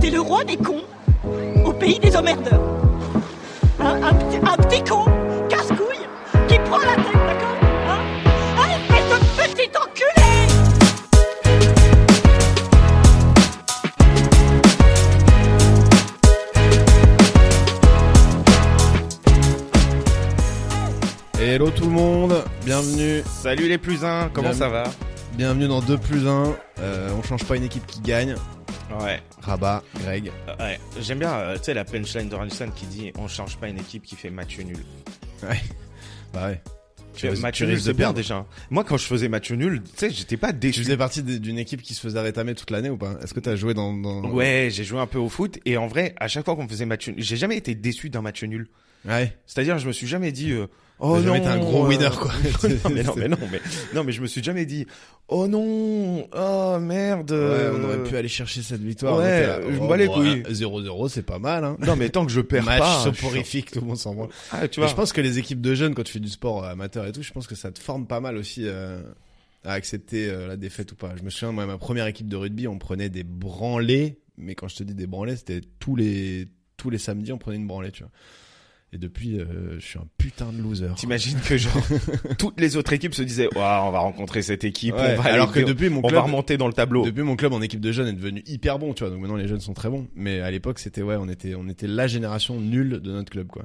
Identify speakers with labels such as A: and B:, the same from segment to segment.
A: T'es le roi des cons au pays des emmerdeurs. Hein, un, petit- un petit con, casse-couille, qui prend la tête, d'accord hein Hein, espèce de petit enculé
B: Hello tout le monde, bienvenue,
C: Salut les plus uns, comment
B: Bien.
C: ça va
B: bienvenue dans 2 plus 1. Euh, on change pas une équipe qui gagne.
C: Ouais,
B: Rabat, Greg.
C: euh, ouais. J'aime bien, euh, tu sais, la punchline de Ranulson qui dit on change pas une équipe qui fait match nul.
B: Bah ouais.
C: Tu
B: vas-
C: vois, match
B: tu
C: nul,
B: risques
C: c'est
B: de
C: bien
B: perdre.
C: déjà. hein. Moi, quand je faisais match nul, tu sais, j'étais pas
B: Tu
C: déçu.
B: faisais partie d- d'une équipe qui se faisait rétamer toute l'année ou pas Est-ce que t'as joué dans, dans...
C: Ouais, j'ai joué un peu au foot et en vrai, à chaque fois qu'on faisait match nul, j'ai jamais été déçu d'un match nul.
B: Ouais.
C: C'est-à-dire, je me suis jamais dit euh,
B: T'as
C: oh non,
B: jamais été un gros
C: euh,
B: winner quoi.
C: non, mais non, mais non, mais non, mais je me suis jamais dit oh non, oh merde.
B: Ouais, on
C: euh,
B: aurait pu aller chercher cette victoire.
C: Ouais,
B: on était là, Oh,
C: je me bats les
B: bon,
C: couilles.
B: 0-0, c'est pas mal hein.
C: Non, mais tant que je perds
B: Match
C: pas, hein, je suis-
B: soporifique, tout le monde s'en branle.
C: Ah, tu
B: Mais
C: vois.
B: je pense que les équipes de jeunes, quand tu fais du sport euh, amateur et tout, je pense que ça te forme pas mal aussi euh, à accepter euh, la défaite ou pas. Je me souviens, moi, ma première équipe de rugby, on prenait des branlés, mais quand je te dis des branlés, c'était tous les tous les samedis, on prenait une branlée, tu vois. Et depuis, euh, je suis un putain de loser.
C: T'imagines que genre toutes les autres équipes se disaient Ouah, on va rencontrer cette équipe,
B: Ouais,
C: on va
B: alors que
C: aller-
B: depuis mon
C: on
B: club,
C: va remonter dans le tableau.
B: depuis mon club en équipe de jeunes est devenu hyper bon, tu vois. Donc maintenant les jeunes sont très bons, mais à l'époque c'était ouais, on était on était la génération nulle de notre club quoi.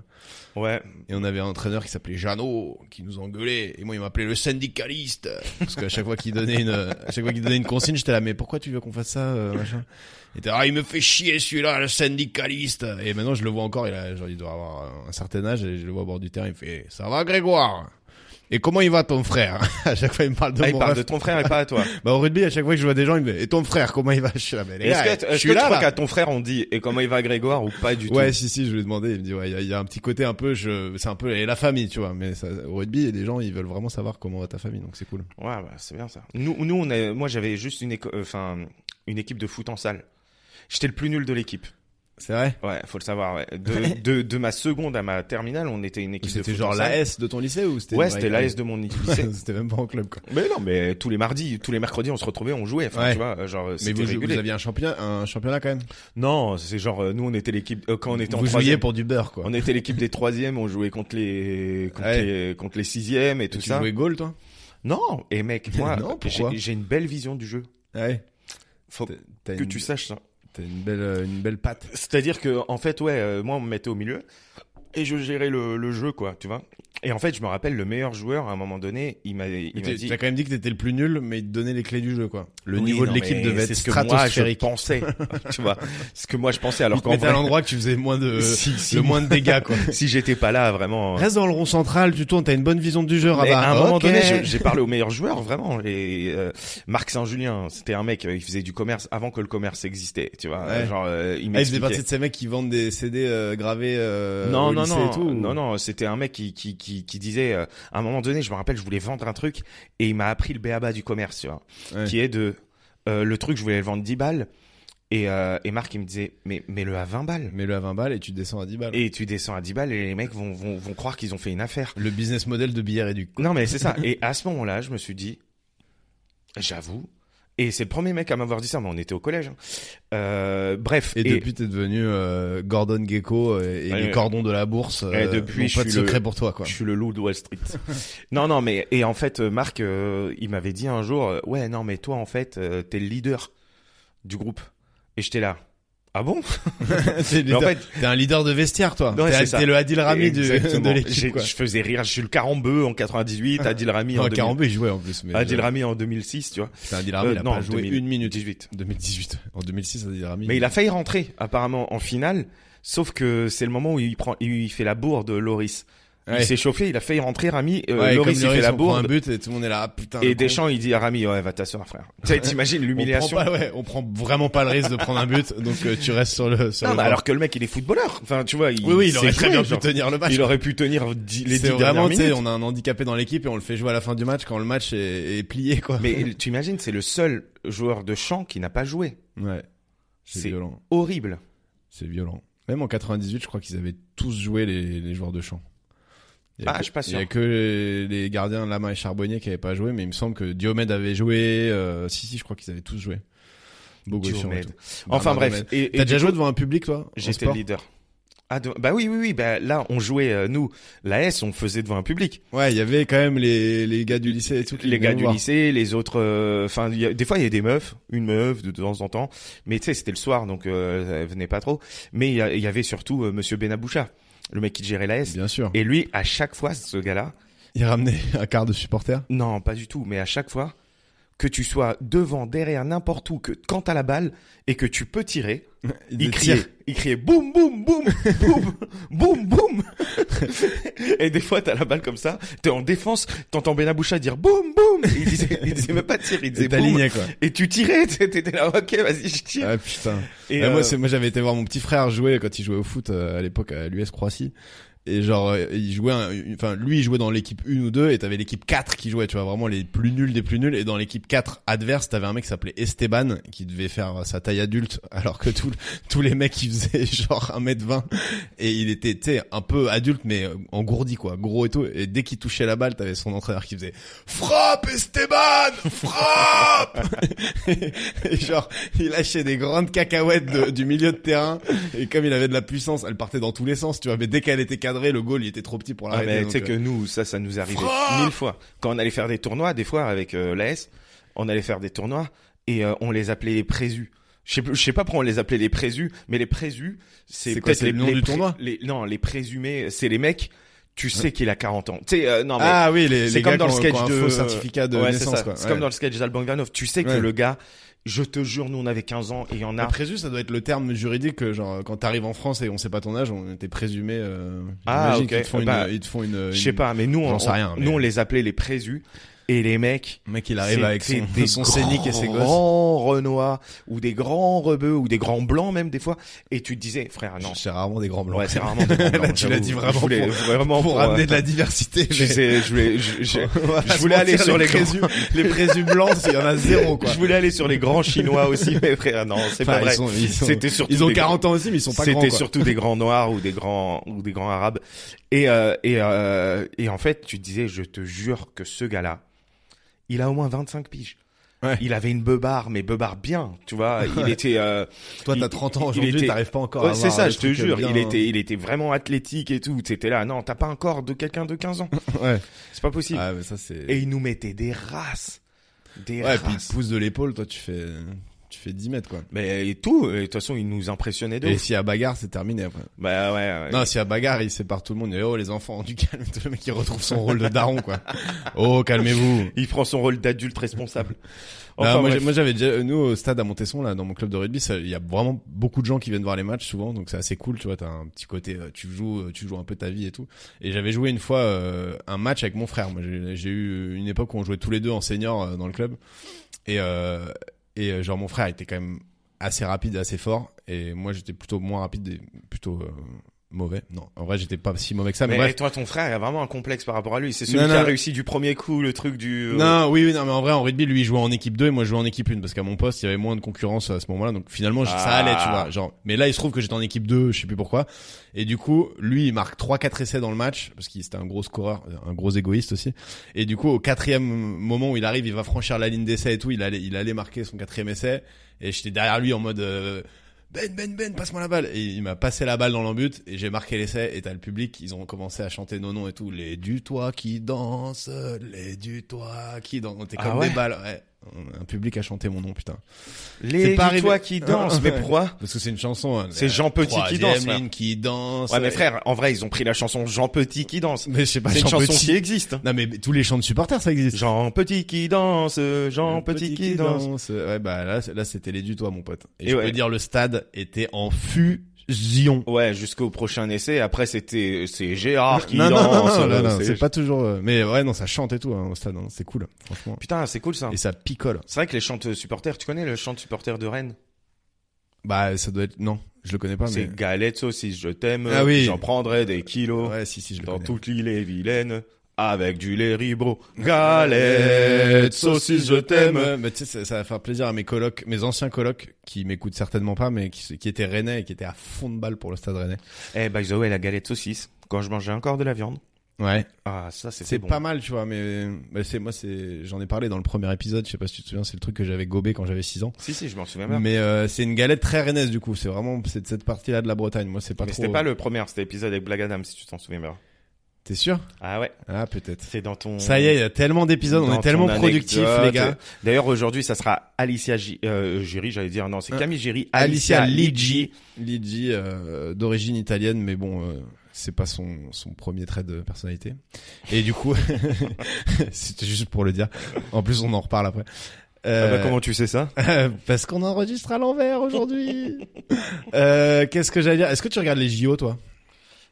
C: Ouais.
B: Et on avait un entraîneur qui s'appelait Jeannot, qui nous engueulait. Et moi, il m'appelait le syndicaliste. Parce qu'à chaque fois qu'il donnait une, à chaque fois qu'il donnait une consigne, j'étais là, mais pourquoi tu veux qu'on fasse ça, euh, machin? Il était, ah, il me fait chier, celui-là, le syndicaliste. Et maintenant, je le vois encore, il a, genre, il doit avoir un certain âge, et je le vois au bord du terrain, il me fait, ça va, Grégoire? Et comment il va ton frère? À chaque fois, il me parle de
C: Ah, il
B: mon
C: parle
B: ref.
C: de ton frère et pas à toi.
B: Bah, au rugby, à chaque fois que je vois des gens, il me dit, et ton frère, comment il va? Je suis là, mais les gars,
C: Est-ce que, est-ce
B: je
C: que
B: suis
C: tu
B: là,
C: crois
B: là.
C: qu'à ton frère on dit et comment il va Grégoire ou pas du
B: Ouais,
C: tout
B: si, si, je lui ai demandé, il me dit, ouais, il y a- il y, a un petit côté un peu, je, c'est un peu et la famille, tu vois, mais ça, au rugby, les gens, ils veulent vraiment savoir comment va ta famille, donc c'est cool.
C: Ouais, bah, c'est bien ça. Nous, nous on est, moi j'avais juste une, éco- euh, enfin une équipe de foot en salle. J'étais le plus nul de l'équipe.
B: C'est vrai?
C: Ouais, faut le savoir. Ouais. De, de, de ma seconde à ma terminale, on était une équipe de
B: C'était
C: foot
B: genre
C: en salle.
B: l'AS de ton lycée ou c'était?
C: Ouais,
B: une
C: c'était
B: vraie-
C: l'AS de mon lycée.
B: Ouais, C'était même pas en club, quoi.
C: mais non, mais tous les mardis, tous les mercredis, on se retrouvait, on jouait. Enfin,
B: Ouais.
C: tu vois, euh, genre
B: Mais
C: c'était
B: vous, jou-
C: régulé.
B: vous aviez un championnat, un championnat quand même?
C: Non, c'est genre euh, nous on était l'équipe euh, quand on était en
B: vous jouiez
C: troisième.
B: pour du beurre, quoi.
C: On était l'équipe des troisièmes, on jouait contre les contre,
B: Ouais.
C: les, contre les sixièmes et tout
B: tu
C: ça.
B: jouais goal, toi?
C: Non, et mec, moi
B: Non, pourquoi
C: j'ai j'ai une belle vision du jeu.
B: Ouais.
C: Faut
B: T'as-
C: que
B: T'as une,
C: tu saches ça.
B: t'as une belle, euh, une belle patte.
C: C'est-à-dire que en fait ouais, euh, moi on me mettait au milieu et je gérais le, le jeu quoi, tu vois. Et en fait, je me rappelle le meilleur joueur à un moment donné, il m'a il m'a
B: Mais t'es-
C: dit
B: T'as quand même dit que t'étais le plus nul, mais il te donnait les clés du jeu, quoi. Le
C: Oui,
B: niveau
C: non,
B: de l'équipe
C: mais
B: devait
C: c'est
B: être
C: ce que moi je
B: stratosphérique.
C: pensais, tu vois. Ce que moi je pensais alors
B: Il te
C: qu'en
B: mettait à
C: vrai
B: l'endroit que tu faisais moins de,
C: Si, si.
B: le moins de dégâts, quoi.
C: si j'étais pas là vraiment
B: Reste dans le rond central, tu tournes, t'as une bonne vision du jeu,
C: Mais
B: Rabat.
C: à un moment
B: Ah bah, Ok.
C: donné, je- j'ai parlé au meilleur joueur, vraiment. Et euh, Marc Saint-Julien, c'était un mec, euh, il faisait du commerce avant que le commerce existait, tu vois.
B: Ouais.
C: Genre, euh,
B: Ah,
C: il
B: il faisait
C: m'expliquait.
B: partie de ces mecs qui vendent des CD euh, gravés euh,
C: non,
B: au
C: non,
B: lycée
C: non,
B: et tout.
C: non, non, c'était un mec qui, qui, qui, qui disait, euh, à un moment donné, je me rappelle, je voulais vendre un truc et il m'a appris le béaba du commerce, tu vois,
B: Ouais.
C: qui est de, euh, le truc, je voulais le vendre 10 balles et, euh, et Marc, il me disait, mais, mais le à 20 balles.
B: Mets-le à 20 balles et tu descends à 10 balles.
C: Et tu descends à 10 balles et les mecs vont, vont, vont croire qu'ils ont fait une affaire.
B: Le business model de Billard et Duc.
C: Non, mais c'est ça. Et à ce moment-là, je me suis dit, j'avoue. Et c'est le premier mec à m'avoir dit ça, mais on était au collège. hein. Euh, bref.
B: Et, depuis, t'es devenu euh, Gordon Gecko et, et
C: Ouais,
B: les
C: ouais.
B: cordons de la bourse. euh,
C: depuis,
B: n'ont
C: je
B: pas de
C: suis le-
B: secret pour toi, quoi.
C: Je suis le loup de Wall Street. non, non, mais et en fait, euh, Marc, euh, il m'avait dit un jour, euh, ouais, non, mais toi, en fait, euh, t'es le leader du groupe. Et j'étais là. Ah bon
B: T'es
C: Mais en
B: leader-
C: fait,
B: t'es un leader de vestiaire, toi.
C: Ouais,
B: T'es-
C: c'est ça.
B: T'es le Adil Rami du-
C: Exactement.
B: de l'équipe,
C: J'ai-
B: quoi.
C: Je faisais rire. Je suis le carambeu en 98, Adil Rami en,
B: Non,
C: 2000.
B: Carambeu, il jouait en plus. Mais
C: Adil Rami en 2006, tu vois.
B: Putain, Adil Rami,
C: Euh,
B: il a
C: non,
B: pas joué
C: 2000.
B: une minute.
C: 18.
B: 2018. En 2006, Adil Rami.
C: Mais il a failli rentrer apparemment en finale, sauf que c'est le moment où il prend, il fait la bourde Loris.
B: Ouais.
C: Il s'est chauffé, il a failli rentrer Rami. Euh,
B: Ouais,
C: Loris
B: comme
C: il fait
B: Lloris,
C: la
B: on prend un
C: bourde
B: but et tout le monde est là, ah, putain. le
C: et
B: con.
C: Deschamps il dit à Rami ouais va t'asseoir frère. Tu sais,
B: On
C: T'imagines
B: prend
C: l'humiliation.
B: pas- ouais, on prend vraiment pas le risque de prendre un but, donc euh, tu restes sur le. Sur
C: Non,
B: le
C: mais
B: banc.
C: alors que le mec il est footballeur. Enfin tu vois il,
B: hein. oui, oui, il
C: sait
B: aurait très
C: jouer,
B: bien
C: genre.
B: pu tenir le match.
C: Il aurait pu tenir dix- les
B: C'est
C: dix dernières
B: vraiment, tu sais,
C: minutes.
B: on a un handicapé dans l'équipe et on le fait jouer à la fin du match quand le match est, est plié, quoi.
C: Mais tu imagines c'est le seul joueur de champ qui n'a pas joué.
B: ouais, c'est
C: C'est
B: violent,
C: horrible.
B: c'est violent. Même en 98, je crois qu'ils avaient tous joué les, les joueurs de champ. Il y a
C: Ah,
B: que-
C: je suis pas
B: Il
C: sûr.
B: y a que les, les gardiens Lama et Charbonnier qui avaient pas joué, mais il me semble que Diomède avait joué. euh, si, si, je crois qu'ils avaient tous joué. Beau gosse sur
C: Diomède.
B: tout.
C: Enfin
B: Bernard
C: bref.
B: Diomède.
C: Et, et
B: T'as
C: du
B: déjà
C: coup,
B: joué devant un public, toi en
C: J'étais
B: sport
C: le leader. Ah, de- bah oui, oui, oui. Bah là, on jouait euh, nous, la S, on faisait devant un public.
B: Ouais, il y avait quand même les, les gars du lycée et tout. qui
C: les
B: venaient
C: gars
B: nous
C: du
B: voir.
C: lycée, les autres. euh, Enfin, il y a- des fois il y a des meufs, une meuf de temps en temps, mais tu sais c'était le soir donc euh, elle venait pas trop. Mais il y, a- il y avait surtout euh, Monsieur Benaboucha, le mec qui gérait la S.
B: Bien sûr.
C: Et lui, à chaque fois, ce gars-là,
B: Il ramenait un quart de supporters.
C: non, pas du tout, mais à chaque fois que tu sois devant, derrière, n'importe où, que quand t'as la balle et que tu peux tirer, il
B: les
C: criait,
B: tire.
C: il criait boum boum boum boum boum boum. et des fois t'as la balle comme ça, t'es en défense, t'entends Benaboucha dire boum boum. Et Il disait, il disait même pas tirer, il disait
B: Et
C: boum.
B: t'alignais, quoi.
C: Et tu tirais, t'étais t'étais là, ok, vas-y, je tire.
B: Ah putain.
C: et
B: Ouais,
C: euh,
B: Moi, c'est moi j'avais été voir mon petit frère jouer quand il jouait au foot euh, à l'époque à l'US Croatie. Et genre, euh, il jouait, un- une- enfin, lui, il jouait dans l'équipe 1 ou 2, et t'avais l'équipe 4 qui jouait, tu vois, vraiment les plus nuls des plus nuls, et dans l'équipe 4 adverse, t'avais un mec qui s'appelait Esteban, qui devait faire sa taille adulte, alors que tout- tous les mecs, ils faisaient genre 1m20, et il était, tu sais, un peu adulte, mais euh, engourdi, quoi, gros et tout, et dès qu'il touchait la balle, t'avais son entraîneur qui faisait, frappe Esteban, frappe! Et genre, il lâchait des grandes cacahuètes de- du milieu de terrain. Et comme il avait de la puissance, elle partait dans tous les sens, tu vois. Mais dès qu'elle était cadrée, le goal, il était trop petit pour
C: ah,
B: l'arrêter.
C: mais tu
B: donc,
C: sais que
B: euh,
C: nous, ça, ça nous arrivait
B: Frappe
C: mille fois. Quand on allait faire des tournois, des fois avec euh, l'AS, on allait faire des tournois et euh, on les appelait les présus. Je sais, plus- je sais pas pourquoi on les appelait les présus, mais les présus, c'est
B: C'est quoi,
C: peut-être
B: c'est
C: les,
B: le nom
C: les
B: du
C: pré-
B: tournoi
C: les- Non, les présumés, c'est les mecs. Tu sais qu'il a 40 ans. Tu sais, euh, non mais.
B: Ah oui, les,
C: c'est
B: les
C: comme
B: gars
C: dans
B: qui
C: le
B: ont-
C: sketch
B: qui ont un
C: de-
B: faux certificat de
C: ouais, c'est
B: naissance,
C: ça.
B: quoi.
C: C'est comme dans le sketch d'Alban Ivanov. Tu sais que
B: Ouais.
C: le gars, je te jure, nous on avait 15 ans et il y en a.
B: Présu, ça doit être le terme juridique, genre, quand t'arrives en France et on sait pas ton âge, on était présumé, euh,
C: Ah,
B: j'imagine
C: ok.
B: qu'ils te font une,
C: Bah,
B: ils te font une,
C: Je sais
B: une-
C: pas, mais nous, on,
B: j'en sais rien, mais-
C: nous on les appelait les présus et les mecs.
B: Le mec, il arrive avec son,
C: C'était des
B: son scénic et ses
C: grands
B: gosses.
C: Renois ou des grands rebeux ou des grands blancs même des fois et tu te disais frère non
B: C'est Ah rarement des grands blancs.
C: ouais c'est rarement des grands
B: Là,
C: blancs,
B: tu l'as
C: j'avoue.
B: dit vraiment
C: je voulais,
B: pour-
C: vraiment
B: pour, amener
C: euh,
B: de la diversité.
C: je
B: mais-
C: sais, je voulais je- je-
B: On va
C: je
B: pas se
C: voulais aller
B: mentir,
C: sur les grands-
B: présus, les présus blancs, il y en a zéro, quoi.
C: je voulais aller sur les grands chinois aussi mais frère non c'est
B: Enfin,
C: pas vrai
B: ils sont- ils sont-
C: c'était surtout
B: Ils ont
C: des grands-
B: 40 ans aussi, mais ils sont pas grands.
C: C'était
B: quoi.
C: surtout des grands noirs ou des grands ou des grands arabes. Et euh, et euh, et en fait, tu te disais, je te jure que ce gars-là, il a au moins 25 piges.
B: Ouais.
C: Il avait une beubare, mais beubare bien, tu vois. Il était. euh,
B: Toi,
C: il-
B: t'as 30
C: il-
B: ans
C: il
B: aujourd'hui,
C: était-
B: t'arrives pas encore à
C: ouais, c'est
B: avoir
C: ça,
B: le
C: je te
B: truc euh,
C: jure.
B: bien-
C: Il était, il était vraiment athlétique et tout. C'était là, non, t'as pas un corps de quelqu'un de 15 ans.
B: Ouais.
C: C'est pas possible.
B: Ah, mais ça, c'est.
C: Et il nous mettait des races, des
B: Ouais, puis il
C: races.
B: te pousse de l'épaule, toi, tu fais. Tu fais 10 mètres, quoi.
C: Mais et tout. Et de toute façon, il nous impressionnait de.
B: Et
C: ouf.
B: si à bagarre, c'est terminé après.
C: Bah ouais, ouais.
B: Non, si à bagarre, il sépare tout le monde. Il dit, oh, les enfants, du calme. Tout le mec, il retrouve son rôle de daron, quoi. Oh, calmez-vous.
C: Il prend son rôle d'adulte responsable.
B: Non, moi,
C: bref.
B: j'ai- moi, j'avais déjà, euh, nous au stade à Montesson là, dans mon club de rugby, ça- il y a vraiment beaucoup de gens qui viennent voir les matchs souvent, donc c'est assez cool, tu vois, t'as un petit côté, euh, tu joues, euh, tu joues un peu ta vie et tout. Et j'avais joué une fois euh, un match avec mon frère. Moi, j'ai j'ai eu une époque où on jouait tous les deux en senior euh, dans le club, et euh, et euh, genre mon frère était quand même assez rapide, assez fort, et moi j'étais plutôt moins rapide, et plutôt euh, mauvais. Non, en vrai, j'étais pas si mauvais que ça, Ah, mais,
C: Mais
B: bref.
C: toi, ton frère, il a vraiment un complexe par rapport à lui. C'est celui
B: Non,
C: qui
B: non.
C: a réussi du premier coup le truc du. euh,
B: Non, oui, oui, non, mais en vrai, en rugby, lui, il jouait en équipe 2 et moi, je jouais en équipe 1 parce qu'à mon poste, il y avait moins de concurrence euh, à ce moment-là. Donc, finalement, j- ça
C: Ah.
B: allait, tu vois. Genre, mais là, il se trouve que j'étais en équipe 2, je sais plus pourquoi. Et du coup, lui, il marque 3-4 essais dans le match parce qu'il c'était un gros scoreur, un gros égoïste aussi. Et du coup, au quatrième moment où il arrive, il va franchir la ligne d'essai et tout. Il allait, il allait marquer son quatrième essai et j'étais derrière lui en mode, euh, ben, Ben, Ben, passe-moi la balle. Et il m'a passé la balle dans l'embut et j'ai marqué l'essai et t'as le public, ils ont commencé à chanter nos noms et tout. Les du toit qui danse, les du toit qui danse. T'es
C: Ah
B: comme
C: ouais
B: des balles, ouais. Un public a chanté mon nom, putain.
C: Les
B: C'est pas arrivé.
C: toi qui danse, mais pourquoi
B: Parce que c'est une chanson. hein.
C: C'est Jean Petit qui
B: Troisième
C: danse, frère.
B: ligne qui danse.
C: Ouais, mais frère, en vrai, ils ont pris la chanson Jean Petit qui danse.
B: Mais je sais pas,
C: C'est une
B: Bah, Jean
C: chanson
B: Petit.
C: qui existe. hein.
B: Non, mais tous les chants de supporters, ça existe.
C: Jean Petit qui danse, Jean Petit qui danse.
B: Ouais, bah là, c'est- là c'était les du toit, mon pote. Et,
C: Et
B: je
C: ouais.
B: peux dire, le stade était en fusion.
C: Ouais, jusqu'au prochain essai. Après, c'était c'est Gérard qui
B: non, non, non,
C: danse.
B: non, non,
C: euh,
B: non, c'est pas toujours. euh, Mais ouais, non, ça chante et tout hein, au stade, hein, c'est cool, franchement.
C: Putain, c'est cool ça.
B: Et ça picole.
C: C'est vrai que les chants supporters, tu connais le chant supporter de Rennes
B: Bah, ça doit être. Non, je le connais pas,
C: C'est
B: Ah, mais.
C: galette saucisse, je t'aime.
B: Ah oui.
C: J'en prendrai des kilos.
B: Ouais, si, si, je le
C: Dans
B: connais.
C: toute l'île et vilaine, avec du lait ribot, galette, saucisse, je t'aime.
B: Mais tu sais, ça, ça va faire plaisir à mes colocs, mes anciens colocs, qui m'écoutent certainement pas, mais qui, qui étaient rennais et qui étaient à fond de balle pour le stade rennais.
C: Eh, by the way, la galette saucisse, quand je mangeais encore de la viande,
B: Ouais.
C: Ah, ça, c'était
B: C'est
C: bon.
B: pas mal, tu vois, mais, mais c'est moi, c'est j'en ai parlé dans le premier épisode. Je sais pas si tu te souviens, c'est le truc que j'avais gobé quand j'avais 6 ans.
C: Si, si, je m'en souviens bien. Mais,
B: Mais euh, c'est une galette très rennaise du coup. C'est vraiment c'est de cette partie-là de la Bretagne. Moi, c'est pas trop.
C: c'était pas le premier, c'était l'épisode avec Blagadam, si tu t'en souviens bien.
B: T'es sûr
C: Ah ouais,
B: Ah peut-être.
C: c'est dans ton.
B: Ça y est, il y a tellement d'épisodes, on
C: dans
B: est tellement
C: ton
B: productifs les
C: anecdote.
B: gars.
C: D'ailleurs, aujourd'hui, ça sera Alicia G... euh, Giri, j'allais dire, non, c'est
B: Euh,
C: Camille Giri.
B: Alicia Ligi, Ligi euh, d'origine italienne, mais bon, euh, c'est pas son son premier trait de personnalité. Et du coup, c'était juste pour le dire. En plus, on en reparle après.
C: Ah bah,
B: Euh,
C: comment tu sais ça
B: Parce qu'on enregistre à l'envers aujourd'hui. Euh, Qu'est-ce que j'allais dire Est-ce que tu regardes les JO, toi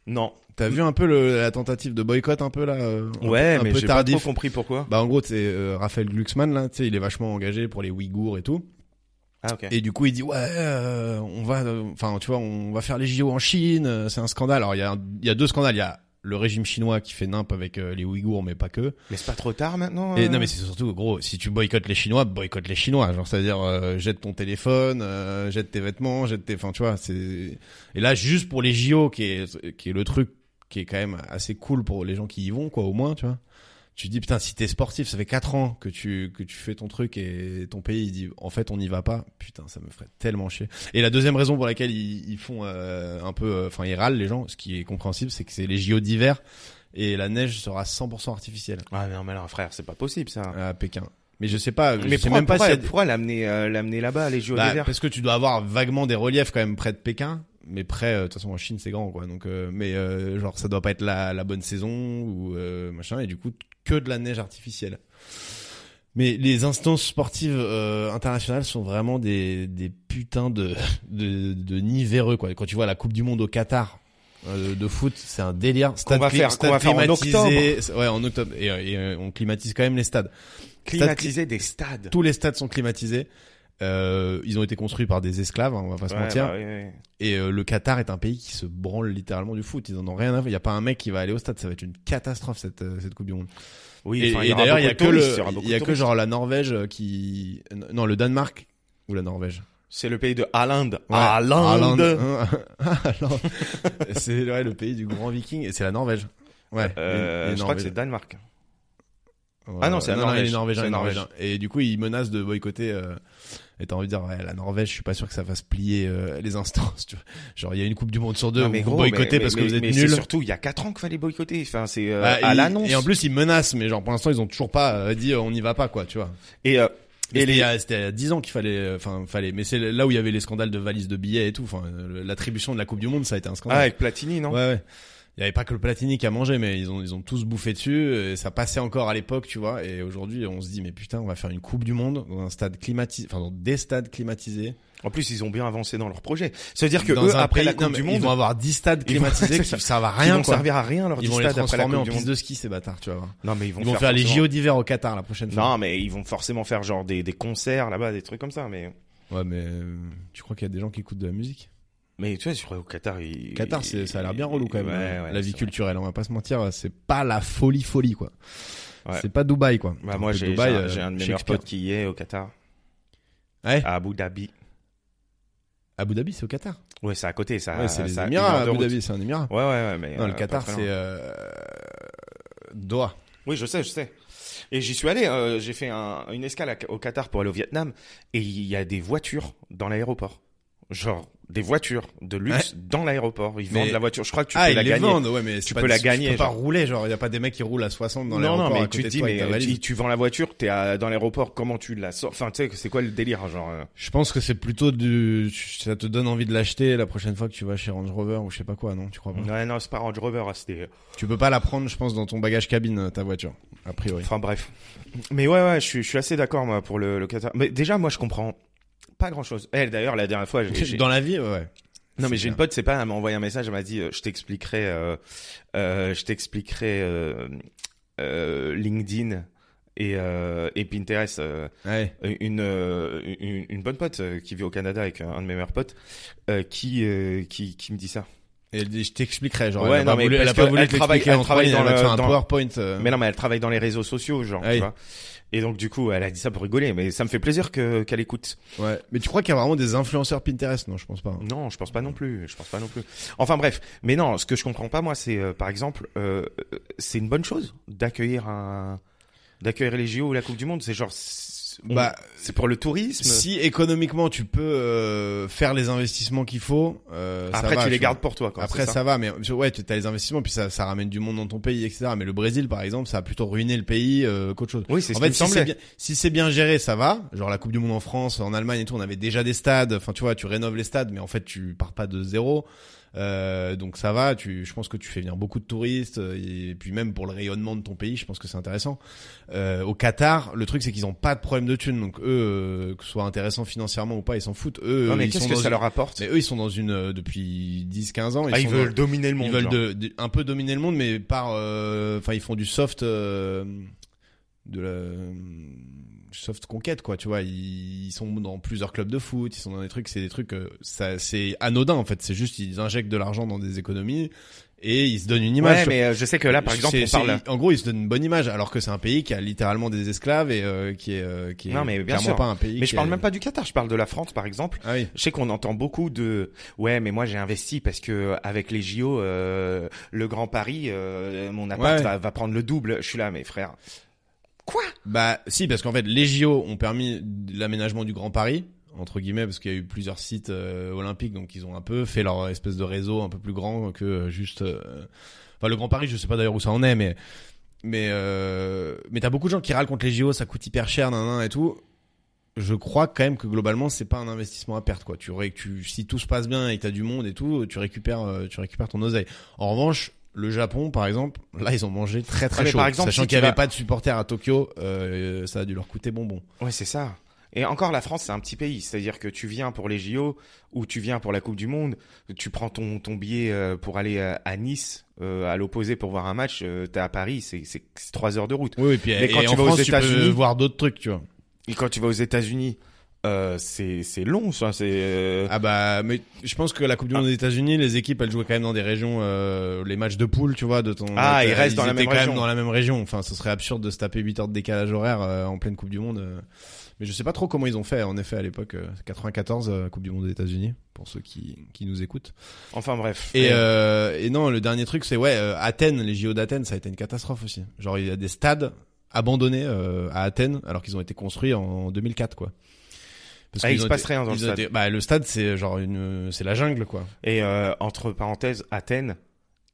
C: Non.
B: T'as vu un peu le- la tentative de boycott un peu là euh, un
C: Ouais,
B: peu- un
C: mais
B: peu
C: j'ai pas
B: tardif.
C: trop compris pourquoi.
B: Bah en gros, c'est euh, Raphaël Glucksmann là, tu sais, il est vachement engagé pour les Ouïghours et tout.
C: Ah ok.
B: Et du coup, il dit ouais, euh, on va, euh, enfin, tu vois, on va faire les JO en Chine. euh, C'est un scandale. Alors il y a, un- il y a deux scandales. Il y a le régime chinois qui fait nimp avec euh, les Ouïghours, mais pas que.
C: Mais c'est pas trop tard maintenant.
B: Et
C: euh
B: non, mais c'est surtout, gros, si tu boycottes les Chinois, boycotte les Chinois. Genre, c'est-à-dire, euh, jette ton téléphone, euh, jette tes vêtements, jette tes. Enfin, tu vois, c'est. Et là, juste pour les JO, qui est, qui est le truc qui est quand même assez cool pour les gens qui y vont, quoi, au moins, tu vois. Tu te dis, putain, si t'es sportif, ça fait 4 ans que tu, que tu fais ton truc et ton pays, il dit, en fait, on n'y va pas. Putain, ça me ferait tellement chier. Et la deuxième raison pour laquelle ils, ils font euh, un peu. euh, Enfin, ils râlent les gens, ce qui est compréhensible, c'est que c'est les JO d'hiver et la neige sera 100% artificielle
C: Ah non, mais alors frère, c'est pas possible ça.
B: à Pékin. Mais je sais pas, je
C: mais
B: sais
C: pourquoi,
B: même pas
C: pourquoi,
B: s'il y a des-
C: pourquoi l'amener euh, l'amener là-bas les JO
B: Bah,
C: d'hiver
B: parce que tu dois avoir vaguement des reliefs quand même près de Pékin, mais près euh, de toute façon en Chine c'est grand quoi. Donc euh, mais euh, genre ça doit pas être la, la bonne saison ou euh, machin et du coup que de la neige artificielle. Mais les instances sportives euh, internationales sont vraiment des, des putains de, de, de nids véreux quoi. Quand tu vois la Coupe du Monde au Qatar euh, de foot, c'est un délire. Stade
C: va
B: cli-
C: faire-
B: stade
C: qu'on va faire en
B: climatisé. Ouais, en octobre. Et, euh, et, euh, on climatise quand même les stades.
C: Climatiser des stades.
B: Tous les stades sont climatisés. Euh, ils ont été construits par des esclaves, hein, on va pas se
C: Ouais,
B: mentir.
C: bah oui, oui.
B: Et euh, le Qatar est un pays qui se branle littéralement du foot. Ils en ont rien à voir. Il y a pas un mec qui va aller au stade. Ça va être une catastrophe cette euh, cette Coupe du Monde.
C: Oui,
B: et
C: enfin,
B: et
C: aura
B: d'ailleurs, il y a
C: beaucoup
B: que
C: de
B: le,
C: touristes, aura beaucoup
B: il y a
C: de
B: que
C: touristes.
B: genre la Norvège euh, qui, non, le Danemark ou la Norvège.
C: C'est le pays de Haaland.
B: Ouais. Ah,
C: Haaland.
B: Haaland. Haaland. c'est ouais, le pays du grand Viking et c'est la Norvège. Ouais.
C: Euh,
B: les- les
C: je crois que
B: Norvégiens.
C: c'est Danemark.
B: Ouais,
C: non, c'est la
B: Ah non, il est
C: Norvège.
B: norvégien,
C: C'est
B: il est
C: la
B: norvégien. Et du coup, il menace de boycotter. Euh, et t'as envie de dire, ouais, la Norvège, je suis pas sûr que ça fasse plier euh, les instances. Tu vois. Genre, il y a une Coupe du Monde sur deux,
C: Non,
B: où
C: mais
B: vous
C: gros,
B: boycottez
C: mais-
B: parce
C: mais-
B: que vous
C: mais
B: êtes
C: c'est
B: nuls.
C: surtout il y a 4 ans qu'il fallait boycotter. Enfin, c'est euh,
B: Bah,
C: à
B: il-
C: l'annonce.
B: Et en plus, il menace, mais genre pour l'instant, ils ont toujours pas euh, dit euh, on n'y va pas, quoi, tu vois.
C: Et, euh,
B: Et
C: et
B: c'était il y
C: les
B: a- c'était il y a 10 ans qu'il fallait, euh, enfin, fallait. Mais c'est là où il y avait les scandales de valises de billets et tout. Enfin, euh, l'attribution de la Coupe du Monde, ça a été un
C: ah,
B: scandale.
C: avec Platini, non
B: Ouais, ouais. Il y avait pas que le Platini qui a mangé, mais ils ont, ils ont tous bouffé dessus. Et ça passait encore à l'époque, tu vois. Et aujourd'hui, on se dit, mais putain, on va faire une Coupe du Monde dans un stade climatisé, enfin, dans des stades climatisés.
C: En plus, ils ont bien avancé dans leur projet. C'est-à-dire que
B: dans
C: eux,
B: un
C: après
B: pays-
C: la
B: non,
C: Coupe du
B: mais
C: Monde,
B: ils vont avoir 10 stades
C: Ils vont-
B: climatisés
C: c'est
B: qui
C: ça.
B: servent à
C: ils
B: rien,
C: vont
B: quoi.
C: servir à rien leur
B: Ils vont les
C: stade après la
B: transformer
C: Coupe
B: en
C: du Monde.
B: piste de ski, ces bâtards, tu vas voir.
C: Non, mais ils vont,
B: Ils vont faire les
C: forcément-
B: JO d'hiver au Qatar la prochaine fois.
C: Non, mais ils vont forcément faire genre des, des concerts là-bas, des trucs comme ça. Mais
B: Ouais, mais euh, tu crois qu'il y a des gens qui écoutent de la musique
C: mais tu vois, je crois au Qatar, ils...
B: Qatar, c'est- ça a l'air bien relou quand même.
C: Ouais,
B: hein,
C: ouais,
B: la vie
C: c'est vrai.
B: culturelle, on va pas se mentir, c'est pas la folie folie quoi.
C: Ouais.
B: C'est pas Dubaï quoi.
C: Bah, moi,
B: Parce que
C: j'ai j'ai
B: Dubaï,
C: un,
B: euh,
C: j'ai un de mes meilleurs
B: Shakespeare.
C: potes qui est au Qatar,
B: Ouais.
C: à Abu Dhabi.
B: Abu Dhabi, c'est au Qatar.
C: Ouais, c'est à côté, ça.
B: Ouais, c'est les
C: ça a
B: Émirats,
C: une heure de
B: Abu
C: route.
B: Dhabi, c'est un Émirat.
C: Ouais, ouais, ouais, mais.
B: non,
C: euh,
B: le
C: pas
B: Qatar,
C: très
B: c'est
C: loin.
B: euh... Doha.
C: Oui, je sais, je sais. Et j'y suis allé, euh, j'ai fait un- une escale à- au Qatar pour aller au Vietnam, et il y a des voitures dans l'aéroport. Genre, des voitures de luxe dans l'aéroport. Ils
B: Mais-
C: vendent la voiture. Je crois que tu
B: ah,
C: peux
B: ils
C: la
B: les
C: gagner.
B: vendent, ouais, mais c'est
C: Tu
B: pas
C: peux la
B: des-
C: gagner,
B: Tu peux pas
C: genre.
B: rouler, genre, y a pas des mecs qui roulent à 60 dans
C: non,
B: l'aéroport.
C: non,
B: à
C: mais
B: côté
C: tu te
B: de
C: dis,
B: toi avec
C: mais
B: ta
C: euh,
B: valise.
C: tu, tu vends la voiture, t'es à- dans l'aéroport, comment tu la sors Enfin, tu sais, c'est quoi le délire, genre euh
B: Je pense que c'est plutôt du, ça te donne envie de l'acheter la prochaine fois que tu vas chez Range Rover ou je sais pas quoi, non? Tu crois pas?
C: Ouais, non, c'est pas Range Rover, hein, c'était.
B: Tu peux pas la prendre, je pense, dans ton bagage cabine, ta voiture, a priori.
C: Enfin bref. Mais ouais, ouais, je suis, je suis assez d'accord moi pour le, le Qatar. Mais déjà, moi, je comprends pas grand chose. Elle, d'ailleurs, la dernière fois, j'ai- j'ai-
B: Dans la vie, ouais.
C: non mais
B: c'est
C: j'ai une
B: clair.
C: pote, c'est pas, elle m'a envoyé un message, elle m'a dit, euh, je t'expliquerai, euh, euh, je t'expliquerai euh, euh, LinkedIn et, euh, et Pinterest. euh,
B: Ouais.
C: une, euh, une une bonne pote euh, qui vit au Canada avec un, un de mes meilleurs potes euh, qui, euh, qui qui me dit ça.
B: Elle dit, je t'expliquerai, genre.
C: Ouais,
B: elle a
C: non,
B: pas
C: mais
B: voulu, elle a
C: parce
B: pas
C: que
B: voulu
C: elle
B: te
C: travaille-
B: l'expliquer
C: elle
B: en
C: travaille
B: travail, elle
C: dans
B: va te
C: le-
B: faire un
C: dans-
B: PowerPoint. euh.
C: Mais non, mais elle travaille dans les réseaux sociaux, genre,
B: Ah oui.
C: tu vois. Et donc, du coup, elle a dit ça pour rigoler, mais ça me fait plaisir que, qu'elle écoute.
B: Ouais. Mais tu crois qu'il y a vraiment des influenceurs Pinterest? Non, je pense pas. hein.
C: Non, je pense pas non plus, je pense pas non plus. Enfin bref, mais non, ce que je comprends pas, moi, c'est, euh, par exemple, euh, euh, c'est une bonne chose d'accueillir un, d'accueillir les JO ou la Coupe du Monde, c'est genre, c'est, on-
B: Bah,
C: c'est pour le tourisme.
B: Si économiquement tu peux euh, faire les investissements qu'il faut, euh, ça
C: Après,
B: va,
C: tu les
B: vois.
C: gardes pour toi, quoi.
B: Après
C: c'est
B: ça. va, mais ouais, tu as les investissements, puis ça, ça ramène du monde dans ton pays, etc. Mais le Brésil, par exemple, ça a plutôt ruiné le pays euh, qu'autre chose.
C: Oui, c'est ce
B: en
C: qui
B: fait,
C: me
B: si
C: semblait.
B: c'est bien, si c'est bien géré, ça va. Genre la Coupe du Monde en France, en Allemagne et tout, on avait déjà des stades. Enfin, tu vois, tu rénoves les stades, mais en fait, tu pars pas de zéro. Euh, donc ça va. Tu, je pense que tu fais venir beaucoup de touristes euh, et puis même pour le rayonnement de ton pays, je pense que c'est intéressant. Euh, au Qatar, le truc c'est qu'ils ont pas de problème de thunes, donc eux, euh, que ce soit intéressant financièrement ou pas, ils s'en foutent. Eux,
C: Non, mais
B: euh, ils
C: qu'est-ce
B: sont
C: que
B: dans
C: ça
B: une-
C: leur apporte?
B: Mais eux, ils sont dans une euh, depuis 10-15 ans.
C: Ah, ils
B: sont
C: veulent
B: dans-
C: dominer le monde.
B: ils veulent
C: genre.
B: de, de- un peu dominer le monde, mais par, euh, enfin, ils font du soft, euh, de la soft conquête, quoi. Tu vois, ils, ils sont dans plusieurs clubs de foot, ils sont dans des trucs, c'est des trucs, euh, ça, c'est anodin en fait. C'est juste, ils injectent de l'argent dans des économies et ils se donnent une image.
C: Ouais,
B: tu
C: mais euh, je sais que là, par exemple,
B: c'est-
C: on
B: c'est-
C: parle.
B: En gros, ils se donnent une bonne image, alors que c'est un pays qui a littéralement des esclaves et euh, qui est, euh, qui est
C: Non, mais bien
B: clairement
C: sûr.
B: pas un pays.
C: Mais
B: qui
C: je parle
B: est-
C: même pas du Qatar, je parle de la France, par exemple.
B: Ah oui.
C: Je sais qu'on entend beaucoup de ouais, mais moi j'ai investi parce que avec les JO, euh, le Grand Paris, euh, mon appart
B: Ouais.
C: va, va prendre le double. Je suis là, mes frères. Quoi
B: Bah si, parce qu'en fait, les JO ont permis l'aménagement du Grand Paris entre guillemets parce qu'il y a eu plusieurs sites euh, olympiques donc ils ont un peu fait leur espèce de réseau un peu plus grand que euh, juste euh, enfin le Grand Paris je sais pas d'ailleurs où ça en est mais mais euh, mais t'as beaucoup de gens qui râlent contre les JO ça coûte hyper cher nan, nan, et tout je crois quand même que globalement c'est pas un investissement à perte quoi tu ré- tu si tout se passe bien et que t'as du monde et tout tu récupères euh, tu récupères ton oseille en revanche le Japon, par exemple, là, ils ont mangé très très
C: Ah, mais
B: chaud.
C: par exemple,
B: sachant
C: si tu
B: qu'il n'y avait
C: vas-
B: pas de supporters à Tokyo, euh, ça a dû leur coûter bonbon.
C: Ouais, c'est ça. Et encore, la France, c'est un petit pays. C'est-à-dire que tu viens pour les JO ou tu viens pour la Coupe du Monde, tu prends ton, ton billet euh, pour aller euh, à Nice, euh, à l'opposé pour voir un match, euh, t'es à Paris, c'est c'est- c'est trois heures de route.
B: Oui, oui, puis et
C: Mais quand tu
B: en
C: vas aux
B: France, tu peux
C: États-Unis-
B: voir d'autres trucs, tu vois.
C: Et quand tu vas aux États-Unis, euh, c'est c'est long, ça. C'est euh,
B: Ah bah, mais je pense que la Coupe du Monde des États-Unis, les équipes, elles jouaient quand même dans des régions, euh, les matchs de poule, tu vois, de ton.
C: Ah,
B: de-
C: ils restent dans la
B: étaient
C: même
B: quand
C: région.
B: même dans la même région. Enfin, ce serait absurde de se taper 8 heures de décalage horaire euh, en pleine Coupe du Monde. euh. Mais je sais pas trop comment ils ont fait, en effet, à l'époque, euh, 94, euh, Coupe du Monde des États-Unis, pour ceux qui, qui nous écoutent.
C: enfin bref.
B: Et, euh, et non, le dernier truc, c'est ouais, euh, Athènes, les JO d'Athènes, ça a été une catastrophe aussi. Genre, il y a des stades abandonnés euh, à Athènes, alors qu'ils ont été construits en 2004, quoi. Parce
C: Ah,
B: qu'ils
C: il se
B: ont
C: passe
B: été-
C: rien dans le
B: ils ont
C: stade.
B: été- bah, le stade, c'est genre une, c'est la jungle, quoi.
C: Et euh, entre parenthèses, Athènes,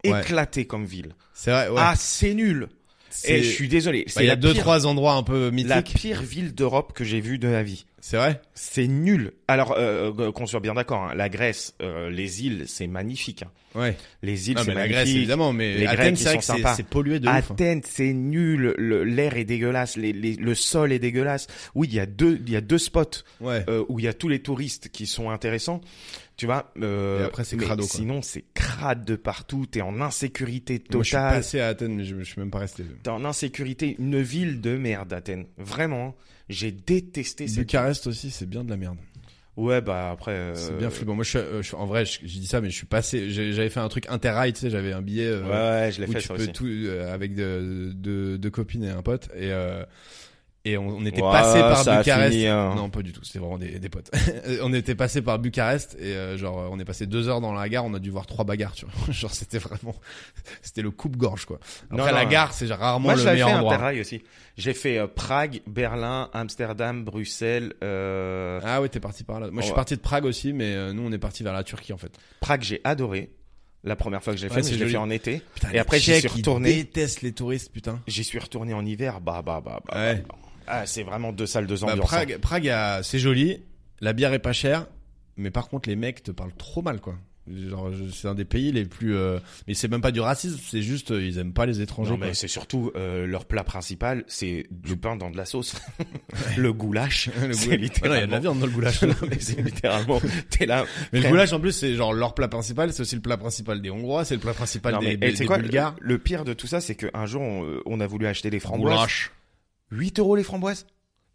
B: Ouais.
C: éclatée comme ville.
B: C'est vrai. Ouais.
C: Ah, c'est nul.
B: C'est-
C: Et je suis désolé.
B: bah,
C: C'est
B: il y
C: la
B: a deux,
C: pire-
B: trois endroits un peu
C: la
B: mythiques.
C: pire ville d'Europe que j'ai vue de ma vie.
B: C'est vrai.
C: C'est nul. Alors euh, euh, qu'on soit bien d'accord, hein, la Grèce, euh, les îles, c'est magnifique. hein.
B: Ouais.
C: Les îles,
B: Non,
C: c'est
B: Ah, mais la
C: magnifique.
B: Grèce, évidemment, mais
C: Les
B: Athènes,
C: Grecs, ils
B: c'est vrai
C: sont
B: que c'est-
C: sympas.
B: c'est pollué de ouf. hein.
C: Athènes, c'est nul. Le- L'air est dégueulasse. Les- les- le sol est dégueulasse. Oui, il y a deux, il y a deux spots
B: Ouais.
C: euh, où il y a tous les touristes qui sont intéressants. Tu vois. euh,
B: Et après, c'est
C: mais
B: crado, quoi.
C: Sinon, c'est crade de partout. T'es en insécurité
B: Moi, je suis
C: totale.
B: passé à Athènes, mais je, je suis même pas resté.
C: T'es en insécurité, une ville de merde, Athènes. Vraiment, j'ai détesté cette.
B: Bucarest aussi, c'est bien de la merde.
C: Ouais, bah après. euh,
B: C'est bien flippant. Moi, je, suis- euh, je suis- en vrai, je, je dis ça, mais je suis passé. j'ai- J'avais fait un truc interrail, tu sais, j'avais un billet
C: Ouais,
B: euh,
C: ouais, je l'ai
B: où
C: fait
B: tu
C: ça
B: peux
C: aussi.
B: tout euh, avec deux deux deux copines et un pote et euh, et on, on était
C: Ouais,
B: passé par
C: ça a
B: Bucarest.
C: fini, hein.
B: Non, pas du tout. C'était vraiment des, des potes. on était passé par Bucarest et euh, genre on est passé deux heures dans la gare. On a dû voir trois bagarres. Tu vois, genre c'était vraiment c'était le coupe gorge quoi. Après
C: Non, non,
B: la
C: non.
B: gare, c'est rarement
C: Moi,
B: le
C: j'avais fait
B: meilleur
C: un
B: endroit.
C: Interrail aussi. J'ai fait euh, Prague, Berlin, Amsterdam, Bruxelles. euh,
B: Ah ouais, t'es parti par là. Moi, je suis
C: Ouais.
B: parti de Prague aussi, mais euh, nous, on est parti vers la Turquie en fait.
C: Prague, j'ai adoré. La première fois que j'ai
B: Ouais,
C: fait,
B: c'est
C: mais je l'ai
B: joli.
C: fait en été.
B: Putain,
C: Et
B: les
C: après, j'y suis
B: Tchèques, ils
C: retourné.
B: détestent les touristes, putain.
C: J'y suis retourné en hiver. Bah, bah, bah, bah.
B: Ouais.
C: bah, bah. Ah, c'est vraiment deux salles, deux
B: Bah,
C: ambiances. hein.
B: Prague, Prague, a- c'est joli. La bière est pas chère, mais par contre, les mecs te parlent trop mal, quoi. Genre, je- c'est un des pays les plus. euh, Mais c'est même pas du racisme, c'est juste euh, ils aiment pas les étrangers.
C: Non, mais
B: quoi.
C: c'est surtout euh, leur plat principal, c'est du pain dans de la sauce. le goulash,
B: Le
C: c'est
B: goulash. Ah non, il y a de la
C: littéralement.
B: viande dans le goulash.
C: Non, mais c'est littéralement, t'es là.
B: mais le
C: frère.
B: goulash en plus, c'est genre leur plat principal, c'est aussi le plat principal des Hongrois, c'est le plat principal
C: Non, mais,
B: des, des-
C: eh, tu sais
B: des
C: quoi, le-
B: Bulgares.
C: Le euh, pire de tout ça, c'est qu'un jour, on, on a voulu acheter des framboises.
B: Goulash.
C: 8 euros les framboises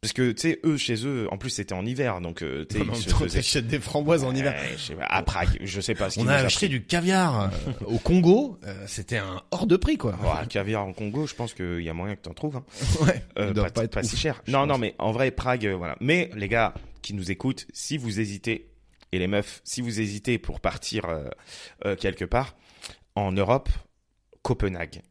C: Parce que, tu sais, eux, chez eux, en plus, c'était en hiver, donc, euh, tu sais,
B: En
C: ils
B: même
C: se
B: temps,
C: faisaient-
B: t'achètes des framboises en hiver.
C: Ouais, je sais pas, à Prague, je sais pas ce
B: On
C: qu'ils
B: a
C: nous
B: acheté du caviar euh, au Congo, euh, c'était un hors de prix quoi.
C: appris. Ouah, caviar en Congo, je pense qu'il y a moyen que t'en trouves. hein.
B: Ouais,
C: Euh,
B: il doit
C: pas,
B: pas être
C: pas
B: ouf,
C: si cher.
B: je
C: Non,
B: pense.
C: non, mais en vrai, Prague, euh, voilà. Mais les gars qui nous écoutent, si vous hésitez, et les meufs, si vous hésitez pour partir euh, euh, quelque part, en Europe, Copenhague.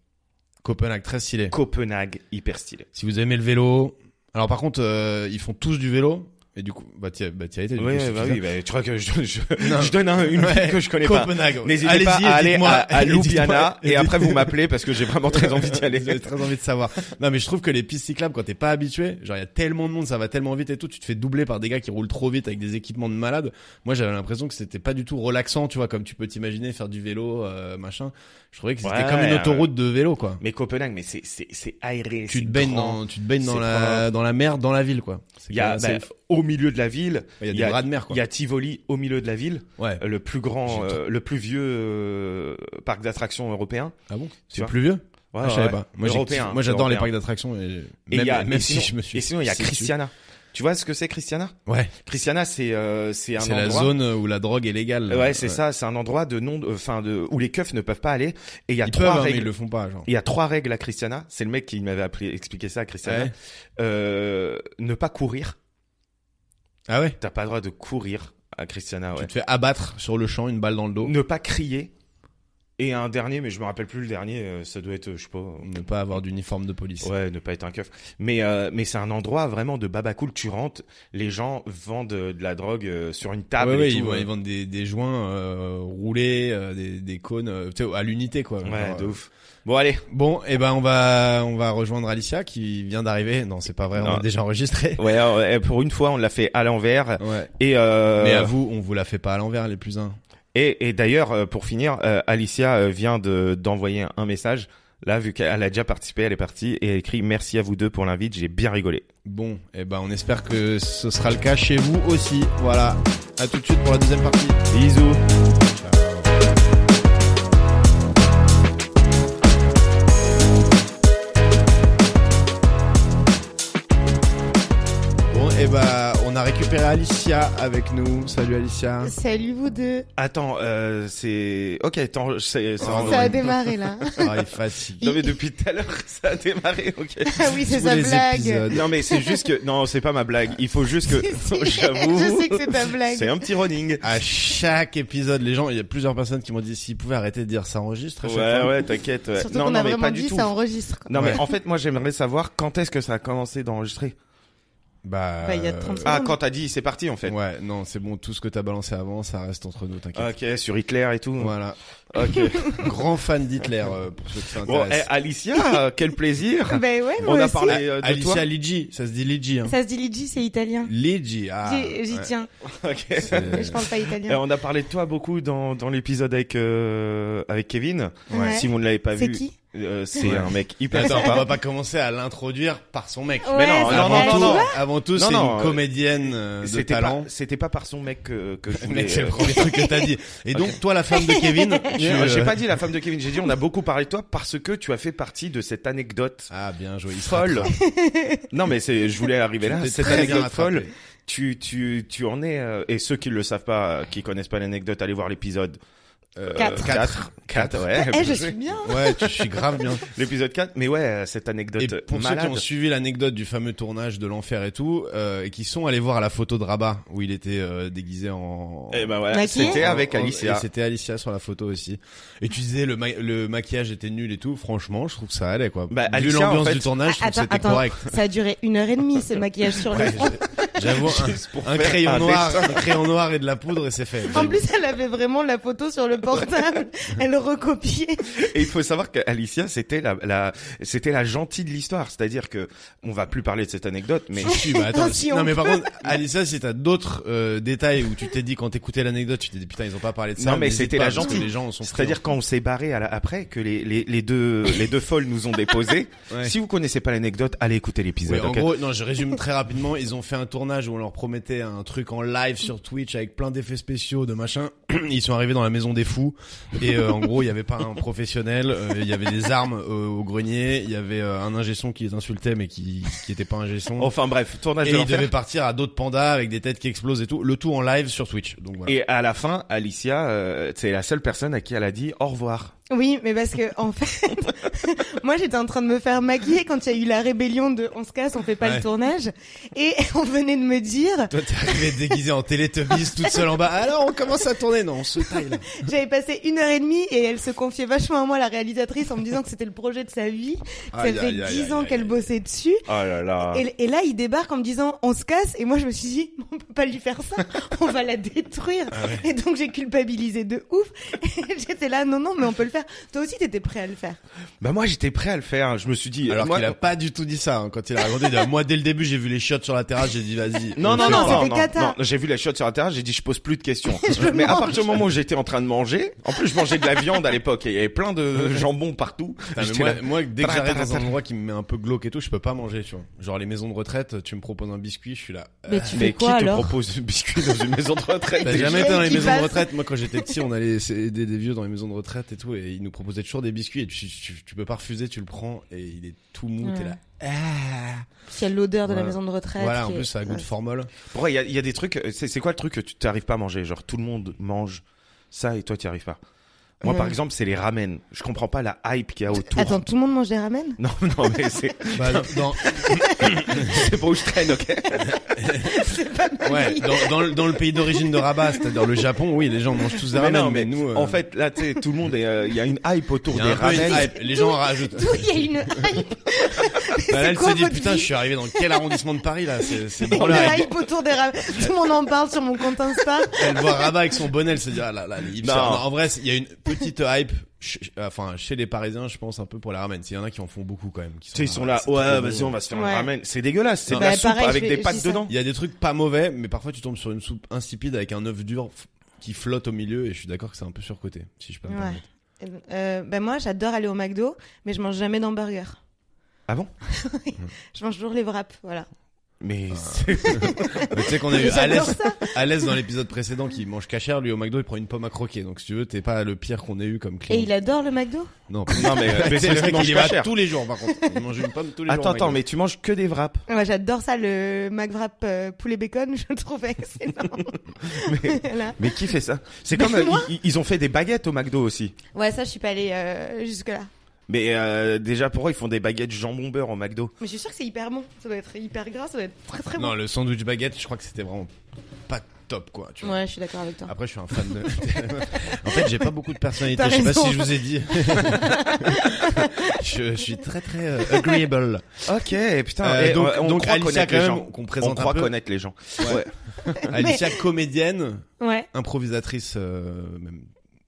B: Copenhague très stylé.
C: Copenhague, hyper stylé.
B: Si vous aimez le vélo, alors par contre euh, ils font tous du vélo et du coup bah t'y as, bah, t'y as été. Du
C: Ouais,
B: coup, c'est
C: bah
B: suffisant.
C: oui, bah, tu crois que je, je-
B: Non.
C: je donne un- une ville
B: Ouais,
C: que je connais pas.
B: Copenhague. ouais.
C: N'hésitez
B: Allez-y
C: pas à
B: et
C: aller
B: dites-moi-
C: à, à
B: et dites-moi-
C: Ljubljana et
B: dites-
C: après vous m'appelez parce que j'ai vraiment très envie d'y aller.
B: J'ai très envie de savoir. Non, mais je trouve que les pistes cyclables, quand t'es pas habitué, genre, il y a tellement de monde, ça va tellement vite et tout, tu te fais doubler par des gars qui roulent trop vite avec des équipements de malades. Moi, j'avais l'impression que c'était pas du tout relaxant, tu vois, comme tu peux t'imaginer faire du vélo, euh, machin. Je trouvais que c'était
C: Ouais,
B: comme une
C: ouais.
B: autoroute de vélo, quoi.
C: Mais Copenhague, mais c'est c'est c'est aéré.
B: Tu
C: c'est
B: te baignes
C: grand.
B: dans, tu te baignes dans
C: c'est
B: la,
C: propre.
B: dans la mer, dans la ville, quoi. C'est
C: Il y a
B: quand même
C: bah,
B: assez-
C: au milieu de la ville,
B: il y a
C: il
B: des
C: y a-
B: bras de mer, quoi.
C: il y a Tivoli au milieu de la ville,
B: Ouais.
C: euh, le plus
B: J'ai
C: grand,
B: trop-
C: euh, le plus vieux euh, parc d'attractions européen.
B: Ah bon?
C: tu
B: C'est
C: vois.
B: plus vieux?
C: Ouais,
B: Ah, je savais
C: ouais.
B: pas. Moi, j'ai-
C: Européen,
B: moi, j'adore les parcs
C: européen.
B: d'attractions et,
C: Et
B: même,
C: il y a-
B: même
C: et
B: si
C: sinon-
B: je me suis.
C: Et sinon, il y a
B: si tu-
C: Christiana. Tu vois ce que c'est Christiana
B: Ouais.
C: Christiana, c'est euh, c'est un
B: C'est la
C: endroit-
B: zone où la drogue est légale.
C: Ouais, c'est ça. C'est un endroit de non, euh, enfin de où les keufs ne peuvent pas aller. Et il y a
B: Ils peuvent,
C: trois
B: hein, mais
C: règles.
B: ils le font pas, genre.
C: Il y a trois règles à Christiana. C'est le mec qui m'avait appelé, expliqué ça à Christiana.
B: Ouais.
C: Euh, ne pas courir.
B: Ah ouais?
C: T'as pas le droit de courir à Christiana. Ouais.
B: Tu te fais abattre sur le champ, une balle dans le dos.
C: Ne pas crier. Et un dernier, mais je me rappelle plus le dernier. euh, Ça doit être, euh, je sais pas. euh,
B: Ne pas avoir d'uniforme de police.
C: Ouais, ne pas être un keuf. Mais euh, mais c'est un endroit vraiment de baba cool. Tu rentres, les gens vendent euh, de la drogue euh, sur une table.
B: Ouais, ouais,
C: et tout,
B: ils, vont-
C: euh.
B: ils vendent des, des joints euh, roulés, euh, des, des cônes, euh, tu sais, à l'unité quoi.
C: Ouais,
B: Genre,
C: de
B: euh,
C: ouf. Bon allez.
B: Bon, et ben on va on va rejoindre Alicia qui vient d'arriver. Non, c'est pas vrai, on
C: Non.
B: est déjà enregistré.
C: Ouais, euh, pour une fois, on l'a fait à l'envers.
B: Ouais.
C: Et euh,
B: Mais à vous, on vous la fait pas à l'envers les plus uns.
C: Et, et d'ailleurs, euh, pour finir, euh, Alicia euh, vient de d'envoyer un message. Là, vu qu'elle a déjà participé, elle est partie et elle écrit merci à vous deux pour l'invite. J'ai bien rigolé.
B: Bon, et ben on espère que ce sera le cas chez vous aussi. Voilà. À tout de suite pour la deuxième partie.
C: Bisous.
B: Ciao. Bon, et bah, on a récupéré Alicia avec nous. Salut Alicia.
D: Salut vous deux.
C: Attends, euh, c'est ok. attends, c'est c'est
B: Oh,
C: en-
B: ouais.
D: Ça a démarré là.
B: Ah, il est fatigué.
C: Non mais depuis tout à l'heure, ça a démarré. Ok.
D: Ah oui, c'est
B: Tous
D: sa
B: les
D: blague.
B: épisodes.
C: Euh, Non mais c'est juste que non, c'est pas ma blague. Il faut juste
D: Si,
C: que
D: si,
C: j'avoue.
D: Je sais que c'est ta blague.
C: C'est un petit running.
B: À chaque épisode, les gens, il y a plusieurs personnes qui m'ont dit s'ils pouvaient arrêter de dire ça enregistre. à chaque
C: Ouais
B: fois.
C: ouais, t'inquiète. ouais.
D: Surtout
C: Non
D: qu'on
C: non
D: a
C: mais
D: vraiment
C: pas du
D: dit
C: tout.
D: ça enregistre. quoi.
C: Non mais
B: Ouais.
C: en fait, moi j'aimerais savoir quand est-ce que ça a commencé d'enregistrer.
B: Bah, euh,
D: Bah, il y a 30
C: Ah, quand t'as dit c'est parti en fait.
B: Ouais, non, c'est bon, tout ce que t'as balancé avant, ça reste entre nous, t'inquiète.
C: Ok, sur Hitler et tout.
B: Voilà.
C: Ok.
B: Grand fan d'Hitler, euh, pour ceux qui
C: Bon, eh,
B: s'intéressent.
C: Alicia, euh, quel plaisir.
D: Ben ouais, moi
C: On a
D: aussi.
C: parlé euh, de
B: Alicia Ligi, ça se dit Ligi. Hein.
D: Ça se dit Ligi, c'est italien.
B: Ligi, ah.
D: J'y j'y
B: ouais. Euh,
D: tiens.
C: toi. Ok.
D: hein. Mais
B: C'est-
D: Je parle pas
C: Eh,
D: italien.
C: on a parlé de toi beaucoup dans, dans l'épisode avec euh, avec Kevin.
D: Ouais.
C: Si vous ne l'avez pas
D: C'est
C: vu,
D: qui
C: euh, c'est
B: Ouais.
C: un mec hyper
B: Attends, on
C: sympa.
B: va pas commencer à l'introduire par son mec.
D: Ouais,
C: non,
D: c'est
C: non,
B: avant,
D: vrai.
B: tout,
C: non, non.
B: avant tout,
C: Non,
B: c'est
C: non,
B: une
C: euh,
B: comédienne euh, de
C: C'était pas,
B: talent.
C: c'était pas par son mec que, que je voulais.
B: Mec, c'est le
C: euh,
B: premier truc que t'as dit. Et donc, toi, la femme de Kevin, tu,
C: euh, J'ai
B: euh,
C: pas dit la femme de Kevin. J'ai dit on a beaucoup parlé de toi parce que tu as fait partie de cette anecdote.
B: Ah, bien joué. Il se
C: Folle.
B: rattrape.
C: Non mais c'est, je voulais arriver là.
B: T'es
C: Cette
B: très bien
C: anecdote
B: rattrapé.
C: folle. Tu tu tu en es euh, et ceux qui le savent pas, euh, qui connaissent pas l'anecdote, allez voir l'épisode euh,
D: Quatre.
C: 4 4 ouais.
D: Eh,
C: bien
D: je
C: joué.
D: suis bien.
B: Ouais, tu, je suis grave bien.
C: L'épisode 4, mais ouais, euh, cette
B: Et
C: anecdote
B: pour ceux
C: malade.
B: qui ont suivi l'anecdote du fameux tournage de l'enfer et tout, euh, et qui sont allés voir la photo de Rabat où il était euh, déguisé en.
C: Eh ben voilà,
D: Maquillé
C: c'était avec
B: en- en-
C: Alicia.
B: Oh, Et c'était Alicia sur la photo aussi. Et tu disais le, ma- le maquillage était nul et tout. Franchement, je trouve que ça allait quoi.
C: Bah,
B: Vu
C: Alicia,
B: l'ambiance
C: en fait-
B: du tournage, je trouve que
D: Attends,
B: c'était
D: attends.
B: correct.
D: Ça a duré une heure et demie ce maquillage sur le
B: Ouais,
D: front.
B: j'ai- J'avoue, un,
C: pour
B: un
C: faire
B: crayon
C: un
B: noir, un crayon noir et de la poudre et c'est fait.
D: En plus, elle avait vraiment la photo sur le portable. Elle le recopiait.
C: Et il faut savoir qu'Alicia, c'était la, la c'était la gentille de l'histoire, c'est-à-dire que on va plus parler de cette anecdote, mais
B: Si, si, bah, attends,
D: Non, si
B: non
D: on
B: mais par
D: peut.
B: contre, Alissa, si t'as d'autres euh, détails où tu t'es dit quand t'écoutais l'anecdote, tu t'es dit putain ils ont pas parlé de ça.
C: Non, mais
B: n'hésite
C: c'était
B: pas,
C: la
B: parce que
C: gentille.
B: Les gens sont.
C: c'est-à-dire quand on s'est barré à la- après que les, les, les deux les deux folles nous ont déposés.
B: Ouais.
C: Si vous connaissez pas l'anecdote, allez écouter
B: Ouais,
C: l'épisode.
B: en
C: ok
B: gros, non, je résume très rapidement. Ils ont fait un tournage où on leur promettait un truc en live sur Twitch avec plein d'effets spéciaux, de machin, ils sont arrivés dans la maison des fous et euh, en gros il y avait pas un professionnel, euh, il y avait des armes euh, au grenier, il y avait euh, un ingé son qui les insultait mais qui qui était pas ingé son.
C: Enfin bref, tournage
B: et
C: de
B: ils
C: l'enfer.
B: devaient partir à d'autres pandas avec des têtes qui explosent et tout, le tout en live sur Twitch. Donc voilà.
C: Et à la fin, Alicia, euh, c'est la seule personne à qui elle a dit au revoir.
D: Oui, mais parce que en fait, moi j'étais en train de me faire maquiller quand il y a eu la rébellion de on se casse, on fait pas
B: Ouais.
D: le tournage, et on venait de me dire,
B: Toi, t'es arrivé déguisé en Teletubbies toute seule en bas. Alors, on commence à tourner. Non, on se taille là.
D: j'avais passé une heure et demie et elle se confiait vachement à moi la réalisatrice en me disant que c'était le projet de sa vie, que ça
B: Aïe,
D: faisait
B: aïe, aïe,
D: dix
B: aïe,
D: ans
B: aïe,
D: qu'elle
B: aïe.
D: bossait dessus.
C: Oh là là.
D: Et, et là, il débarque en me disant on se casse, et moi je me suis dit on peut pas lui faire ça, on va la détruire.
B: Ah
D: Et donc j'ai culpabilisé de ouf. Et J'étais là non non mais on peut le faire. Toi aussi t'étais prêt à le faire.
C: Bah moi j'étais prêt à le faire. Je me suis dit.
B: Alors
C: moi- euh,
B: qu'il a pas du tout dit ça hein, quand il a raconté. il a dit, Moi, dès le début, j'ai vu les chiottes sur la terrasse. J'ai dit, vas-y.
C: Non,
B: on
C: non,
B: fait
C: non,
B: ça.
D: c'était
C: non, non,
D: cata.
C: non. J'ai vu la chiotte sur la terrasse, j'ai dit je pose plus de questions.
D: Je
C: Mais à
D: mange.
C: partir du moment où j'étais en train de manger, en plus je mangeais de la viande à l'époque et il y avait plein de jambon partout.
B: Putain, mais
C: J'étais
B: moi,
C: là,
B: moi, dès que
C: Tra-
B: j'arrive
C: tra-
B: dans
C: tra-
B: un endroit qui me met un peu glauque et tout, je peux pas manger, tu vois. Genre les maisons de retraite, tu me proposes un biscuit, je suis là. Euh,
E: Mais tu
C: Mais
E: fais
C: qui
E: quoi
C: te
E: alors
C: propose un biscuit dans une maison de retraite
B: T'as
C: déjà
B: jamais été dans les
D: qui
B: maisons de
D: passe.
B: retraite Moi, quand j'étais petit, on allait aider des vieux dans les maisons de retraite et tout, et ils nous proposaient toujours des biscuits. Et tu, tu, tu peux pas refuser, tu le prends, et il est tout mou, t'es
E: Ouais.
B: là. Ah.
E: Parce qu'il y a l'odeur de
B: Voilà.
E: la maison de retraite.
B: Voilà, en
E: qui est-
B: plus, ça a goût de formol.
C: Pourquoi il y a, il y a des trucs euh, C'est c'est quoi le truc que tu t'arrives pas à manger Genre tout le monde mange ça et toi t'y arrives pas. Moi
D: Ouais.
C: par exemple c'est les ramen. Je comprends pas la hype qu'il y a autour.
B: hein.
D: Attends tout le monde mange des ramen
C: Non non mais c'est
B: Bah, dans,
C: c'est pas où je traîne ok.
B: ouais, dans, dans, le- dans le pays d'origine de Rabat, c'est-à-dire le Japon, oui, les gens mangent tous des ramen,
C: non,
B: mais, nous, euh,
C: en fait là tu sais tout le monde est, euh, il y a une hype autour
B: il y a
C: des
B: un peu une
C: ramen.
B: hype, les gens en rajoutent.
D: D'où il y a une hype Mais
B: Euh, Bah, là,
D: c'est
B: elle
D: quoi
B: se dit,
D: votre
B: putain,
D: vie
B: je suis arrivé dans quel arrondissement de Paris, là? C'est, c'est
D: Il y a
B: bon, là.
D: une hype autour des ramen. Tout le monde en parle sur mon compte Insta.
B: Elle voit Rabat avec son bonnet, elle se dit ah là là les hipsters.
C: Non.
B: Non, en vrai, il y a une petite hype, ch- ch- enfin chez les Parisiens, je pense un peu pour la ramen. Il y en a qui en font beaucoup quand même. Qui
C: Tu sais, ils sont là,
B: c'est
C: ouais,
B: trop
C: vas-y,
B: bon.
C: on va se faire
D: Ouais.
C: un ramen. C'est dégueulasse, c'est
B: Non.
C: de la
D: Ouais,
C: soupe
D: pareil,
C: avec
D: je
C: des
D: vais- je
C: pâtes
D: dis ça.
C: dedans.
B: Il y a des trucs pas mauvais, mais parfois tu tombes sur une soupe insipide avec un œuf dur f- qui flotte au milieu. Et je suis d'accord que c'est un peu surcoté, si je peux me
D: Ouais.
B: permettre.
D: Euh, ben moi, j'adore aller au McDo, mais je mange jamais d'hamburger.
C: Ah bon
D: Je mange toujours les wraps, voilà.
C: Mais
B: Mais tu sais qu'on a eu
D: Mais J'adore
B: Alès,
D: ça.
B: Alès dans l'épisode précédent qui mange cachère, lui au McDo il prend une pomme à croquer. Donc si tu veux, t'es pas le pire qu'on ait eu comme client.
D: Et il adore le McDo
B: Non, pas-
C: Non, mais, mais
B: c'est
C: c'est
B: le
C: vrai
B: mec il
C: qu'il
B: y
C: mange
B: va
C: cachère.
B: tous les jours par contre. Il mange une pomme tous les jours.
C: Attends,
B: au
C: attends,
B: McDo.
C: mais tu manges que des wraps.
D: Ouais, J'adore ça, le McWrap euh, poulet bacon, je le trouve excellent.
C: Mais,
D: Voilà.
C: mais qui fait ça C'est comme, euh, ils, ils ont fait des baguettes au McDo aussi.
D: Ouais, ça, je suis pas allée euh, jusque-là.
C: Mais euh, déjà, pourquoi ils font des baguettes jambon beurre au McDo
D: Mais je suis sûre que c'est hyper bon. Ça doit être hyper gras, ça doit être très très bon.
B: Non, le sandwich baguette, je crois que c'était vraiment pas top quoi. Tu vois.
D: Ouais, je suis d'accord avec toi.
B: Après, je suis un fan de. en fait, j'ai pas beaucoup de personnalité.
D: T'as
B: Je sais pas
D: raison.
B: si je vous ai dit. je, je suis très très euh, agreeable.
C: Ok, putain.
B: Euh,
C: et
B: donc-
C: on, on
B: donc
C: croit
B: Alicia,
C: connaître
B: quand
C: les
B: même,
C: gens.
B: qu'on présente
C: on
B: un
C: croit
B: peu.
C: connaître les gens. Ouais.
B: Alicia, comédienne,
D: Ouais.
B: improvisatrice, euh, même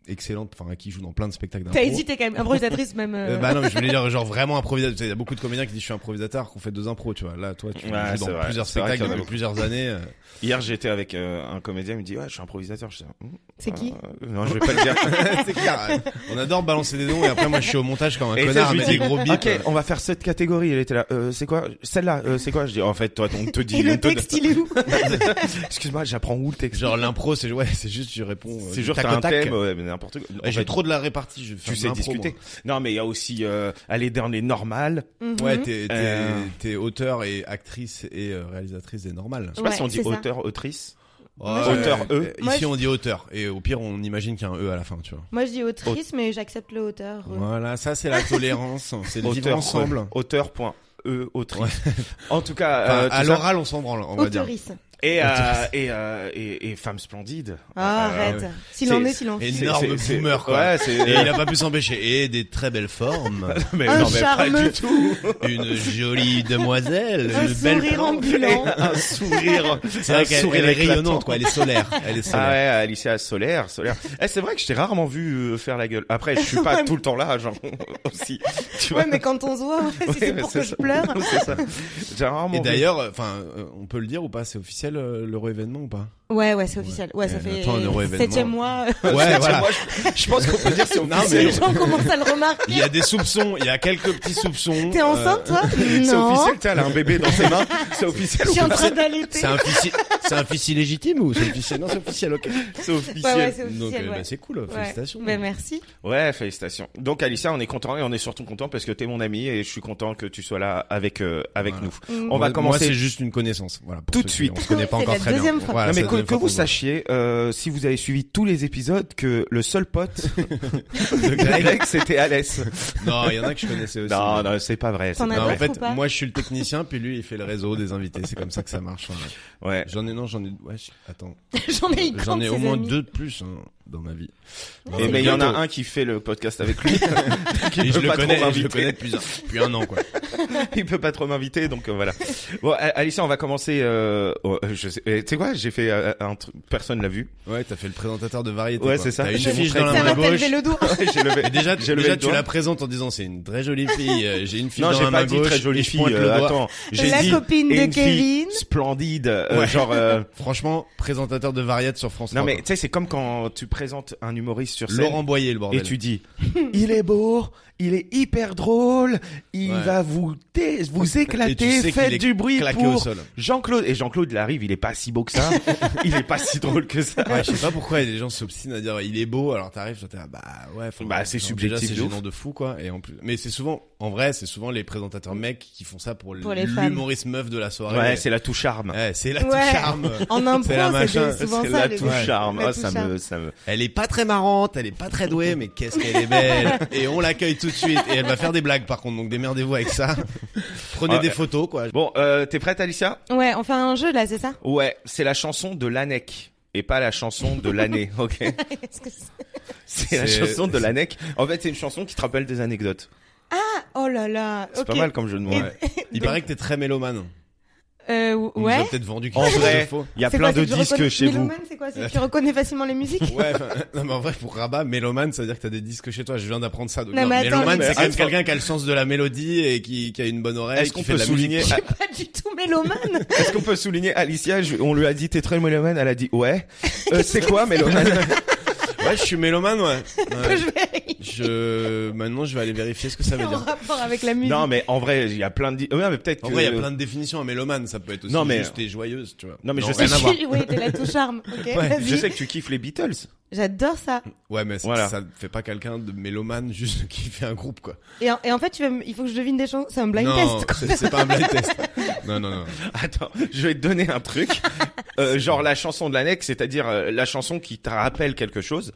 B: excellente, enfin qui joue dans plein de spectacles d'impro.
D: T'as hésité quand même, improvisatrice même. euh,
B: Euh, bah non, mais je voulais dire genre vraiment improvisateur. Tu sais, Il y a beaucoup de comédiens qui disent je suis improvisateur, qu'on fait deux impros, tu vois. Là, toi, tu
C: Ouais,
B: joues
C: c'est
B: dans
C: vrai.
B: plusieurs
C: C'est vrai
B: spectacles
C: qu'il y en a
B: depuis
C: beaucoup.
B: plusieurs années. euh.
C: Hier, j'étais avec euh, un comédien, il me dit, ouais, je suis improvisateur. Je dis, Hum,
D: C'est qui
C: euh, Non, je vais pas le dire.
B: C'est clair. euh, On adore balancer des noms et après moi je suis au montage comme un
C: Et ça,
B: connard,
C: je
B: à
C: lui
B: mettre
C: dis,
B: des gros bips.
C: Ok, on va faire cette catégorie. Elle était là. Euh, c'est quoi Celle-là, euh, c'est quoi Je dis en fait, toi, on te dit.
D: Et
C: on
D: le
C: te donne-
D: texte, il est où
C: Excuse-moi, j'apprends où le texte
B: Genre l'impro, c'est ouais, c'est juste tu réponds. euh,
C: C'est
B: du
C: genre
B: tac
C: t'as
B: au
C: un
B: tac.
C: thème, ouais, mais n'importe quoi. En
B: Ouais, J'ai
C: fait,
B: trop de la répartie. Je vais faire
C: tu
B: de
C: sais
B: l'impro,
C: discuter. Non, mais il y a aussi euh, aller dans les normales.
D: Mhm.
B: moi. Ouais, t'es t'es-
C: Euh.
B: t'es auteur et actrice et euh, réalisatrice des normales.
C: Je sais pas
D: Ouais,
C: si on dit
D: c'est ça.
C: auteur, autrice.
D: Moi,
B: Ouais,
D: je-
C: Auteur,
B: euh,
C: E.
D: Moi,
B: Ici
D: je-
B: on dit auteur et au pire on imagine qu'il y a un E à la fin, tu vois.
D: Moi, je dis autrice, mais j'accepte le auteur. euh,
B: Voilà, ça c'est la tolérance, c'est le vivre
C: Auteur E. Euh,
B: ensemble.
C: ouais. Auteur point E autrice. En tout cas,
B: Enfin,
C: euh, tout
B: à
C: ça.
B: l'oral on s'en branle, on va dire.
D: Autorice.
C: et euh, et, euh, et et femme splendide. Euh,
D: Ah, arrête.
B: ouais.
D: S'il en
C: C'est-
D: est, s'il en est.
C: c'est-
B: Énorme
C: c'est- c'est-
B: boomer quoi.
C: Ouais, c'est euh,
B: Et il a pas pu s'empêcher. Et des très belles formes.
C: mais
D: Un
C: non, mais pas
D: charmeux.
C: du tout.
B: Une jolie demoiselle.
D: Un
B: une belle
D: sourire
B: plante.
D: ambulant.
C: Un sourire.
B: C'est vrai
C: un
B: qu'elle
C: sourire
B: elle est
C: éclatant.
B: rayonnante quoi. Elle est solaire. Elle est
C: Ah
B: solaire.
C: ouais, Alicia solaire, solaire. Eh, c'est vrai que je t'ai rarement vu euh, faire la gueule. Après, je suis pas tout le temps là, genre aussi. Tu vois
D: Ouais, mais quand on se voit, ouais, si
C: Ouais,
D: c'est
C: mais
D: pour
C: c'est
D: que
C: ça.
D: je pleure.
C: C'est ça. J'ai rarement
B: Et
C: vu.
B: d'ailleurs, enfin, on euh, peut le dire ou pas, c'est officiel. officiel euh, l'euro événement ou pas
D: Ouais, ouais, c'est officiel. Ouais, ça
B: Ouais,
D: fait
B: attends, un euro événement.
D: septième mois. euh,
B: Ouais, voilà.
C: Je pense qu'on peut dire c'est
B: Non,
D: Les
B: mais-
D: gens commencent à le remarquer.
B: Il y a des soupçons, il y a quelques petits soupçons.
D: T'es
B: euh,
D: enceinte, toi
C: C'est
D: Non.
C: officiel, t'as là, un bébé dans ses mains. C'est officiel
D: Je
C: ou
D: suis en
C: pas
D: train d'allaiter.
B: C'est un fils, c'est un fils illégitime ou c'est officiel Non, c'est officiel, ok.
C: C'est officiel.
D: Ouais, ouais, c'est officiel.
B: Donc, euh,
D: ouais.
B: bah, c'est cool,
D: Ouais.
B: félicitations.
D: Bah, merci.
C: Ouais, félicitations. Donc Alicia, on est content et on est surtout content parce que t'es mon ami et je suis content que tu sois là avec euh, avec
B: Voilà.
C: nous.
D: Mm.
C: On va
B: Moi,
C: commencer.
B: Moi, c'est juste une connaissance. Voilà. pour
C: Tout de
B: ceux qui-
C: suite.
B: On se connaît pas
D: C'est
B: encore
D: la
B: très bien.
D: deuxième fois.
B: Voilà,
C: non,
B: c'est
C: mais
B: la
C: que,
B: deuxième
C: que
B: fois
C: vous
B: qu'on se voit.
C: sachiez, euh, si vous avez suivi tous les épisodes, que le seul pote de Greg, c'était Alès.
B: Non, il y en a que je connaissais aussi.
C: Non, non, c'est pas vrai. c'est
D: T'en
C: pas
D: as
B: Non,
C: vrai.
B: en
D: d'autres ou
B: fait,
D: pas
B: moi je suis le technicien, puis lui il fait le réseau des invités. C'est comme ça que ça marche. hein.
C: Ouais.
B: J'en ai non, j'en ai. Ouais, je- attends.
D: J'en ai eu
B: J'en
D: grande,
B: ai
D: ses
B: au moins
D: amis.
B: deux de plus hein, dans ma vie.
D: Ouais,
C: Et mais
D: c'est
C: Eh ben, il y en a
B: bientôt.
C: un qui fait le podcast avec lui. Qui
B: Et
C: peut
B: je le
C: pas
B: connais,
C: trop
B: et je le
C: m'inviter.
B: connais depuis un, depuis un an quoi.
C: Il peut pas trop m'inviter, donc euh, voilà. Bon, A- Alicia, on va commencer. Euh, oh, je sais, eh, tu sais quoi J'ai fait euh, un truc. Personne l'a vu.
B: Ouais, t'as fait le présentateur de variété.
C: Ouais,
B: quoi.
C: c'est ça.
B: T'as une
C: J'ai
B: fiche
C: montré
B: dans la
D: Ça
B: main
D: va, t'as
B: gauche.
D: levé le dos.
C: Ouais, J'ai levé.
B: Et déjà,
C: J'ai levé
B: déjà
C: le
B: tu
C: doigt.
B: la présentes en disant c'est une très jolie fille. euh, J'ai une fille
C: Non,
B: dans
C: j'ai
B: la main
C: pas dit
B: gauche.
C: très
B: et
C: jolie
B: je
C: fille.
B: pointe le
C: euh,
B: doigt.
C: attends, j'ai
D: La
C: dit
D: copine
C: et
D: de
C: une fille
D: Kevin.
C: Splendide. euh, genre. euh,
B: Franchement, présentateur de variété sur France.
C: non
B: 3,
C: mais
B: quoi.
C: tu sais, c'est comme quand tu présentes un humoriste sur scène.
B: Laurent Boyer le bordel.
C: Et tu dis, il est beau, il est hyper drôle, il
B: Ouais.
C: va vous, dé- vous
B: Et tu
C: éclater,
B: sais qu'il est
C: faites du bruit
B: claqué au
C: pour
B: sol.
C: Jean-Claude. Et Jean-Claude, il arrive, il est pas si beau que ça, il est pas si drôle que ça.
B: Ouais, je sais pas pourquoi les gens s'obstinent à dire il est beau alors t'arrives toi t'es là, bah ouais faut-
C: Bah, c'est
B: genre,
C: subjectif
B: déjà, c'est
C: de ouf.
B: gênant de fou quoi et en plus mais c'est souvent en vrai c'est souvent les présentateurs mecs qui font ça pour,
D: Pour les femmes.
B: l'humoriste meuf de la soirée
C: Ouais, c'est la touche charme.
B: Ouais, c'est la
D: Ouais.
B: charme
D: En impro,
B: la machin,
D: c'est souvent
C: C'est
D: ça.
C: la
D: les-
C: touche charme.
D: la
C: Ah,
D: touche
C: ça
D: charme.
C: me, ça me.
B: elle est pas très marrante elle est pas très douée mais qu'est-ce qu'elle est belle et on l'accueille tout de suite et elle va faire des blagues par contre donc démerdez-vous avec ça prenez
C: Ouais.
B: des photos quoi
C: Bon, euh, t'es prête, Alicia?
D: Ouais, on fait un jeu là, c'est ça
C: Ouais, c'est la chanson de l'ANEC. Et pas la chanson de l'année, ok?
D: Est-ce que c'est-
C: C'est la
B: C'est-
C: chanson de l'ANEC. En fait, c'est une chanson qui te rappelle des anecdotes.
D: Oh là là.
C: C'est
D: ok.
C: pas mal comme jeu de mots.
D: Et-
C: ouais.
B: il paraît que t'es très mélomane
D: Euh,
B: on nous
D: ouais.
B: a peut-être vendu quelque
C: En
B: chose de
C: vrai,
B: faux
C: il y a
D: C'est
C: plein
D: quoi,
C: de
D: c'est que je
C: disques
D: reconnais-
C: chez vous.
D: Mélomane, c'est quoi C'est que tu reconnais facilement les musiques
B: Ouais, enfin,
C: Ah,
B: non, mais en vrai, pour Rabat, mélomane, ça veut dire que t'as des disques chez toi. Je viens d'apprendre ça. Donc,
D: Non,
B: non,
D: mais attends,
B: mélomane,
D: mais-
B: c'est quand même
C: Attends.
B: quelqu'un qui a le sens de la mélodie et qui, qui a une bonne oreille.
C: Est-ce
B: qui
C: qu'on
B: fait
C: peut
B: de la musique.
C: souligner,
D: Je suis pas du tout mélomane.
C: Est-ce qu'on peut souligner Alicia je- On lui a dit t'es très mélomane, elle a dit ouais. Euh, c'est quoi mélomane
B: Ouais, je suis mélomane, ouais. Ouais.
D: je vais
B: Je, maintenant, je vais aller vérifier ce que ça veut
D: en
B: dire.
D: rapport avec la musique.
C: Non mais en vrai il y a plein de. di- Ouais mais peut-être.
B: En
C: que-
B: vrai, il y a plein de définitions à mélomane. Ça peut être aussi
C: Non, mais-
B: juste et joyeuse, tu vois.
C: Non, mais je sais
B: rien à voir.
D: Oui, de la touche charme. Ok, vas-y.
C: Je sais que tu kiffes les Beatles.
D: J'adore ça.
B: Ouais, mais ça-
C: Voilà.
B: ça fait pas quelqu'un de mélomane juste qui fait un groupe, quoi.
D: Et en, et en fait, tu vas me- il faut que je devine des chansons. C'est un blind
B: non,
D: test. quoi.
B: c'est- c'est pas un blind test. Non, non, non.
C: Attends, je vais te donner un truc. Euh, genre la chanson de l'annexe, c'est-à-dire euh, la chanson qui te rappelle quelque chose.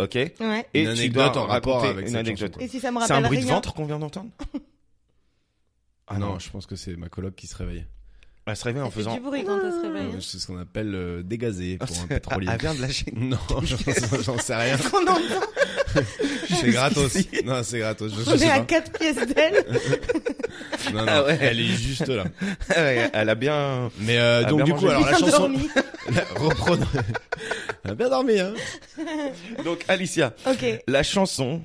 C: Ok. Et
D: Ouais.
C: tu
B: Une anecdote
C: dois
B: en rapport
C: raconter
B: avec
C: une
B: cette
C: anecdote.
B: chanson,
D: Et si ça me
C: C'est
D: rappelle
C: un bruit de
D: rien
C: ventre qu'on vient d'entendre
B: Ah non, je pense que c'est ma coloc qui se réveille.
C: Elle se réveille en
D: Ça fait
C: faisant.
D: du bruit quand elle se réveille. hein.
B: C'est ce qu'on appelle euh, dégazer
C: Ah,
B: pour un pétrolier.
C: Elle vient de lâcher.
B: Non, j'en- j'en sais rien.
D: Qu'on entend,
B: C'est gratos. Non, c'est gratos. Je, je
D: on est
B: sais
D: à
B: pas.
D: 4 pièces d'elle.
B: Non, non,
C: Ah ouais.
B: Elle est juste là.
C: Ouais, Elle a bien.
B: Mais euh,
C: Ah,
B: donc
C: bien
B: du coup,
C: mangé.
B: alors la
D: bien
B: chanson,
D: dormi.
B: la- reprenons. Elle a bien dormi, hein.
C: Donc Alicia,
D: Ok.
C: la chanson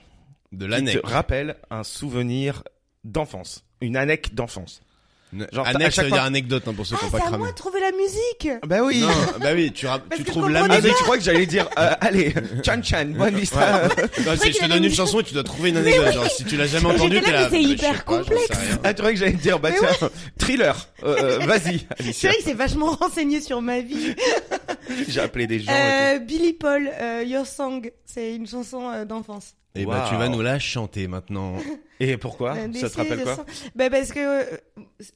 B: De
C: qui
B: l'annexe.
C: te rappelle un souvenir d'enfance, une annexe d'enfance.
B: Une-
C: Genre, t'as- à
B: annexe, ça
C: chaque
B: veut
C: fois-
B: dire anecdote hein, pour ceux
D: Ah,
B: qui n'ont
D: c'est
B: pas
D: à moi
B: cramé.
D: de trouver la musique.
C: Bah oui.
B: Non, bah oui, tu, ra-
D: Parce
B: tu
D: que
B: trouves
D: je
B: la
D: comprenais
C: Ah
B: musique.
C: mais tu crois que j'allais dire euh, allez, Chan Chan, bonne vista.
B: Non, c'est- je
D: qu'il
B: te
D: avait
B: donne
D: mis-
B: une chanson et tu dois trouver une anecdote. Genre, si tu l'as jamais entendue,
D: J'étais
B: t'es
D: là,
B: là.
D: mais c'est
B: bah, je
D: hyper
B: sais pas, j'en sais
D: complexe.
B: rien.
C: ah tu crois que j'allais te dire bah
D: Mais
C: tiens, thriller. Euh, euh, Vas-y,
D: C'est
C: Alicia.
D: vrai qu'il s'est vachement renseigné sur ma vie.
C: J'ai appelé des gens. et
D: Euh, Billy Paul, euh, Your Song, c'est une chanson euh, d'enfance.
B: Et bah, tu
C: Wow.
B: vas nous la chanter maintenant.
C: tout. Et pourquoi
D: Euh,
C: Ça
D: This
C: te
D: is
C: rappelle
D: your
C: quoi
D: song. Bah parce que euh,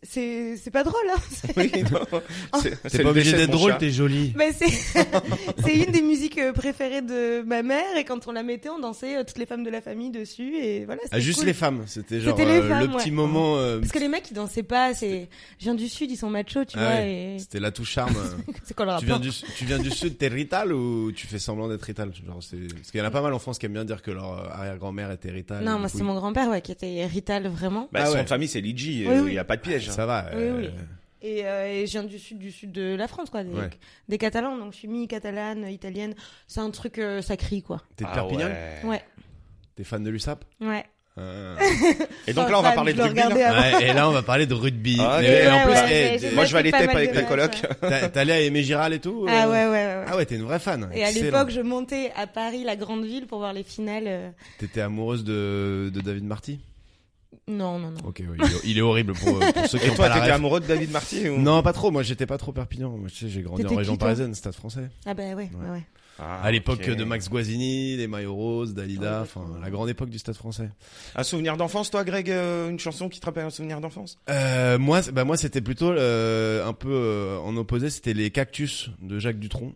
D: c'est c'est pas drôle. Hein. C'est- Oh.
C: Oui, non. C'est- c'est
B: T'es
C: le
B: pas obligé
C: décès de
B: d'être
C: mon
B: drôle,
C: chat.
B: t'es jolie.
D: Bah, c'est c'est une des musiques euh, préférées de ma mère et quand on la mettait, on dansait euh, toutes les femmes de la famille dessus et voilà.
B: Ah,
D: c'était
B: juste
D: cool.
B: les femmes. C'était genre
D: C'était les
B: euh, le
D: femmes,
B: petit
D: ouais.
B: moment. euh,
D: Parce que les mecs ils dansaient pas, c'est je viens du sud, ils sont machos, tu
B: Ah
D: vois
B: ouais. C'était la touche charme. euh.
D: et c'est quoi le
B: Tu viens
D: rapport
B: du, tu viens du sud, t'es rital ou tu fais semblant d'être rital Genre c'est parce qu'il y en a pas mal en France qui aiment bien dire que leur euh, arrière-grand-mère était rital.
D: Non,
B: Du
D: moi
B: coup,
D: c'est mon grand-père ouais qui était rital vraiment
C: Bah,
B: Ah
C: son
B: ouais.
C: famille c'est Liji,
D: Oui,
C: euh, il
D: oui.
C: y a pas de piège. hein.
B: Ça va. euh,
D: Oui, oui. et, euh, et je viens du sud du sud de la France quoi, des,
B: Ouais.
D: des Catalans donc je suis mi-catalane, italienne, c'est un truc euh, ça crie quoi.
B: T'es de
C: Ah
B: Perpignan
C: ouais.
D: Ouais.
B: T'es fan de l'USAP
D: Ouais.
B: Ah.
C: Et donc là, on va parler de rugby. là.
B: Ouais, et là, on va parler de rugby.
C: Ah,
B: Mais
C: ouais,
B: en
D: ouais,
B: plus,
D: ouais,
B: eh,
D: j'ai-
C: Moi,
D: j'ai
C: je vais aller
D: pas
C: tape
D: mal
C: avec
D: de
C: mes
D: matchs,
C: colocs.
D: ouais.
B: t'as- t'allais à Aimé Giral et tout
D: Ah
B: euh
D: ouais, ouais, ouais.
B: Ah ouais, t'es une vraie fan.
D: Et à
B: Excellent.
D: l'époque, je montais à Paris, la grande ville, pour voir les finales. euh,
B: T'étais amoureuse de, de David Marty
D: Non, non, non.
B: Ok, ouais, il, est, il est horrible pour, euh, pour ceux qui
C: Et
B: ont
C: toi,
B: pas la
C: t'étais
B: ref.
C: amoureux de David Marty ou...
B: Non, pas trop. Moi, j'étais pas trop Perpignan. Moi, tu sais, j'ai grandi en
D: T'étais
B: région
D: qui, toi
B: parisienne, stade français.
D: Ah bah ouais, ouais, ouais.
C: Ah,
B: à l'époque
C: ok.
B: de Max Guazzini, les maillots roses, Dalida,
D: Ouais,
B: enfin,
D: ouais.
B: la grande époque du stade français.
C: Un souvenir d'enfance, toi, Greg, euh, une chanson qui te rappelle un souvenir d'enfance
B: Euh, moi, c'est- bah moi, c'était plutôt euh, un peu euh, en opposé. C'était les cactus de Jacques Dutronc.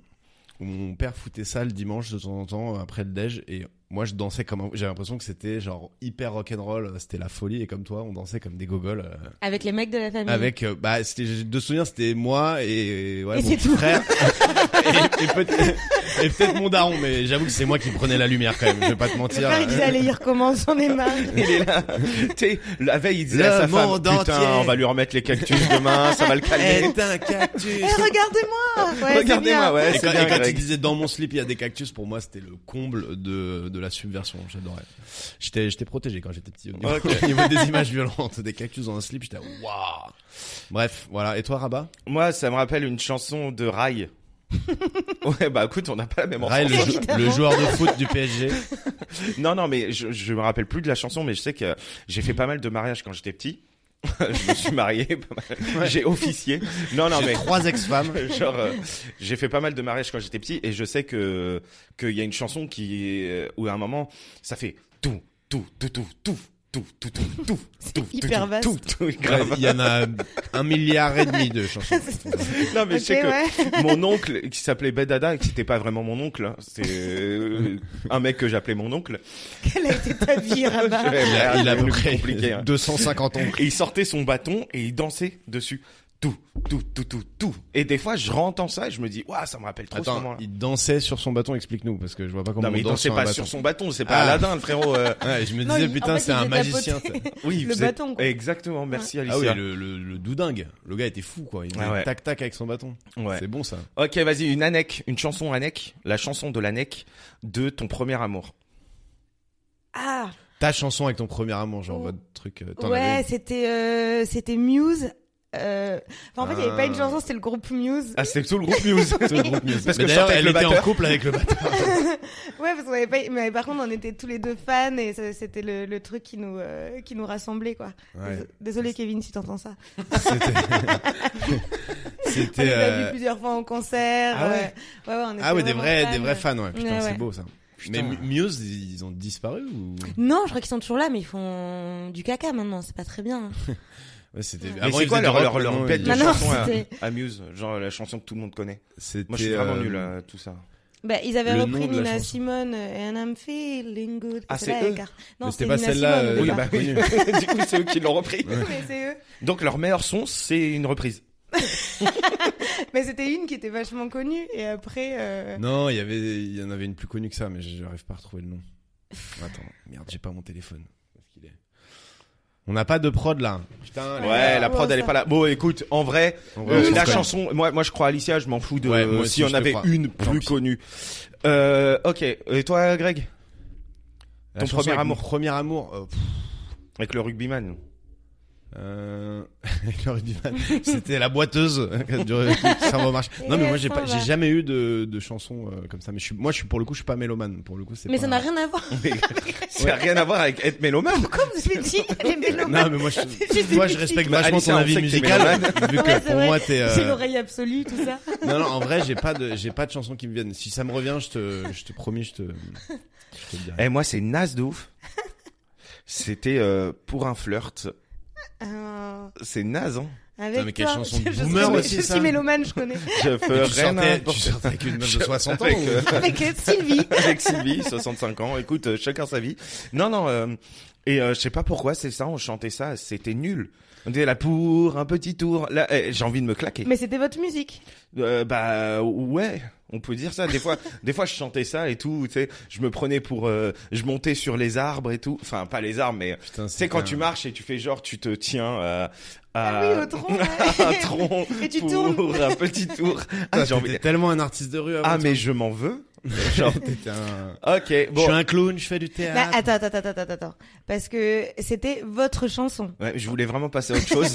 B: Où mon père foutait ça le dimanche de temps en temps euh, après le déj et moi je dansais comme un... j'avais l'impression que c'était genre hyper rock'n'roll, euh, c'était la folie et comme toi on dansait comme des gogoles euh,
D: Avec les mecs de la famille.
B: avec euh, bah c'était j'ai deux souvenirs c'était moi et, ouais,
D: Et
B: mon
D: c'est
B: petit
D: tout.
B: frère et, et peut-être et peut-être mon daron mais j'avoue que c'est moi qui prenais la lumière quand même je vais pas te
D: Mon
B: mentir euh,
D: frère, il disait, allez, il recommence, on est marre.
C: Il est là. T'sais, la veille, il disait
B: Le
C: à sa femme,
B: monde
C: putain,
B: entier.
C: on va lui remettre les cactus demain, ça va le calmer.
B: est un cactus
D: Eh, regardez-moi Ouais, c'est
C: Regardez-moi,
D: bien.
C: ouais,
B: Et
C: c'est
B: quand,
C: bien,
B: et quand
C: Greg.
B: il disait dans mon slip il y a des cactus, pour moi c'était le comble de, de la subversion. J'adorais. J'étais j'étais protégé quand j'étais petit au niveau,
C: Ok.
B: au niveau des images violentes, des cactus dans un slip. J'étais waouh. Bref, voilà. Et toi Rabat
C: Moi, ça me rappelle une chanson de Rai. ouais, bah écoute, on n'a pas la même
B: Ray,
C: enfance.
B: le, jou-
D: Évidemment.
B: le joueur de foot du PSG.
C: Non, non, mais je, je me rappelle plus de la chanson, mais je sais que j'ai fait pas mal de mariages quand j'étais petit. je me suis marié, pas mal. j'ai officié. Non, non,
B: J'ai
C: mais
B: trois ex-femmes.
C: genre euh, j'ai fait pas mal de mariages quand j'étais petit et je sais que qu'il y a une chanson qui euh, où à un moment ça fait tout tout tout tout tout tout tout tout tout tout tout,
D: hyper
C: tout,
D: vaste.
C: tout tout
B: Ouais,
C: grave.
B: Il y en a un milliard et demi de chansons.
C: Non mais je
D: Ok,
C: sais que
D: ouais.
C: mon oncle qui s'appelait Bedada et qui n'était pas vraiment mon oncle, hein, c'est euh, un mec que j'appelais mon oncle.
D: Quelle a été ta vie, Rabat
C: Ouais,
B: Il a, Ah. il a à peu
C: mais
B: près
C: compliqué, hein.
B: 250 ans.
C: Et il sortait son bâton et il dansait dessus. Tout, tout, tout, tout, tout. Et des fois, je rentends ça et je me dis, waouh, ça me rappelle trop ce
B: Attends,
C: moment-là.
B: il dansait sur son bâton. Explique-nous parce que je vois pas comment
C: Non, mais
B: on
C: il
B: danse
C: dansait
B: sur un
C: pas
B: bâton.
C: sur son bâton, c'est pas
B: Ah.
C: Aladdin, le frérot. euh,
B: Ouais, je me
D: Non,
B: disais
D: il- en
B: putain
D: fait,
B: c'est
D: il
B: un
D: faisait
B: magicien.
D: tapoter.
B: t'sais.
C: Oui, il
D: Le
C: faisait-
D: bâton, quoi.
C: Exactement, merci
B: Ah oui,
C: Alicia.
B: le, le, le doudingue. Le gars était fou, quoi. Il faisait
C: Ah ouais.
B: tac tac avec son bâton.
C: Ouais.
B: C'est bon ça.
C: Ok, vas-y, une anec, une chanson anec, la chanson de l'anec de ton premier amour.
D: Ah,
B: Ta chanson avec ton premier amour, genre
D: Oh.
B: votre truc. euh, T'en avais
D: ouais,
B: une
D: c'était euh, c'était Muse. Euh... Enfin, en fait, il n'y avait pas une
B: Ah.
D: chanson, c'était le groupe Muse.
C: Ah, c'est tout le groupe Muse.
B: Tout le groupe Muse.
C: Parce
B: Mais
C: que je
B: d'ailleurs,
C: sortais avec
B: elle
C: le
B: était en
C: batteur.
B: couple avec le batteur.
D: Ouais, parce qu'on avait pas. Mais par contre, on était tous les deux fans et ça- c'était le, le truc qui nous euh, qui nous rassemblait, quoi.
B: Ouais.
D: Désolé, Kevin, si t'entends ça.
B: C'était.
D: On les
B: C'était.
D: a vus
B: euh,
D: plusieurs fois en concert.
B: Ah ouais.
D: euh, ouais, ouais, on était
B: Ah ouais, des
D: vraiment
B: vrais,
D: fans.
B: des vrais fans, ouais. Putain,
D: Ouais,
B: c'est
D: ouais.
B: beau ça. Mais
C: Putain.
B: M- Muse, ils ont disparu ou
D: Non, je crois qu'ils sont toujours là, mais ils font du caca maintenant. C'est pas très bien.
B: ouais, C'était.
D: Mais
C: Mais
B: Avant,
C: c'est
B: ils
C: quoi
B: faisaient
C: leur,
B: du
C: leur,
B: rock,
C: leur
B: maintenant,
C: bête
B: ils-
C: de
D: Non,
C: chanson à,
D: c'était-
C: à Muse Genre la chanson que tout le monde connaît.
B: C'était.
C: Moi, je suis vraiment
B: euh,
C: nul à tout ça.
D: Bah, ils avaient
B: Le nom
D: repris
B: de la
D: Nina
B: chanson.
D: Simone euh, and I'm feeling good.
C: Ah,
D: Et
C: c'est
D: celle-là,
C: eux
D: elle car- Non,
B: Mais
D: c'était
B: c'était pas
D: Nina
B: celle-là,
D: Simone, au
B: euh,
C: Oui,
D: départ.
C: bah oui. du coup, c'est eux qui l'ont repris.
D: Mais c'est eux.
C: Donc leur meilleur son, c'est une reprise.
D: Mais c'était une qui était vachement connue et après. euh,
B: Non, il y avait, il y en avait une plus connue que ça, mais j'arrive pas à retrouver le nom. Attends, merde, j'ai pas mon téléphone. Où est-ce qu'il est On n'a pas de prod là. Putain. les
C: Ouais,
B: gars.
C: la prod,
D: ouais,
C: elle est
D: ça.
C: pas là. Bon, écoute, en vrai,
B: En
C: Euh,
B: vrai, on s'en
C: la
B: fout.
C: chanson, moi, moi je crois Alicia, je m'en fous de
B: Ouais, moi aussi,
C: si on
B: je te
C: avait
B: crois.
C: une
B: Tant
C: plus
B: pis.
C: connue. Euh, ok, et toi Greg
B: La
C: ton
B: chanson
C: premier
B: avec
C: amour.
B: mon Premier amour. euh, pff,
C: Avec le rugbyman.
B: euh, avec le rugbyman. C'était la boiteuse qui a duré- qui- ça remarche. Non mais moi j'ai
D: Et
B: pas,
D: s'en va.
B: j'ai jamais eu de, de chanson euh, comme ça. Mais je suis, moi je suis pour le coup je suis pas mélomane. Pour le coup c'est.
D: Mais
B: pas-
D: ça n'a rien à voir.
C: Ça n'a rien à voir avec être mélomane.
D: Comme je l'ai dit, les
B: Non
D: mélomanes.
B: mais moi je,
D: C'est juste
B: moi,
D: des
B: je respecte
D: critiques.
B: vachement
C: Alicia,
B: ton
C: on
B: avis
C: sait que t'es
B: musical vu que
D: Ouais, c'est
B: pour
D: vrai.
B: moi t'es. euh,
D: J'ai l'oreille absolue, tout ça.
B: Non, non, en vrai, j'ai pas de, j'ai pas de chansons qui me viennent. Si ça me revient, je te, je te promis, je te, je te le dirai.
C: Eh moi c'est naze de ouf. C'était euh, pour un flirt.
D: Euh,
C: C'est naze hein.
D: avec
B: Putain, mais quelle
D: toi.
B: chanson de
D: Je- je
B: boomer
D: suis-
B: aussi,
D: Je
B: ça.
D: suis mélomane, je connais.
C: Je
B: Mais
C: ferais
B: tu sortais, tu
C: n'importe-
B: sortais avec une meuf de 60 ans.
C: Avec,
B: ou-
C: euh,
D: Avec euh, Sylvie.
C: avec Sylvie, 65 ans. Écoute, euh, chacun sa vie. Non, non. euh, et euh, je sais pas pourquoi c'est ça. On chantait ça. C'était nul. On était là pour un petit tour. Là, eh, j'ai envie de me claquer.
D: Mais c'était votre musique.
C: Euh, bah ouais, on peut dire ça. Des fois, des fois, je chantais ça et tout. Tu sais, je me prenais pour, euh, je montais sur les arbres et tout. Enfin, pas les arbres, mais
B: Putain,
C: tu sais quand tu marches et tu fais genre, tu te tiens euh, à
D: Ah oui, au tronc, ouais.
C: à un tronc
D: Et tu
C: pour
D: tournes.
C: un petit tour. Ah, j'ai envie-
B: T'es tellement un artiste de rue avant.
C: Ah, mais je m'en veux. Genre,
B: T'es un-
C: ok,
B: Je suis
C: bon.
B: un clown, je fais du théâtre.
D: Bah, attends, attends, attends, attends, attends, Parce que c'était votre chanson.
C: Ouais, je voulais vraiment passer à autre chose.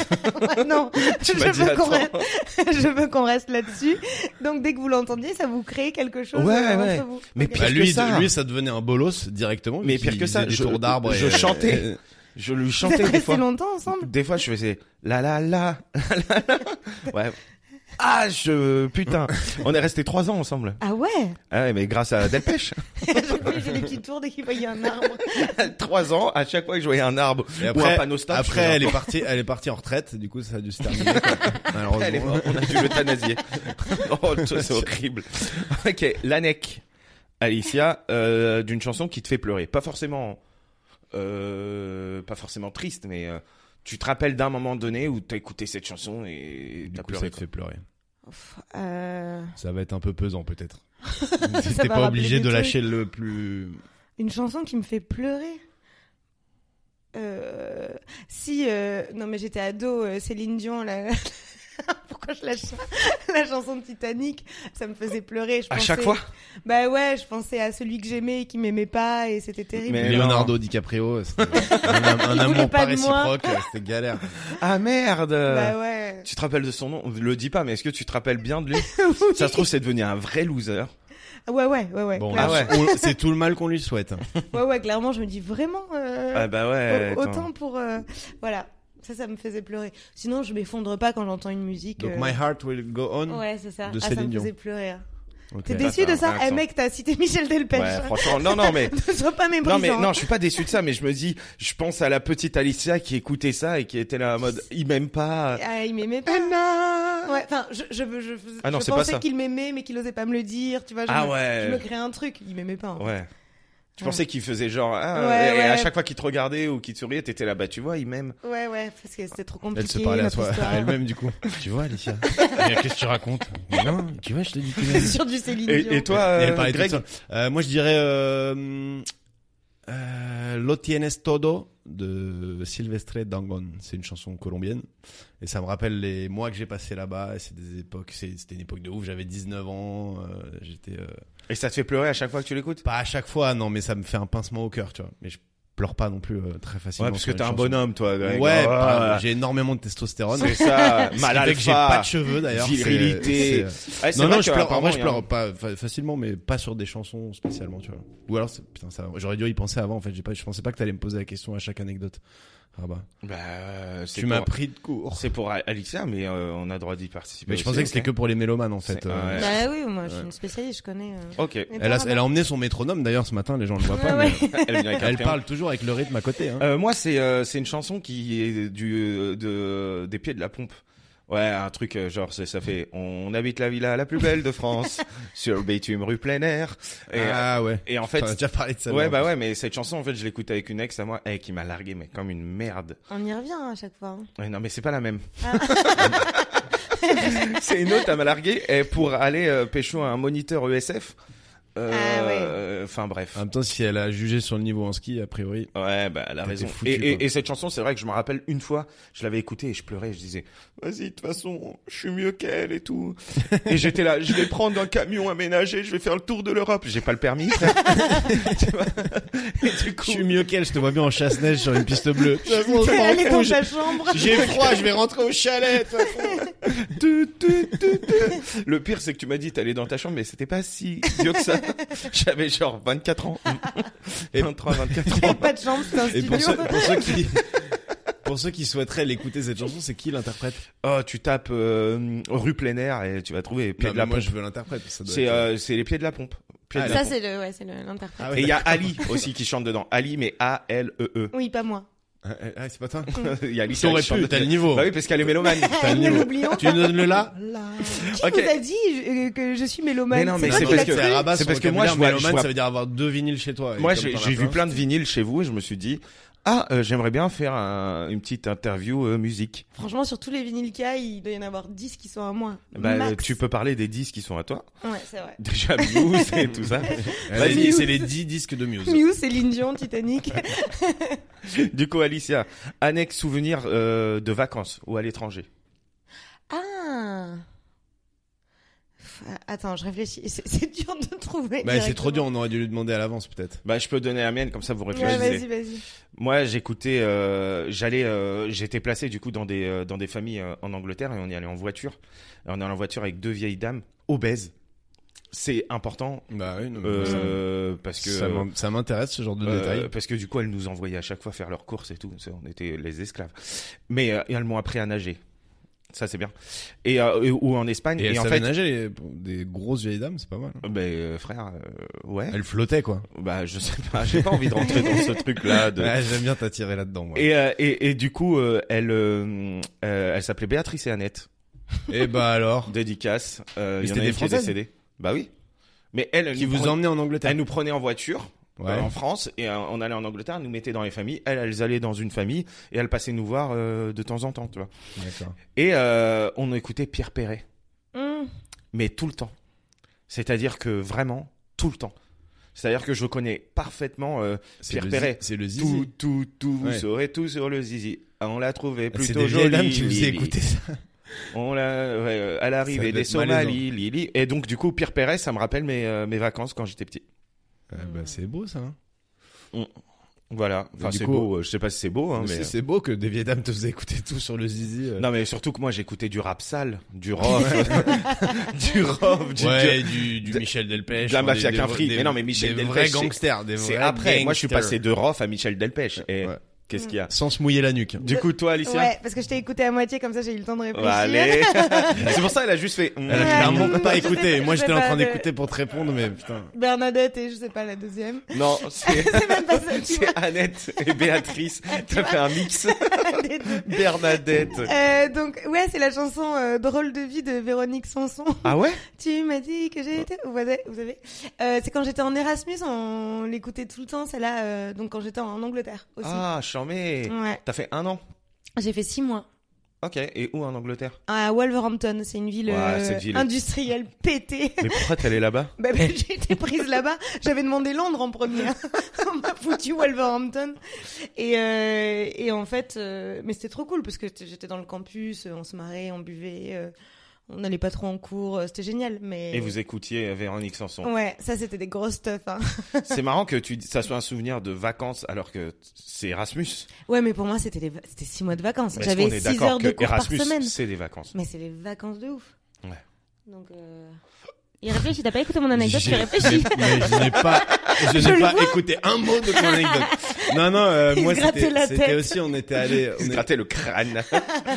D: non, je
C: Tu m'as dit,
D: veux, qu'on
C: attends.
D: reste, je veux qu'on reste là-dessus. Donc dès que vous l'entendiez, ça vous crée quelque chose
C: Ouais,
D: euh,
C: ouais.
D: entre vous.
C: Mais
D: Ok.
C: pire
B: Bah,
C: que
B: lui,
C: ça.
B: lui, ça devenait un bolos directement.
C: Mais
B: puisqu'il
C: pire que ça,
B: faisait des
C: je,
B: tours d'arbres.
C: je
B: et-
C: chantais. Je lui
D: Vous êtes
C: chantais des
D: resté
C: fois.
D: longtemps ensemble
C: Des fois, je faisais la la la la, la, la. Ouais. Ah, je putain. On est restés trois ans ensemble.
D: Ah ouais
C: Ah ouais, mais grâce à Delpech.
D: J'ai fait des petits tours dès qu'il voyait un arbre.
C: trois ans. À chaque fois que je voyais un arbre
B: Et
C: ou
B: après,
C: un panneau stop, je
B: après,
C: faisais,
B: elle est partie, elle est partie en retraite. Du coup, ça a dû se terminer. quoi. Malheureusement.
C: Elle est morte, on a dû l'euthanasier. oh, ça, c'est horrible. Ok, l'anec. Alicia, euh, d'une chanson qui te fait pleurer. Pas forcément, euh, pas forcément triste, mais euh, tu te rappelles d'un moment donné où t'as écouté cette chanson et
B: Du
C: t'as
B: coup,
C: pleuré.
B: ça te fait pleurer.
D: Pff, euh,
B: Ça va être un peu pesant, peut-être.
D: va
B: T'es pas
D: rappeler
B: obligé
D: des
B: de
D: trucs.
B: lâcher le plus.
D: Une chanson qui me fait pleurer Euh, Si, euh, non mais j'étais ado, euh, Céline Dion, la... pourquoi je lâche ça La chanson de Titanic, ça me faisait pleurer. Je
C: À chaque
D: pensais-
C: fois
D: Bah ouais, je pensais à celui que j'aimais et qui m'aimait pas et c'était terrible.
C: Mais
B: Leonardo DiCaprio, c'était un, am- un
D: Eh ben, Il voulait
B: amour pas
D: pas de moi.
B: réciproque, euh, c'était galère.
C: Ah merde
D: Bah ouais.
C: Tu te rappelles de son nom Le dis pas, mais est-ce que tu te rappelles bien de lui
B: euh,
C: Ça se trouve, c'est devenu un vrai loser.
D: Ouais ouais ouais ouais.
B: Bon,
D: Claire-
C: Ah ouais.
B: on- c'est tout le mal qu'on lui souhaite.
D: Ouais ouais, clairement, je me dis vraiment euh,
C: Ah bah ouais.
B: ben,
D: au-
C: attends.
D: autant pour euh, voilà. Ça ça me faisait pleurer. Sinon, je m'effondre pas quand j'entends une musique.
B: Donc,
D: euh,
B: My Heart Will Go On.
D: Ouais, c'est ça.
B: de
D: ah, ça
B: Céline
D: me
B: Dion.
D: faisait pleurer.
B: Ok.
D: T'es
C: Bah,
D: déçu
C: ça
D: de
C: a
D: ça
C: un
D: Eh
C: accent.
D: mec, t'as cité Michel Delpech.
C: Ouais, franchement, non, non, mais
D: ne sois pas méprisant.
C: Non mais non, je suis pas déçu de ça, mais je me dis, je pense à la petite Alicia qui écoutait ça et qui était là en mode, il m'aime pas.
D: Ah, il m'aimait pas.
C: Anna.
D: Ouais, enfin, je, je, je, je,
C: Ah non,
D: je
C: c'est pas
D: pensais
C: ça.
D: qu'il m'aimait, mais qu'il osait pas me le dire, tu vois. Je
C: Ah
D: me,
C: ouais.
D: Je me créais un truc, il m'aimait pas. hein. en fait.
C: Ouais. Tu pensais qu'il faisait genre, ah,
D: Ouais,
C: et à
D: ouais.
C: chaque fois qu'il te regardait ou qu'il te souriait, t'étais là, bah tu vois, il m'aime.
D: Ouais, ouais, parce que c'était trop compliqué.
B: Elle se parlait à,
D: notre
B: soi, à
D: histoire.
B: elle-même, du coup. Tu vois, Alicia. Mais Qu'est-ce que tu racontes Mais Non, tu vois, je te dis que tu m'aimes.
D: sur du Céline Dion.
C: Et, et toi,
B: Et elle
C: euh,
B: parlait toute
C: Greg,
B: seule. Euh, moi, je dirais euh, euh, Lo tienes todo de Silvestre Dangon. C'est une chanson colombienne. Et ça me rappelle les mois que j'ai passés là-bas. Et C'est des époques, c'est- c'était une époque de ouf. J'avais 19 ans. euh, J'étais euh,
C: et ça te fait pleurer à chaque fois que tu l'écoutes
B: pas à chaque fois, non, mais ça me fait un pincement au cœur, tu vois. Mais je pleure pas non plus euh, très facilement.
C: Ouais, parce que
B: sur
C: t'es
B: une
C: un
B: chanson.
C: bonhomme, toi.
B: Ouais,
C: Greg.
B: bah,
C: Ah,
B: j'ai énormément de testostérone.
C: c'est ça,
B: Ce qui
C: mal
B: fait que j'ai pas
C: alpha.
B: de cheveux d'ailleurs. c'est-
C: virilité.
B: c'est- euh,
C: Ouais, c'est
B: non,
C: vrai
B: non, je
C: que,
B: pleure. En vrai, je
C: apparemment,
B: pleure pas fa- facilement, mais pas sur des chansons spécialement, tu vois. Ou alors, c'est- putain, ça, j'aurais dû y penser avant. En fait, j'ai pas, je pensais pas que t'allais me poser la question à chaque anecdote. Ah bah,
C: il y a- Bah, euh, c'est
B: tu m'as
C: pour-
B: pris de court.
C: C'est pour Alicia, mais euh, on a droit d'y participer.
B: Mais je
C: aussi,
B: pensais que c'était
C: ok.
B: que pour les mélomanes, en fait.
C: C'est-
B: euh,
C: ouais.
D: Bah oui, moi je suis
B: Ouais.
D: une spécialiste, je connais. euh.
C: Ok.
D: Mais
B: Elle a,
D: par
B: elle a emmené son métronome d'ailleurs ce matin. Les gens le voient pas.
D: Ouais,
B: mais
C: Elle, vient avec un
B: Elle
C: prénom.
B: parle toujours avec le rythme à côté. Hein.
C: Euh, moi, c'est euh, c'est une chanson qui est du euh, de des pieds de la pompe. Ouais, un truc euh, genre c'est- ça fait on habite la villa la plus belle de France sur le bitume rue plein air et,
B: ah ouais.
C: et en
B: T'en as
C: fait
B: déjà parlé de ça.
C: ouais
B: non
C: bah ouais mais cette chanson en fait je l'écoute avec une ex à moi eh, qui m'a largué mais comme une merde.
D: On y revient à chaque fois. hein.
C: Ouais, non mais c'est pas la même.
D: Ah.
C: c'est une autre elle m'a largué et pour aller euh, pécho un moniteur ESF. euh,
D: Ah ouais.
C: euh, Enfin bref.
B: En même temps, si elle a jugé sur le niveau en ski, a priori.
C: Ouais, bah, elle a
B: T'étais
C: raison.
B: foutu,
C: et, et-
B: quoi.
C: et cette chanson, c'est vrai que je me rappelle une fois, je l'avais écoutée et je pleurais, et je disais, vas-y, de toute façon, je suis mieux qu'elle et tout. et j'étais là, je vais prendre un camion aménagé, je vais faire le tour de l'Europe. J'ai pas le permis, frère. Tu vois et du coup,
B: Je suis mieux qu'elle. Je te vois bien en chasse-neige sur une piste bleue.
D: Elle est dans sa chambre.
B: J'ai froid. Je vais rentrer au chalet. toi.
C: tu, tu, tu, tu. le pire, c'est que tu m'as dit, t'allais dans ta chambre, mais c'était pas si vieux que ça. J'avais genre 24 ans.
B: Et-
C: 23, 24 ans.
D: T'as pas de chambre, c'est un
B: Et
D: studio.
B: pour ceux, pour ceux qui pour ceux qui souhaiteraient l'écouter cette chanson, c'est qui l'interprète
C: Oh, tu tapes euh, rue plein air et tu vas trouver pieds
B: Non,
C: de
B: mais
C: la
B: Moi,
C: pompe.
B: je veux l'interprète. ça doit
C: C'est
B: être-
C: euh, c'est les pieds de la pompe. Pieds
B: Ah,
C: de la
D: Ça
C: pompe.
D: c'est le, ouais, c'est le- l'interprète.
B: Ah ouais,
C: Et il y a
B: d'accord.
C: Ali aussi qui chante dedans. Ali, mais A-L-E-E.
D: Oui, pas moi.
B: Ah, ah, c'est pas toi.
C: E. Il y a Ali
B: T'aurais
C: qui chante
B: pu,
C: dedans.
B: t'as le niveau.
C: Bah oui, parce qu'elle est mélomane.
B: T'as le
D: Ne
B: niveau.
C: Ah,
D: l'oublions.
B: Tu nous donnes le là
D: Qui
C: Ok.
D: nous a dit euh, que je suis mélomane
C: Mais non, mais
D: toi
C: c'est
D: qui
C: parce
D: l'as
C: que-
D: cru
B: rabat
C: c'est
B: sur
C: parce que
B: le
C: moi, je
B: vocabulaire,
C: vois- je
B: mélomane,
C: vois-
B: ça veut dire avoir deux vinyles chez toi. Et
C: Moi,
B: comme
C: j'ai
B: t'en as
C: j'ai vu plein de vinyles chez vous et je me suis dit, ah, euh, j'aimerais bien faire un- une petite interview euh, musique.
D: Franchement, sur tous les vinyles qu'il y a, il doit y en avoir 10 qui sont à moi.
C: Bah,
D: Max.
C: euh, tu peux parler des 10 qui sont à toi.
D: Ouais, c'est vrai.
C: Déjà, Muse et tout ça.
B: Allez,
D: Muse.
B: c'est les 10 disques de Muse.
D: Mew, Céline Dion, Titanic.
C: Du coup, Alicia, annexe souvenir euh, de vacances ou à l'étranger.
D: Ah Pff, Attends, je réfléchis. C'est c'est dur de trouver.
B: Bah, c'est
D: directement.
B: trop dur, on aurait dû lui demander à l'avance, peut-être.
C: Bah, je peux donner la mienne, comme ça vous
D: Ouais,
C: réfléchissez.
D: vas-y, vas-y.
C: Moi, j'écoutais, euh, j'allais, euh, j'étais placé du coup dans des euh, dans des familles euh, en Angleterre et on y allait en voiture. Et on est allé en voiture avec deux vieilles dames obèses. C'est important
B: Bah oui, non, mais
C: euh, parce
B: ça-
C: que
B: ça m'in- ça m'intéresse ce genre de
C: euh,
B: détails.
C: parce que du coup, elles nous envoyaient à chaque fois faire leurs courses et tout. Ça, On était les esclaves. Mais euh, et elles m'ont appris à nager. Ça, c'est bien. Et, euh, et- ou en Espagne.
B: Et,
C: Et,
B: elle
C: en
B: savait
C: fait,
B: nager, les- pour des grosses vieilles dames, c'est pas mal. hein.
C: ben, euh, frère, euh, ouais.
B: Elle flottait, quoi.
C: Bah, je sais pas. J'ai pas envie de rentrer dans ce truc-là. De...
B: Ouais, Ah, J'aime bien t'attirer là-dedans, moi. Et...
C: Et, euh, et, et du coup, euh, elle, euh, euh, elle s'appelait Béatrice et Annette.
B: bah alors.
C: Dédicace. Euh,
B: Mais
C: il y en
B: c'était
C: a
B: des
C: une qui est
B: Françaises
C: décédée. Bah oui. Mais elle, elle,
B: Qui
C: nous
B: vous
C: prenait,
B: emmenait en Angleterre.
C: elle nous prenait en voiture
B: Ouais.
C: euh, en France et euh, on allait en Angleterre, elle nous mettait dans les familles. Elles, elles allaient dans une famille et elles passaient nous voir euh, de temps en temps, tu vois.
B: D'accord.
C: Et euh, on écoutait Pierre Perret,
D: Hum.
C: mais tout le temps. C'est-à-dire que vraiment, tout le temps. C'est-à-dire que je connais parfaitement euh,
B: C'est
C: Pierre
B: le zi-
C: Perret.
B: C'est le zizi. Ah,
C: tout, tout, tout, vous
B: Ouais.
C: saurez tout sur le zizi. Ah, On l'a trouvé
B: C'est
C: plutôt
B: des vieilles
C: jolie.
B: dames qui vous faisaient
C: Lily.
B: écouter ça.
C: On l'a, ouais, euh, à
B: Ça
C: l'arrivée
B: devait
C: des
B: être malaisant.
C: Somalis, Lili. Et donc, du coup, Pierre Perret, ça me rappelle mes, euh, mes vacances quand j'étais petit.
B: Ouais, bah, c'est beau, ça. hein.
C: Voilà.
B: Mais
C: Enfin,
B: du
C: c'est
B: coup-
C: beau. euh, Je sais pas si c'est beau, hein,
B: Mais
C: mais.
B: C'est beau que des vieilles dames te faisaient écouter tout sur le zizi. euh.
C: Non, mais surtout que moi, j'écoutais du rap sale, du rock, du rock, du,
B: ouais,
C: du-
B: du, du
C: de-
B: Michel Delpech.
C: de la
B: enfin,
C: mafia
B: des-
C: qu'un
B: des-
C: fric.
B: des-
C: Mais non, mais Michel
B: Des
C: Delpech,
B: vrais gangsters. des
C: C'est
B: vrais
C: après. Moi, je suis
B: gangsters.
C: passé de Rof à Michel Delpech. Et
B: Ouais.
C: qu'est-ce qu'il y a?
B: Sans se mouiller la nuque.
C: Du coup, toi, Alicia?
D: Mm.
C: Bah,
D: Ouais, parce que je t'ai écouté à moitié, comme ça j'ai eu le temps de réfléchir.
C: Allez. c'est pour ça, elle a juste fait. mm.
B: Elle a clairement
D: non,
B: pas
D: je sais
B: écouté.
D: pas,
B: Moi,
D: je
B: j'étais
D: sais
B: en train
D: pas de-
B: d'écouter pour te répondre, mais putain.
D: Bernadette et je sais pas la deuxième.
C: Non, c'est.
D: C'est même pas ça, tu
C: C'est Annette et Béatrice. T'as fait un mix.
D: vois, des deux.
C: Bernadette.
D: Euh, donc ouais, c'est la chanson euh, Drôle de vie de Véronique Sanson.
C: Ah ouais
D: Tu m'as dit que j'étais. Vous savez, vous savez. Euh, c'est quand j'étais en Erasmus, on l'écoutait tout le temps celle-là. euh, donc quand j'étais en Angleterre aussi. Mm.
C: Ah, charmé.
D: Ouais,
C: T'as fait un an
D: j'ai fait six mois
C: Ok, et où en Angleterre
D: à Wolverhampton. C'est une ville,
C: Ouais,
D: euh,
C: cette ville.
D: industrielle pétée.
C: Mais pourquoi t'es allé là-bas
D: Bah, bah, j'ai été prise là-bas. J'avais demandé Londres en premier. On m'a foutu Wolverhampton. Et, euh, et en fait, euh, mais c'était trop cool parce que j'étais- j'étais dans le campus, euh, on se marrait, on buvait, euh, on n'allait pas trop en cours. euh, C'était génial. Mais
C: Et vous écoutiez Véronique Sanson.
D: ouais, ça c'était des grosses stuff. Hein.
C: C'est marrant que tu, ça soit un souvenir de vacances alors que c'est Erasmus.
D: Ouais, mais pour moi c'était les va- c'était six mois de vacances.
C: Est-ce
D: J'avais
C: qu'on est
D: six
C: d'accord
D: heures de
C: que
D: cours
C: Erasmus,
D: par semaine.
C: c'est des vacances.
D: Mais c'est les vacances de ouf.
C: Ouais.
D: Donc. euh, Il réfléchit, t'as pas écouté mon anecdote,
B: J'ai-
D: tu réfléchis.
B: Mais je n'ai pas, je
D: Je
B: n'ai
D: le
B: pas
D: vois.
B: écouté un mot de ton anecdote. Non, non, euh,
D: Il se
B: moi
D: grattait la
B: c'était c'était
D: tête.
B: aussi, on était allé,
C: Il
B: on
C: se
B: est-
C: grattait le crâne.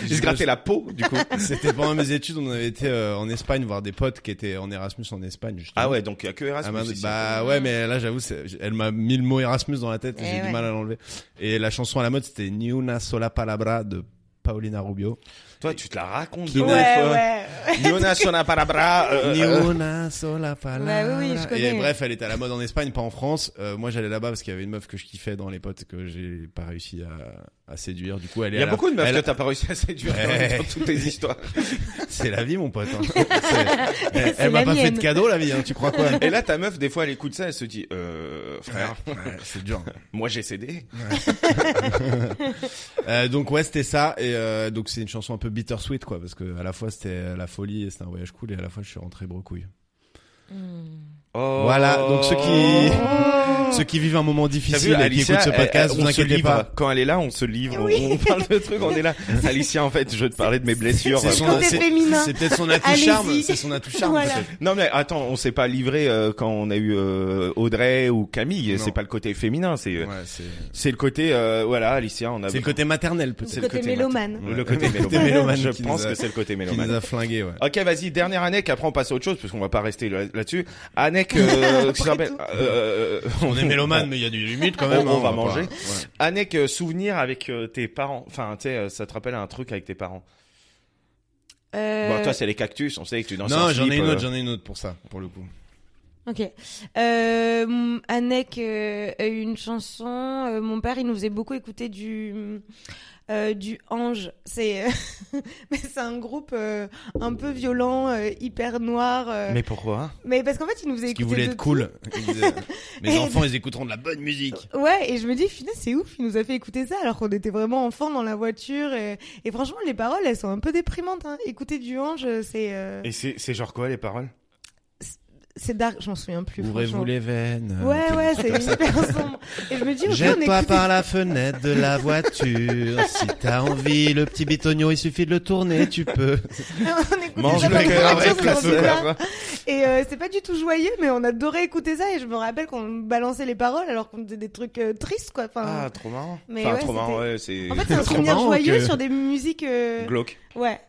C: Il se grattait la peau, du coup.
B: c'était pendant mes études, on avait été euh, en Espagne voir des potes qui étaient en Erasmus en Espagne. justement.
C: Ah ouais, donc il y a que
B: Ah,
C: Erasmus.
B: mince,
C: ici.
B: bah ouais, mais là j'avoue, c'est- elle m'a mis le mot Erasmus dans la tête, et
D: Eh
B: j'ai
D: ouais.
B: du mal à l'enlever. Et la chanson à la mode, c'était Ni una sola palabra de Paulina Rubio.
C: Toi,
B: bah,
C: tu te la racontes de
B: Ouais,
C: ouf. Jonas Sona Palabra. euh,
B: Ni
C: euh,
B: una sola palabra.
D: Bah oui, oui, je connais.
B: Et bref, elle était à la mode en Espagne, pas en France. Euh, moi, j'allais là-bas parce qu'il y avait une meuf que je kiffais dans les potes que j'ai pas réussi à, à séduire. Du coup, elle est
C: Il y a
B: à la-
C: beaucoup de meufs
B: elle-
C: que t'as pas réussi à séduire dans-
B: Ouais.
C: dans toutes tes histoires.
B: C'est la vie, mon pote. hein. C'est- Elle,
D: C'est
B: elle m'a
D: la
B: pas fait
D: mienne.
B: de cadeau, la vie. hein, tu crois quoi
C: Et là, ta meuf, des fois, elle écoute ça, elle se dit, euh, frère,
B: Ouais, C'est dur.
C: moi j'ai cédé.
B: Euh, donc ouais, c'était ça. Et euh, donc c'est une chanson un peu bittersweet, quoi, parce que à la fois c'était la folie et c'était un voyage cool, et à la fois je suis rentré brocouille.
C: Oh.
B: Voilà. Donc ceux
D: Oh.
B: qui ceux qui vivent un moment
C: T'as vu,
B: difficile et qui
C: Alicia,
B: écoutent ce
C: elle-
B: podcast,
C: elle-
B: vous
C: on se
B: inquiétez
C: livre.
B: pas.
C: Quand elle est là, on se livre.
D: Oui.
C: On, on parle de trucs, on est là. Alicia, en fait, je veux te parler de mes blessures.
D: C'est son- côté féminin.
B: c'est peut-être son atout
D: Allez-y.
B: charme. C'est son atout charme.
D: Voilà.
B: peut-être.
C: Non mais attends, on s'est pas livré euh, quand on a eu euh, Audrey ou Camille.
B: Non.
C: C'est pas le côté féminin, c'est euh,
B: Ouais, c'est
C: c'est le côté euh, voilà, Alicia, on a
B: c'est le côté maternel
D: C'est
B: peut-être.
D: le côté mélomane.
C: le côté
B: Ouais.
C: mélomane.
B: mélomane
C: Je
B: qui
C: pense
B: nous a-
C: que c'est le côté
B: Qui nous
C: mélomane.
B: a flingué, ouais.
C: Ok, vas-y, dernière année, qu'après on passe à autre chose, parce qu'on va pas rester là- là-dessus. Annec, euh, qui se rappelle,
D: tout.
C: euh, euh,
B: On est mélomane, mais il y a du limite quand
C: On-
B: même.
C: on
B: hein,
C: va
B: pas-
C: manger.
B: ouais.
C: Annec, euh, souvenir avec euh, tes parents. Enfin, tu sais, euh, ça te rappelle un truc avec tes parents.
D: Euh,
C: Bon, toi, c'est les cactus. On sait que tu danses.
B: Non,
C: en
B: j'en ai
C: slip,
B: une
C: euh,
B: autre, j'en ai une autre pour ça, pour le coup.
D: Ok. Euh, m- Annec euh, a eu une chanson. euh, mon père, il nous faisait beaucoup écouter du euh, du Ange. C'est euh, mais c'est un groupe euh, un peu violent, euh, hyper noir. euh, mais...
C: Mais pourquoi
D: parce qu'en fait, il nous
B: Parce
D: faisait écouter.
B: qu'il voulait
D: de
B: être cool. Il disait, Mes
D: Et- Oh,
B: enfants, ils écouteront de la bonne musique.
D: tout. Ouais, et je me dis, finalement, c'est ouf. Il nous a fait écouter ça alors qu'on était vraiment enfants dans la voiture. Et, et franchement, les paroles, elles sont un peu déprimantes. Hein. Écouter du Ange, c'est euh,
C: Et c'est c'est genre quoi les paroles
D: C'est dark, je m'en souviens plus.
B: Ouvrez-vous
D: franchement.
B: les veines.
C: Euh,
D: Ouais, ouais, c'est hyper sombre. Et je me dis, ok, on
B: Jette-toi
D: écoute-
B: par la fenêtre de la voiture. si t'as envie, le petit bitognon, il suffit de le tourner, tu peux.
D: on écoute
C: Mange
D: ça
C: le
D: dans la
C: cœur
D: voiture,
C: avec la
D: c'est vraiment
C: sœur.
D: bizarre. Et euh, c'est pas du tout joyeux, mais on adorait écouter ça. Et je me rappelle qu'on balançait les paroles alors qu'on disait des trucs euh, tristes, quoi. Enfin,
C: Ah, trop marrant.
D: Mais
C: enfin,
D: ouais,
C: trop marrant,
D: c'était-
C: ouais, c'est.
D: en fait, c'est un
B: trop
D: souvenir
B: marrant
D: joyeux
B: que-
D: sur des musiques. euh,
C: Glauque.
D: Ouais.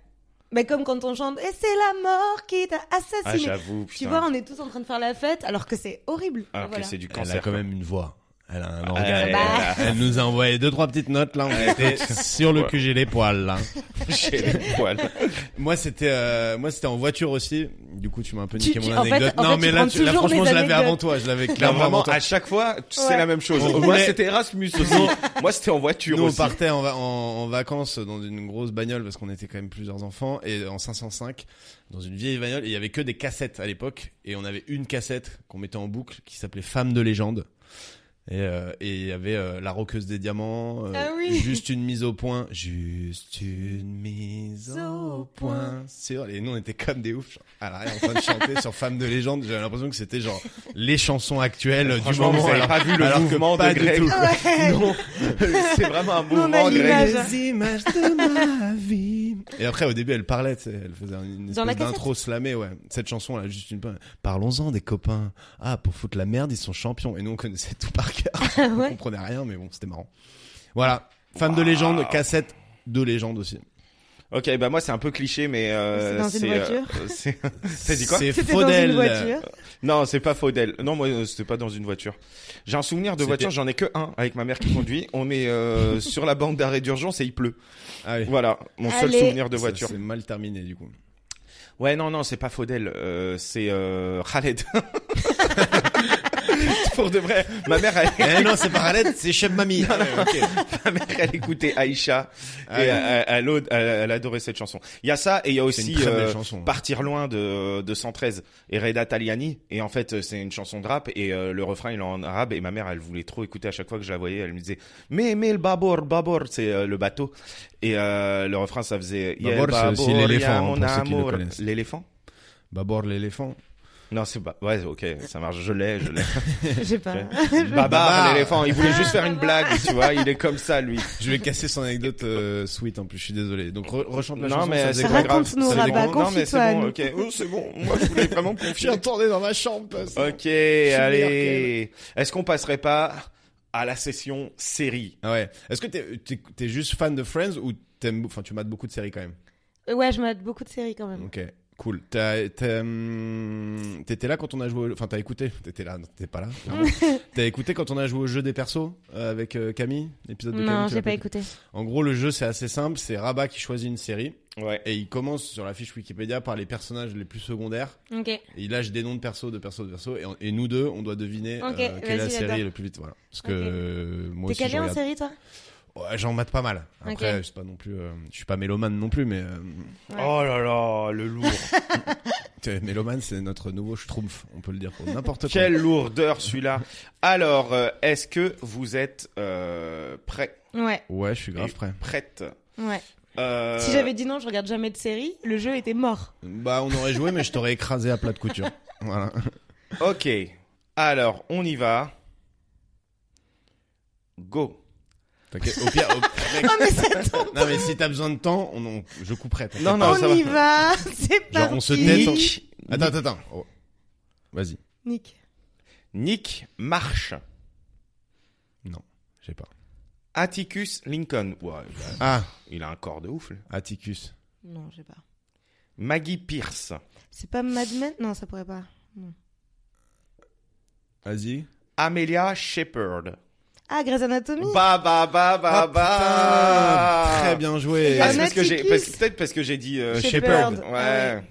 D: Mais comme quand on chante Et c'est la mort qui t'a
C: Ah,
D: assassiné.
C: j'avoue, putain.
D: tu vois, on est tous en train de faire la fête alors que Ah, c'est horrible.
C: Alors
D: Voilà.
C: que c'est du
B: Elle
C: cancer.
B: a quand même hein. une voix. Ah, Elle a un organe.
C: elle-
D: Bah.
B: Elle nous a envoyé deux, trois petites notes, là. On était sur le
C: Ouais.
B: cul, j'ai les poils, là.
C: J'ai les poils.
B: Moi c'était euh, moi c'était en voiture aussi. Du coup tu m'as un peu
D: Tu-
B: niqué
D: tu-
B: mon
D: en fait-
B: anecdote.
D: en
B: non
D: fait, tu
B: mais là,
D: prends
B: là
D: toujours
B: franchement
D: mes
B: je l'avais
D: anecdotes.
B: avant toi, je l'avais
C: Là,
B: clairement avant
C: vraiment,
B: toi.
C: à chaque fois,
D: Ouais.
C: c'est la même chose.
B: On
C: Moi,
B: voulait-
C: c'était Erasmus aussi. Moi, c'était en voiture
B: Nous on
C: aussi.
B: partait en, va- en, en vacances dans une grosse bagnole parce qu'on était quand même plusieurs enfants et en 505 dans une vieille bagnole et il y avait que des cassettes à l'époque et on avait une cassette qu'on mettait en boucle qui s'appelait Femme de légende. Et euh, et il y avait euh, la roqueuse des diamants, euh,
D: Ah oui.
B: juste une mise au point, juste une mise au point. Sur et nous on était comme des oufs genre, à l'arrière en train de chanter sur Femme de légende. J'avais l'impression que c'était genre les chansons actuelles euh, du
C: Franchement,
B: moment.
C: vous avez
B: alors-
C: pas vu le
B: alors que
C: mouvement
B: pas
C: de
B: du
C: Greg.
B: tout.
D: Ouais.
C: c'est vraiment un
D: on a
C: mouvement
D: l'image.
C: Greg.
B: Les images de ma vie. Et après, au début, elle parlait, tu sais, elle faisait une
D: Dans la
B: espèce d'intro slamée, ouais. Cette chanson, là, juste une pa- Parlons-en des copains. Ah, pour foutre la merde, ils sont champions. Et nous, on connaissait tout par cœur. On
D: Ouais.
B: comprenait rien, mais bon, c'était marrant. Voilà. Femme de légende, cassette de légende aussi.
C: Ok, bah moi, c'est un peu cliché, mais. euh,
D: C'est dans une
C: euh,
D: voiture.
C: euh, c'est- T'as dit quoi
B: C'est
D: C'était dans une
B: Faudel.
D: voiture.
C: Non, c'est pas Faudel. Non, moi, euh, c'était pas dans une voiture. J'ai un souvenir de
B: C'était-
C: voiture, j'en ai que un avec ma mère qui conduit. On est euh, sur la banque d'arrêt d'urgence et il pleut.
B: Ah oui.
C: Voilà, mon seul
D: Allez.
C: souvenir de
B: Ça,
C: voiture.
B: C'est mal terminé, du coup.
C: Ouais, non, non, c'est pas Faudel, euh, c'est euh, Khaled. Pour de vrai, ma mère, elle,
B: eh non, c'est pas Khaled, c'est Chef Mamie. Ah ouais, ok.
C: ma mère, elle écoutait Aïcha
B: Ah,
C: et elle, elle od- elle- elle adorait cette chanson. Il y a ça et il y a
B: C'est
C: aussi
B: une très belle
C: euh,
B: chanson.
C: Partir loin de, de 113 et Reda Taliani. Et en fait, c'est une chanson de rap et euh, le refrain, il est en arabe. Et ma mère, elle voulait trop écouter à chaque fois que je la voyais. Elle me disait, mais, mais le babor, babor, c'est euh, le bateau. Et euh, le refrain, ça faisait,
B: Babor,
C: Yeah,
B: c'est aussi
C: babor,
B: l'éléphant, hein,
C: yeah, mon
B: pour ceux qui le
C: amour.
B: connaissent.
C: L'éléphant?
B: Babor l'éléphant.
C: Non, c'est pas, ouais, ok, ça marche, je l'ai, je l'ai.
D: J'ai pas.
C: Babar,
B: Babar.
C: l'éléphant, il voulait
D: Ah,
C: juste faire une
D: Babar.
C: blague, tu vois, il est comme ça, lui.
B: Je vais casser son anecdote euh, sweet en plus, je suis désolé. Donc re- rechante la
C: Non,
B: chanson.
C: mais
B: ça
C: c'est
B: faisait
C: pas
B: quoi
C: grave.
D: Raconte-nous,
B: Ça faisait
D: Rabat,
B: comment
C: non, mais c'est
D: confie-toi
C: bon,
D: à
C: ok. Oh, c'est bon, moi, je voulais vraiment
B: Je
C: confier.
B: suis retourné dans ma chambre. parce-
C: Ok,
B: meilleur
C: allez. Est-ce qu'on passerait pas à la session série
B: Ah ouais. Est-ce que t'es t'es- t'es juste fan de Friends ou t'aimes, enfin tu mates beaucoup de séries quand même.
D: nous. Euh, Ouais, je mate beaucoup de séries quand même.
B: Ok, cool. T'as- t'as, hum, T'étais là quand on a joué, au- enfin t'as écouté. T'étais là, non, t'étais pas là. clairement. t'as écouté quand on a joué au jeu des persos euh, avec euh, Camille, l'épisode de Camille.
D: Non,
B: tu
D: j'ai
B: l'as
D: pas écouté.
B: En gros, le jeu c'est assez simple. C'est Rabat qui choisit une série
C: Ouais.
B: et il commence sur la fiche Wikipédia par les personnages les plus secondaires.
D: Ok.
B: Et il lâche des noms de perso, de perso, de perso, et, on- et nous deux, on doit deviner
D: Ok,
B: euh, quelle est la
D: vas-y,
B: série
D: j'adore.
B: le plus vite. Voilà. Parce que
D: Ok.
B: euh, moi
D: T'es
B: aussi,
D: calé
B: je
D: en
B: regarde.
D: série, toi
B: Ouais, j'en mate pas mal. Après,
D: Ok.
B: c'est pas non plus, euh, je suis pas mélomane non plus, mais euh,
D: Ouais.
C: Oh là là, le lourd.
B: tu sais, mélomane, c'est notre nouveau schtroumpf, on peut le dire pour n'importe quoi.
C: Quelle lourdeur celui-là. Alors, euh, est-ce que vous êtes euh, prêts
D: Ouais,
B: Ouais, je suis grave
C: Et-
B: prêt.
C: Prête
D: ouais.
C: Euh,
D: Si j'avais dit non, je regarde jamais de série, le jeu était mort.
B: Bah, on aurait joué, mais je t'aurais écrasé à plat de couture. Voilà.
C: Ok. Alors, on y va. Go.
B: T'inquiète, Au pire, au- mec,
D: Oh, mais c'est ton...
B: non mais si t'as besoin de temps, on, on- je couperai. t'inquiète
C: Non,
B: pas.
C: non, ça
D: On y va, c'est parti.
B: Genre, on se tête.
C: Nick.
B: on- Attends, attends, attends. Oh. Vas-y.
D: Nick.
C: Nick Marsh.
B: Je sais pas.
C: Atticus Lincoln. Ouais, il a-
B: Ah,
C: il a un corps de ouf. là.
B: Atticus.
D: Non, j'ai pas.
C: Maggie Pierce.
D: C'est pas Mad Men Non, ça pourrait pas.
B: Vas-y.
C: Amelia Shepard.
D: Ah, Grey's Anatomy
C: Bah bah bah bah
B: Mmh. Ah,
C: bah.
B: putain, Très bien joué.
D: Et
C: Ah,
D: un
C: c'est parce que j'ai
D: Atticus.
C: parce que- peut-être parce que j'ai dit euh,
D: Shepard.
C: Shepard. Ouais.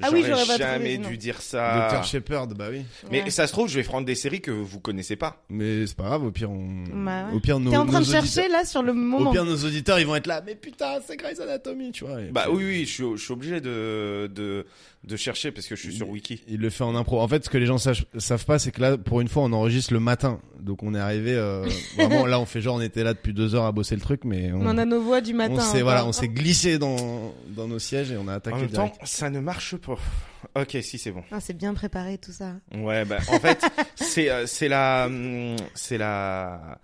D: Ah Ah oui, j'aurais pas trouvé,
C: jamais
D: non.
C: dû dire ça.
B: Dr Shepard, bah oui.
C: Mais
D: Ouais.
C: ça se trouve, je vais prendre des séries que vous connaissez pas.
B: Mais c'est pas grave, au pire on.
D: Bah ouais.
B: Au pire nos.
D: T'es en train
B: nos
D: de chercher, là, sur le
B: auditeurs... Au
D: moment.
B: pire nos auditeurs ils vont être là. Mais putain, c'est Grey's Anatomy, tu vois. et-
C: Bah oui oui, je suis, je suis obligé de, de de chercher parce que je suis sur Wiki.
B: Il le fait en impro. En fait, ce que les gens sachent- savent pas, c'est que là, pour une fois, on enregistre le matin. Donc, on est arrivé euh, vraiment. Là, on fait genre, on était là depuis deux heures à bosser le truc, mais on,
D: Mais on a nos voix du
B: on
D: matin.
B: s'est
D: encore.
B: voilà, on s'est glissé dans dans nos sièges et on a attaqué
C: En même
B: direct.
C: temps, ça ne marche pas. Ok, si c'est bon.
D: Ah, c'est bien préparé tout ça.
C: Ouais, bah, en fait, c'est euh, c'est la hum, c'est la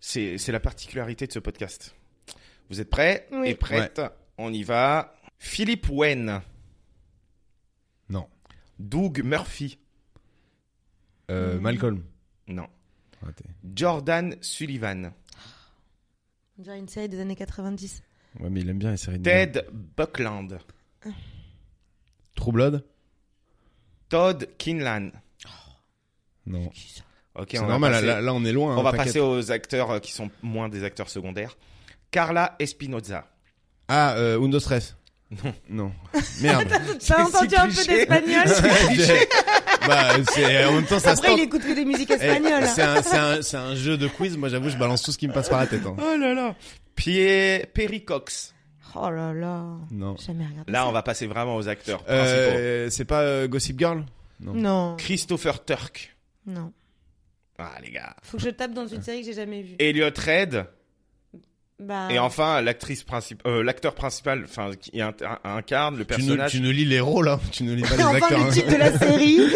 C: c'est c'est la particularité de ce podcast. Vous êtes prêts
D: Oui.
C: et prêtes On y va. Philippe Wen,
B: Non.
C: Doug Murphy,
D: Mmh.
B: Euh, Malcolm.
C: non,
B: Raté.
C: Jordan Sullivan,
D: On dirait une série des années 90.
B: Ouais, mais il aime bien les séries de.
C: Ted Buckland,
B: True Blood
C: Todd Kinlan.
B: Non.
C: Ok,
B: C'est
C: on va
B: normal,
C: passer-
B: là, là, on est loin.
C: on
B: hein,
C: va
B: t'inquiète.
C: passer aux acteurs euh, qui sont moins des acteurs secondaires. Carla Espinoza.
B: Ah, euh, Undo Stress.
C: Non.
B: Non. Merde.
D: T'as
C: si
D: entendu un peu
C: cliché.
D: d'espagnol
B: bah, c'est, en même temps, ça se
D: Après,
B: tente.
D: il écoute que des musiques
B: Eh,
D: espagnoles.
B: c'est, un, c'est, un, c'est un jeu de quiz. Moi, j'avoue, je balance tout ce qui me passe par la tête. hein.
C: Oh là là. Pierre Perry Cox.
D: Oh là là.
B: Non.
D: Jamais regardé.
C: Là,
D: ça.
C: on va passer vraiment aux acteurs principaux.
B: Euh, c'est pas euh, Gossip Girl
D: Non,
C: Christopher Turk.
D: non.
C: Ah, les gars.
D: Faut que je tape dans une série que j'ai jamais vue.
C: Elliot Red.
D: Bah,
C: Et enfin, l'actrice principale, l'acteur principal, enfin, qui int- incarne le
B: tu ne,
C: personnage,
B: tu ne lis les rôles, hein. tu ne lis pas les
D: enfin
B: acteurs.
D: le
B: hein.
D: titre de la série.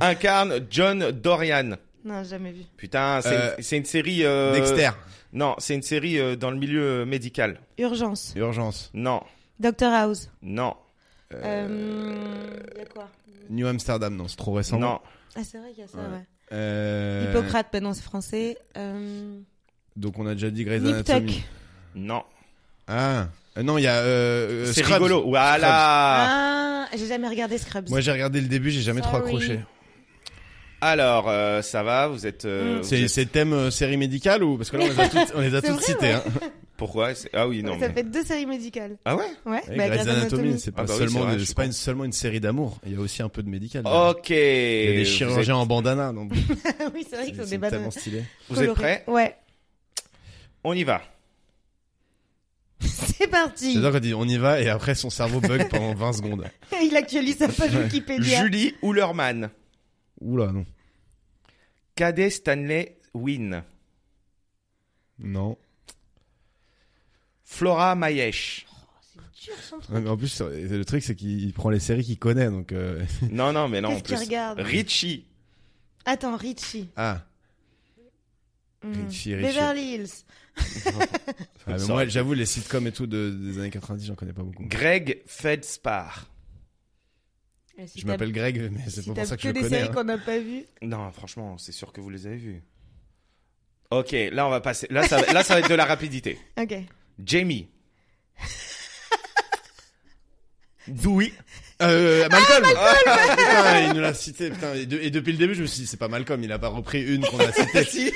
C: incarne John Dorian.
D: non, jamais vu.
C: Putain, c'est
B: Euh,
C: une- c'est une série. euh,
B: Dexter,
C: Non, c'est une série euh, dans le milieu euh, médical. Euh,
D: Urgence.
B: Urgence,
C: Non,
D: Doctor House.
C: non,
D: Euh... y a quoi
B: New Amsterdam, non, c'est trop récent.
C: non.
D: Ah, c'est vrai qu'il y a ça,
B: Ouais.
D: ouais.
B: Euh,
D: Hippocrate, ben non, c'est français. Euh...
B: Donc on a déjà dit Grey's
D: Nip
B: Anatomy.
D: Tuck.
C: Non,
B: Ah, Euh, non, il y a. Euh, euh,
C: c'est
B: Scrubs.
C: rigolo. Voilà.
D: Ah, j'ai jamais regardé Scrubs.
B: Moi j'ai regardé le début, j'ai jamais trop
D: Sorry.
B: accroché.
C: Alors, euh, ça va. Vous êtes. euh,
D: Mm.
C: vous
B: C'est
C: êtes-
B: c'est thème euh, série médicale ou parce que là on les a toutes, on les a
D: C'est
B: toutes
D: vrai,
B: citées.
D: ouais.
B: Hein.
C: Pourquoi c'est- Ah oui, non.
D: ça
C: mais-
D: fait deux séries médicales.
C: Ah ouais.
D: Ouais,
B: Eh,
D: bah,
B: Grey's Anatomy, c'est pas
C: Ah bah oui, c'est
B: seulement,
C: vrai,
B: des-
C: je Oh,
B: c'est pas
C: suis
B: une, seulement une série d'amour. Il y a aussi un peu de médical.
C: Ok.
B: Il y a des chirurgiens en bandana. Non,
D: Ah oui, c'est vrai
B: c'est
D: que c'est
B: c'est
D: des bananes.
B: tellement stylé.
C: Vous êtes
D: colorées.
C: prêts
D: Ouais.
C: On y va.
D: C'est parti.
B: J'adore quand il dit on y va et après son cerveau bug pendant 20 secondes.
D: Il actualise sa page Wikipédia.
C: Julie Ullerman.
B: Oula, non.
C: Cadet Stanley Wynne.
B: Non.
C: Flora Mayesh.
D: Oh, C'est dur, son truc.
B: Ouais, mais en plus, euh, le truc c'est qu'il il prend les séries qu'il connaît donc. euh,
C: Non, non, mais non, en
D: Qu'est-ce qu'il
C: plus.
D: regarde
C: Richie.
D: Attends, Richie.
B: Ah,
D: Hmm.
B: Richie, Richie.
D: Beverly Hills.
B: Ah, mais
C: Ça.
B: moi j'avoue les sitcoms et tout de- des années 90 j'en connais pas beaucoup.
C: Greg Feldspar.
D: Et si
B: Je
D: t'as-
B: m'appelle Greg mais c'est
D: si
B: pas
D: t'as
B: pour ça que je le
D: des
B: connais.
D: séries
B: hein.
D: qu'on n'a pas vues.
C: Non, franchement, c'est sûr que vous les avez vus. Ok, là, on va passer. Là, ça, va- là, ça va être de la rapidité.
D: Ok.
C: Jamie. Dewey.
B: Euh, Malcolm. Ah, putain, il nous l'a cité putain et, de- et depuis le début je me suis dit c'est pas Malcolm il a pas repris une qu'on a citée.
C: Si.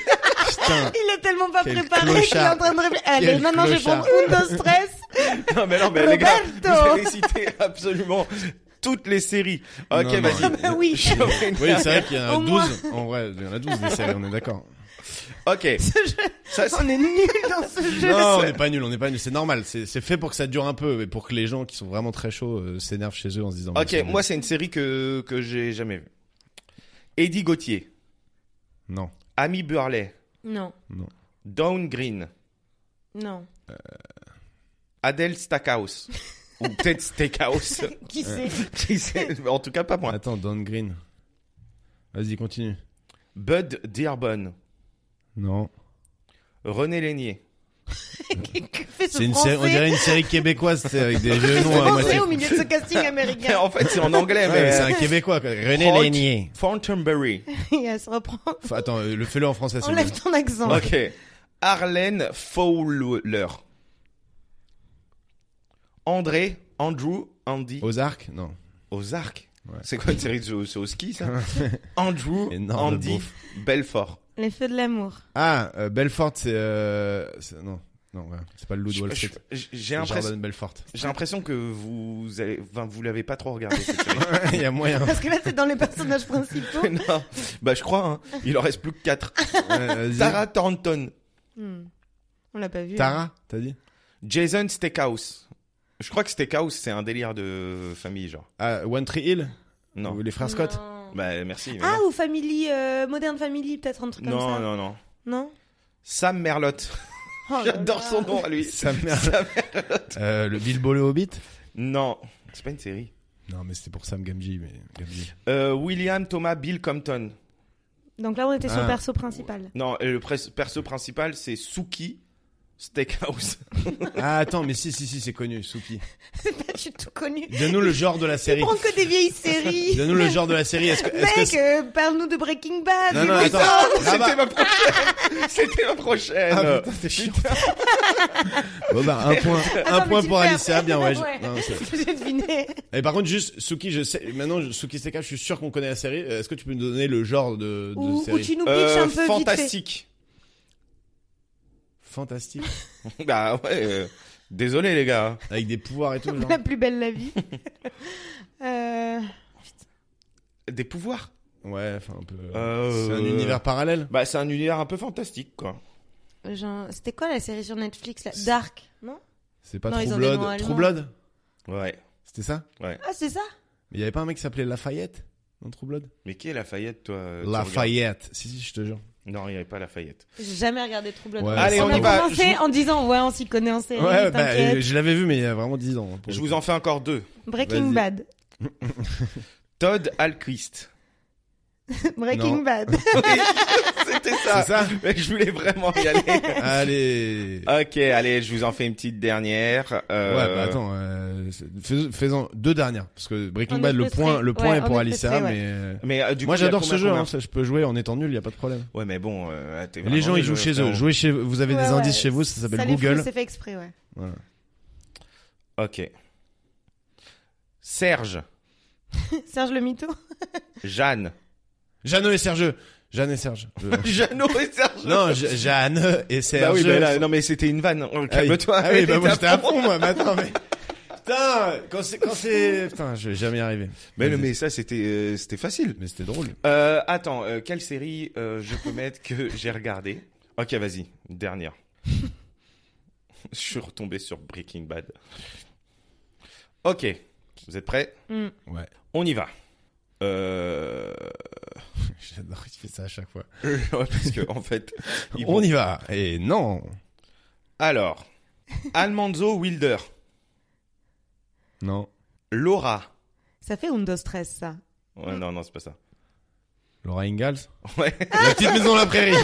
B: putain
D: Il est tellement pas
B: Quel
D: préparé qu'il est
B: clochard.
D: en train de réfléchir. Allez,
B: Quel
D: maintenant je vais
B: clochard.
D: prendre Undo Stress.
C: Non, mais non, mais les gars, vous
D: Roberto.
C: avez cité absolument toutes les séries. Ok,
B: Non, non,
C: vas-y.
B: il-
D: Bah oui.
C: Je ferai une
B: Oui c'est vrai qu'il y en a
D: Au moins.
B: 12 en vrai il y en a 12 des séries on est d'accord.
C: Ok,
D: Ce jeu-
C: ça c'est
D: On est nuls dans ce jeu.
B: Non, on n'est pas nul, on n'est pas nul, c'est normal, c'est c'est fait pour que ça dure un peu et pour que les gens qui sont vraiment très chauds euh, s'énervent chez eux en se disant.
C: Ok,
B: c'est
C: moi
B: nul.
C: c'est une série que, que j'ai jamais vue. Eddie Gauthier,
B: non,
C: Amy Burley,
D: Non,
C: Dawn Green,
D: non.
C: Adele Stackhouse. ou peut-être Steakhouse.
D: Qui c'est
C: Qui sait, mais en tout cas, pas moi.
B: attends, Don Green. Vas-y, continue.
C: Bud Dearborn,
B: Non.
C: René Lénier.
D: Que fait ce
B: C'est une
D: français
B: série, on dirait hein, une série québécoise, c'est avec des jeux
D: Ce
B: noms à
D: français
B: moitié.
D: au milieu de ce casting américain.
C: en fait, c'est en anglais,
B: Ouais,
C: mais.
B: mais c'est un québécois, quoi. René
C: Proc-
B: Lénier.
C: Fontenberry.
D: Et elle se reprend.
B: Enfin, Attends, euh, le fais-le en français, c'est
D: Enlève
B: mieux.
D: ton accent.
C: Ok. Arlene Fowler. André, Andrew, Andy.
B: Ozark Non.
C: Ozark.
B: Ouais.
C: C'est quoi une série de c'est au ski, ça Andrew,
B: Énorme de
C: Andy,
B: beauf.
C: Belfort.
D: Les feux de l'amour.
B: Ah, euh, Belfort, c'est. Euh, c'est- non, non, ouais. c'est pas le loup de Wall
C: Je-
B: Street.
C: je- J'ai
B: C'est
C: l'impression.
B: Jordan Belfort.
C: J'ai l'impression que vous allez, enfin, vous l'avez pas trop regardé cette série.
B: Il y a moyen.
D: Parce que là, t'es dans les personnages principaux.
C: non, bah je crois. Hein. Il en reste plus que 4
B: Ouais, vas-y.
C: Tara Thornton,
D: Hmm. On l'a pas vu.
B: Tara, t'as dit
C: Jason Steakhouse. Je crois que Steakhouse c'est un délire de famille genre.
B: Ah, One Tree Hill
C: Non.
B: Ou les
D: hein.
B: frères Scott
D: Non.
C: Bah merci. mais
D: Ah,
C: non.
D: ou Family, euh, Modern Family, peut-être un truc comme
C: non,
D: ça.
C: non, non.
D: Non.
C: Sam Merlott.
D: Oh là
C: J'adore
D: là.
C: son nom à lui.
B: Sa mère. Euh, le Bilbo le Hobbit
C: Non, c'est pas une série.
B: Non, mais c'était pour Sam Gamji. Mais... Gamji.
C: Euh, William Thomas Bill Compton.
D: Donc là, on était sur
B: Ah.
D: le perso principal.
C: Non, et le pres- perso principal, c'est Suki Steakhouse.
B: Ah, attends, mais si, si, si, c'est connu, Suki.
D: C'est pas du tout connu.
B: Donne-nous le genre de la
D: Tu
B: série.
D: prends que des vieilles séries.
B: Donne-nous le genre de la série. Est-ce que. Est-ce que
D: Mec,
B: c'est-
D: euh, parle-nous de Breaking Bad.
B: Non, non,
D: mais
B: attends.
D: putain.
B: Ah, bah.
C: C'était ma prochaine. C'était ma prochaine.
B: Ah putain, t'es chiant. bon bah un point, un
D: Attends, mais
B: point
D: tu
B: pour
D: le fais
B: Alicia,
D: après.
B: bien ouais. je-
D: Ouais.
B: non, c'est-
D: J'ai deviné.
B: Et par contre juste Suki, je sais maintenant je- Suki Seka, je suis sûr qu'on connaît la série. Euh, Est-ce que tu peux nous donner le genre de, de
D: Ou, ou
B: série
D: tu nous pitches
C: Euh,
D: un peu vite
C: fantastique.
B: Fantastique,
C: Bah ouais. euh, désolé les gars.
B: avec des pouvoirs et tout.
D: fait.
B: Genre.
D: La plus belle la vie. Euh,
C: Des pouvoirs.
B: Ouais, enfin un peu.
C: Euh,
B: C'est un
C: euh,
B: univers parallèle.
C: Bah c'est un univers un peu fantastique quoi.
D: genre, C'était quoi la série sur Netflix là Dark, non
B: C'est pas
D: non,
B: True
D: ils en
B: Blood.
D: ont un allemand.
B: True Blood,
C: Ouais.
B: c'était ça
D: Ah, c'est ça
B: Mais il y avait pas un mec qui s'appelait Lafayette dans True Blood
C: Mais qui est Lafayette toi euh, tu
B: Lafayette. Si si, je te jure.
C: regardes Non, il n'y avait pas Lafayette.
D: J'ai jamais regardé True Blood.
B: Ouais,
C: Allez,
D: on,
C: on
D: a
C: y va.
D: commencé
C: Je
D: en disant ouais, on s'y connaît en série.
B: ouais, bah
D: Eh, t'inquiète.
B: euh, je l'avais vu mais il y a vraiment 10 ans. hein, pour
C: Je
B: le
C: vous
B: coup.
C: en fais encore deux.
D: Breaking
B: vas-y.
D: Bad.
C: Todd Alquist.
D: Breaking
B: Non.
D: Bad.
C: C'était ça.
B: C'est ça
C: Mais je voulais vraiment y aller.
B: Allez.
C: ok, allez, je vous en fais une petite dernière. Euh,
B: Ouais, bah attends, euh, c'est- fais- faisons deux dernières parce que Breaking
D: On
B: Bad,
D: est
B: le
D: frustrés.
B: point, le point
D: Ouais,
B: est
D: on
B: pour
D: est
B: Alicia,
D: frustrés, ouais.
B: mais euh,
C: Mais euh, du
B: moi
C: coup, il y a
B: j'adore
C: combien,
B: ce jeu,
C: combien
B: hein, ça, je peux jouer en étant nul, il y a pas de problème.
C: Ouais, mais bon, euh, t'es
B: les
C: vraiment
B: gens ils
C: nul,
B: jouent chez
C: frérot.
B: eux, jouez chez, vous avez
D: Ouais,
B: des
D: ouais,
B: indices chez vous, ça s'appelle
D: les
B: Google.
D: fout, C'est fait exprès, ouais.
B: Voilà.
C: Ok. Serge,
D: Serge le mytho.
C: Jeanne.
B: Jeannot et Serge, Jeanne et Serge. Je-
C: Jeannot et Serge.
B: non, Je- Jeanne et Serge.
C: Bah oui, mais là, non, mais c'était une vanne. Oh,
B: Ah oui.
C: Calme-toi.
B: Ah oui, bah moi
C: T'es
B: j'étais à fond moi, mais attends, mais putain, quand c'est quand c'est putain, je vais jamais y arriver.
C: Mais, non,
B: Vas-y.
C: mais ça, c'était, euh, c'était facile.
B: mais c'était drôle.
C: Euh, attends, euh, quelle série euh, je peux mettre que j'ai regardé Ok, vas-y, une dernière. je suis retombé sur Breaking Bad. Ok, vous êtes prêts
D: Hmm.
B: Ouais,
C: On y va. Euh...
B: j'adore qu'il fait ça à chaque fois.
C: ouais, parce que en fait, ils vont-
B: On y va. Et non.
C: Alors, Almanzo Wilder,
B: Non.
C: Laura.
D: Ça fait Undo Stress, ça.
C: Ouais, non, non, c'est pas ça.
B: Laura Ingalls
C: Ouais,
B: La petite maison de la prairie.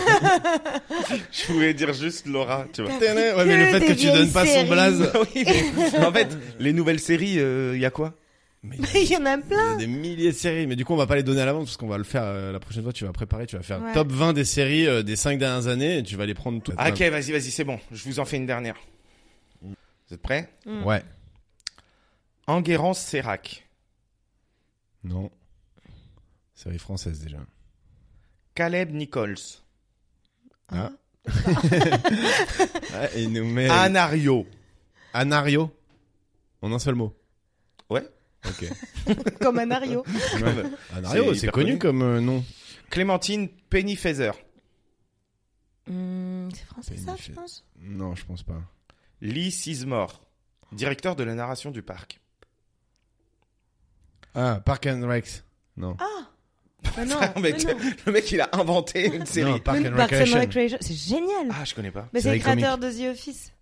C: je voulais dire juste Laura, tu vois.
B: Ouais, mais le
D: Que
B: fait que
D: des
B: tu donnes pas son
D: vieilles
B: blaze.
C: Oui, mais en fait, les nouvelles séries, euh, il y a quoi
B: Mais
D: Mais il y en a
B: il y
D: plein.
B: a des milliers de séries, mais du coup on va pas les donner à l'avance parce qu'on va le faire euh, la prochaine fois. Tu vas préparer, tu vas faire
D: Ouais.
B: top 20 des séries euh, des 5 dernières années et tu vas les prendre toutes.
C: Ah, Ok, vas-y, vas-y, c'est bon. Je vous en fais une dernière.
B: Mm.
C: Vous êtes prêts
B: Ah, Ouais.
C: Enguerrand Sérac,
B: Non. Série française déjà.
C: Caleb Nichols,
B: Ah. Ouais, et il nous met
C: Anario.
B: Anario en un seul mot.
C: Ouais.
B: Ok.
D: Comme un Ario.
B: Anario, c'est
C: hyper
B: connu
C: connu.
B: comme euh, nom.
C: Clémentine Pennyfeather,
D: Hmm, c'est français, ça, je
B: Magnifique.
D: pense.
B: Non, je pense pas.
C: Lee Sismore, directeur de la narration du parc.
B: Ah, Park and Rex. Non.
D: Mais non,
C: Ah,
D: mais
C: mais
D: non.
C: le mec, il a inventé une série.
B: Non, Park
D: Même
B: and
D: Parks and
B: Recreation.
D: Recreation. C'est génial.
C: Ah, je connais pas.
D: Mais c'est
B: série
D: le créateur de The Office.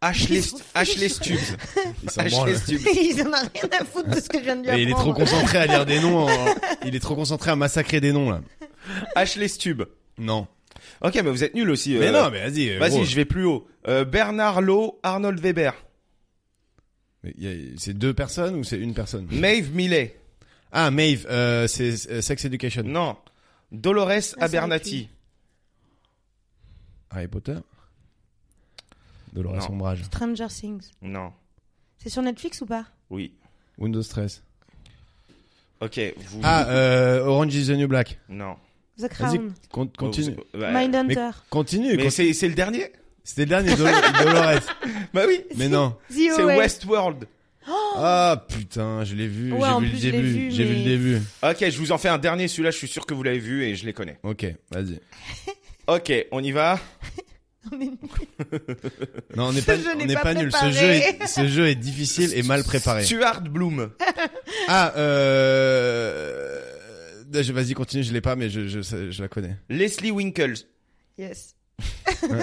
C: Ashley,
D: Ils sont fous.
C: Ashley Stubbs.
B: Ils s'en branlent.
C: Ashley Stubbs.
D: il en a rien à foutre de ce que je viens de lui apprendre.
B: Et il est trop concentré à lire des noms. en- Il est trop concentré à massacrer des noms là.
C: Ashley Stubbs.
B: Non.
C: Ok, mais vous êtes nuls aussi. euh,
B: Mais non, mais vas-y. euh, gros.
C: Vas-y, je vais plus haut. Euh, Bernard Lowe, Arnold Weber,
B: Mais il y a- C'est deux personnes ou c'est une personne
C: Maeve Millet.
B: Ah, Maeve, euh, c'est euh, Sex Education.
C: Non. Dolores
D: Ah, ça
C: Abernathy.
B: Harry Potter. Dolores
C: Non.
B: Ombrage.
D: Stranger Things.
C: Non.
D: C'est sur Netflix ou pas
C: Oui.
B: Windows 13.
C: Ok, vous.
B: Ah, euh, Orange is the New Black.
C: Non.
D: The
B: Vas-y,
D: Crown.
B: con- continue.
C: Vous- bah,
D: Mindhunter.
B: Continue.
C: Mais
B: con-
C: c'est c'est le dernier
B: C'était le dernier Dol- Dolores.
C: Bah oui.
B: Mais non.
D: The
C: C'est
D: OA.
C: Westworld.
B: Ah putain, je l'ai vu.
D: Ouais, en
B: J'ai vu le
D: plus, je l'ai vu,
B: début. J'ai vu
D: mais-
B: le début.
C: Ok, je vous en fais un dernier. Celui-là, je suis sûr que vous l'avez vu et je les connais.
B: Ok, vas-y.
C: Ok, on y va.
B: Non, on n'est
D: Ce
B: pas,
D: jeu
B: on
D: n'est
B: n'est
D: pas
B: pas nul. Ce
D: préparé.
B: jeu, est, ce jeu est difficile et mal préparé.
C: Stuart Bloom.
B: Ah, euh... euh, je- Vas-y, continue, je l'ai pas, mais je, je, je la connais.
C: Leslie Winkles.
D: Yes.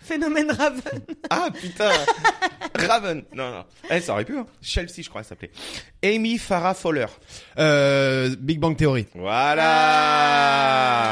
D: Phénomène Raven.
C: Ah putain Raven Non, non. Eh, ça aurait pu, hein. Chelsea, je crois, ça s'appelait. Amy Farah Fowler.
B: Euh, Big Bang Theory.
C: Voilà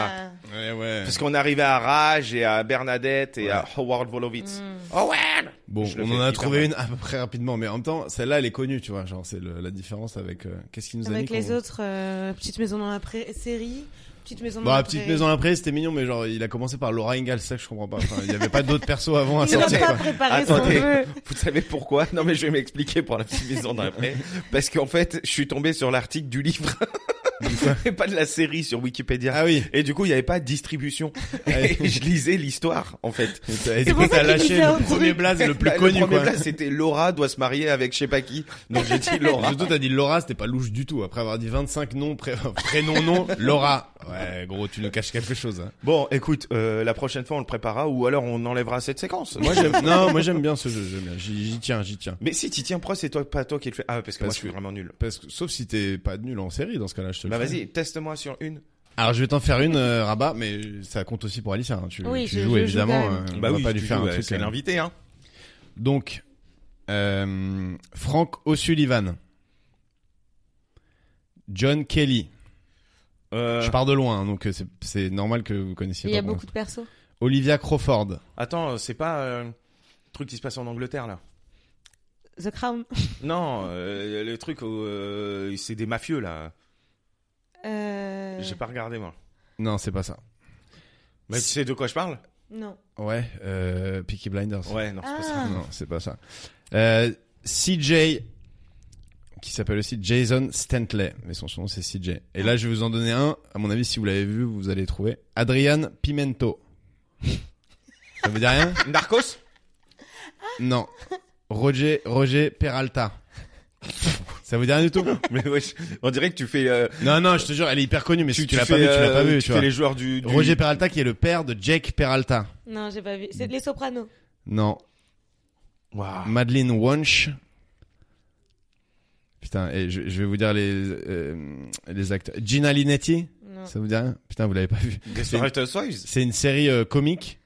D: Ah.
B: Ouais, ouais.
C: Parce qu'on arrivait à Raj et à Bernadette et à Howard Wolowitz. Oh,
D: Mm.
C: Owen
B: Bon,
C: Je le
B: on
C: fais
B: en a
C: hyper
B: trouvé
C: mal.
B: une à peu près rapidement, mais en même temps, celle-là, elle est connue, tu vois. Genre, c'est le- la différence avec. euh, Qu'est-ce qui nous a mis
D: Avec les
B: qu'on-
D: autres, euh, petite maison dans la pré- série, petite maison dans
B: Bah,
D: la
B: petite
D: prairie.
B: maison à la prairie, c'était mignon, mais genre, il a commencé par Laura Ingalls, ça que je comprends pas. Enfin, il y avait pas d'autres persos avant à
D: Il n'a
B: sortir,
D: pas
B: quoi.
D: préparé son
C: Attendez.
D: jeu.
C: Vous savez pourquoi Non mais je vais m'expliquer pour la petite maison d'après. Parce qu'en fait, je suis tombé sur l'article du livre et pas de la série sur Wikipédia.
B: Ah oui.
C: Et du coup, il n'y avait pas de distribution. Et je lisais l'histoire, en fait.
B: C'est
D: pour ça
B: t'as
D: qu'il
B: lâché
D: disait un
B: le
D: truc.
B: premier blaze le plus
C: Bah,
B: connu,
C: le premier
B: quoi.
C: blaze, c'était Laura doit se marier avec je sais pas qui. Donc j'ai dit Laura.
B: Surtout, t'as dit Laura, c'était pas louche du tout. Après avoir dit 25 noms, pré- prénom, nom, Laura. Ouais, gros, tu nous caches quelque chose. hein.
C: Bon, écoute, euh, la prochaine fois on le préparera ou alors on enlèvera cette séquence.
B: Moi, j'aime, non, moi, j'aime bien ce jeu, j'aime bien. J'y, j'y tiens, j'y tiens.
C: Mais si t'y tiens, pro, c'est toi, pas toi qui le fais. Ah, parce que moi
B: Parce
C: je suis
B: que-
C: vraiment nul.
B: Parce que, sauf si t'es pas nul en série, dans ce cas-là, je te le
C: Bah
B: fais.
C: vas-y, teste-moi sur une.
B: Alors, je vais t'en faire une, euh, Rabat, mais ça compte aussi pour Alicia, hein. Tu,
D: Oui,
B: tu
D: je-
B: joues,
D: je joue
B: évidemment.
D: quand même.
C: Bah
B: euh, on va pas lui faire un truc.
C: C'est
B: euh,
C: l'invité, hein.
B: Donc, euh, Frank O'Sullivan. John Kelly. Je pars de loin, hein, donc euh, c'est, c'est normal que vous connaissiez
D: Il y
B: pas
D: a
B: pour
D: beaucoup de persos.
B: l'instant. Olivia Crawford.
C: Attends, c'est pas euh, le truc qui se passe en Angleterre là.
D: The Crown.
C: Non, euh, le truc où euh, c'est des mafieux là.
D: Euh...
C: J'ai pas regardé moi.
B: Non, c'est pas ça.
C: Mais tu sais de quoi je parle
D: Non.
B: Ouais, euh, Peaky Blinders.
C: Ouais, non, c'est pas ça.
D: Ah.
B: Non, c'est pas ça. Euh, CJ, qui s'appelle aussi Jason Stantley, mais son nom c'est CJ. Et là, je vais vous en donner un. À mon avis, si vous l'avez vu, vous allez trouver. Adrian Pimento. ça vous dit rien
D: Ah.
C: Narcos
B: Non. Roger, Roger Peralta. Ça vous dit rien du tout
C: Mais wesh, on dirait que tu fais. euh,
B: Non, non, je te jure, elle est hyper connue, mais si tu l'as pas
C: fais,
B: vu, tu l'as
C: euh,
B: pas vu,
C: Tu,
B: tu
C: fais
B: vois.
C: les joueurs du. du-
B: Roger Peralta qui est le père de Jake Peralta.
D: Non, j'ai pas vu. C'est Les Sopranos.
B: Non.
C: Waouh.
B: Madeleine Wunsch. Putain, et je, je vais vous dire les, euh, les acteurs. Gina Linetti,
D: Non.
B: ça vous dit rien Putain, vous l'avez pas vu.
C: Desperate Housewives
B: C'est une série euh, comique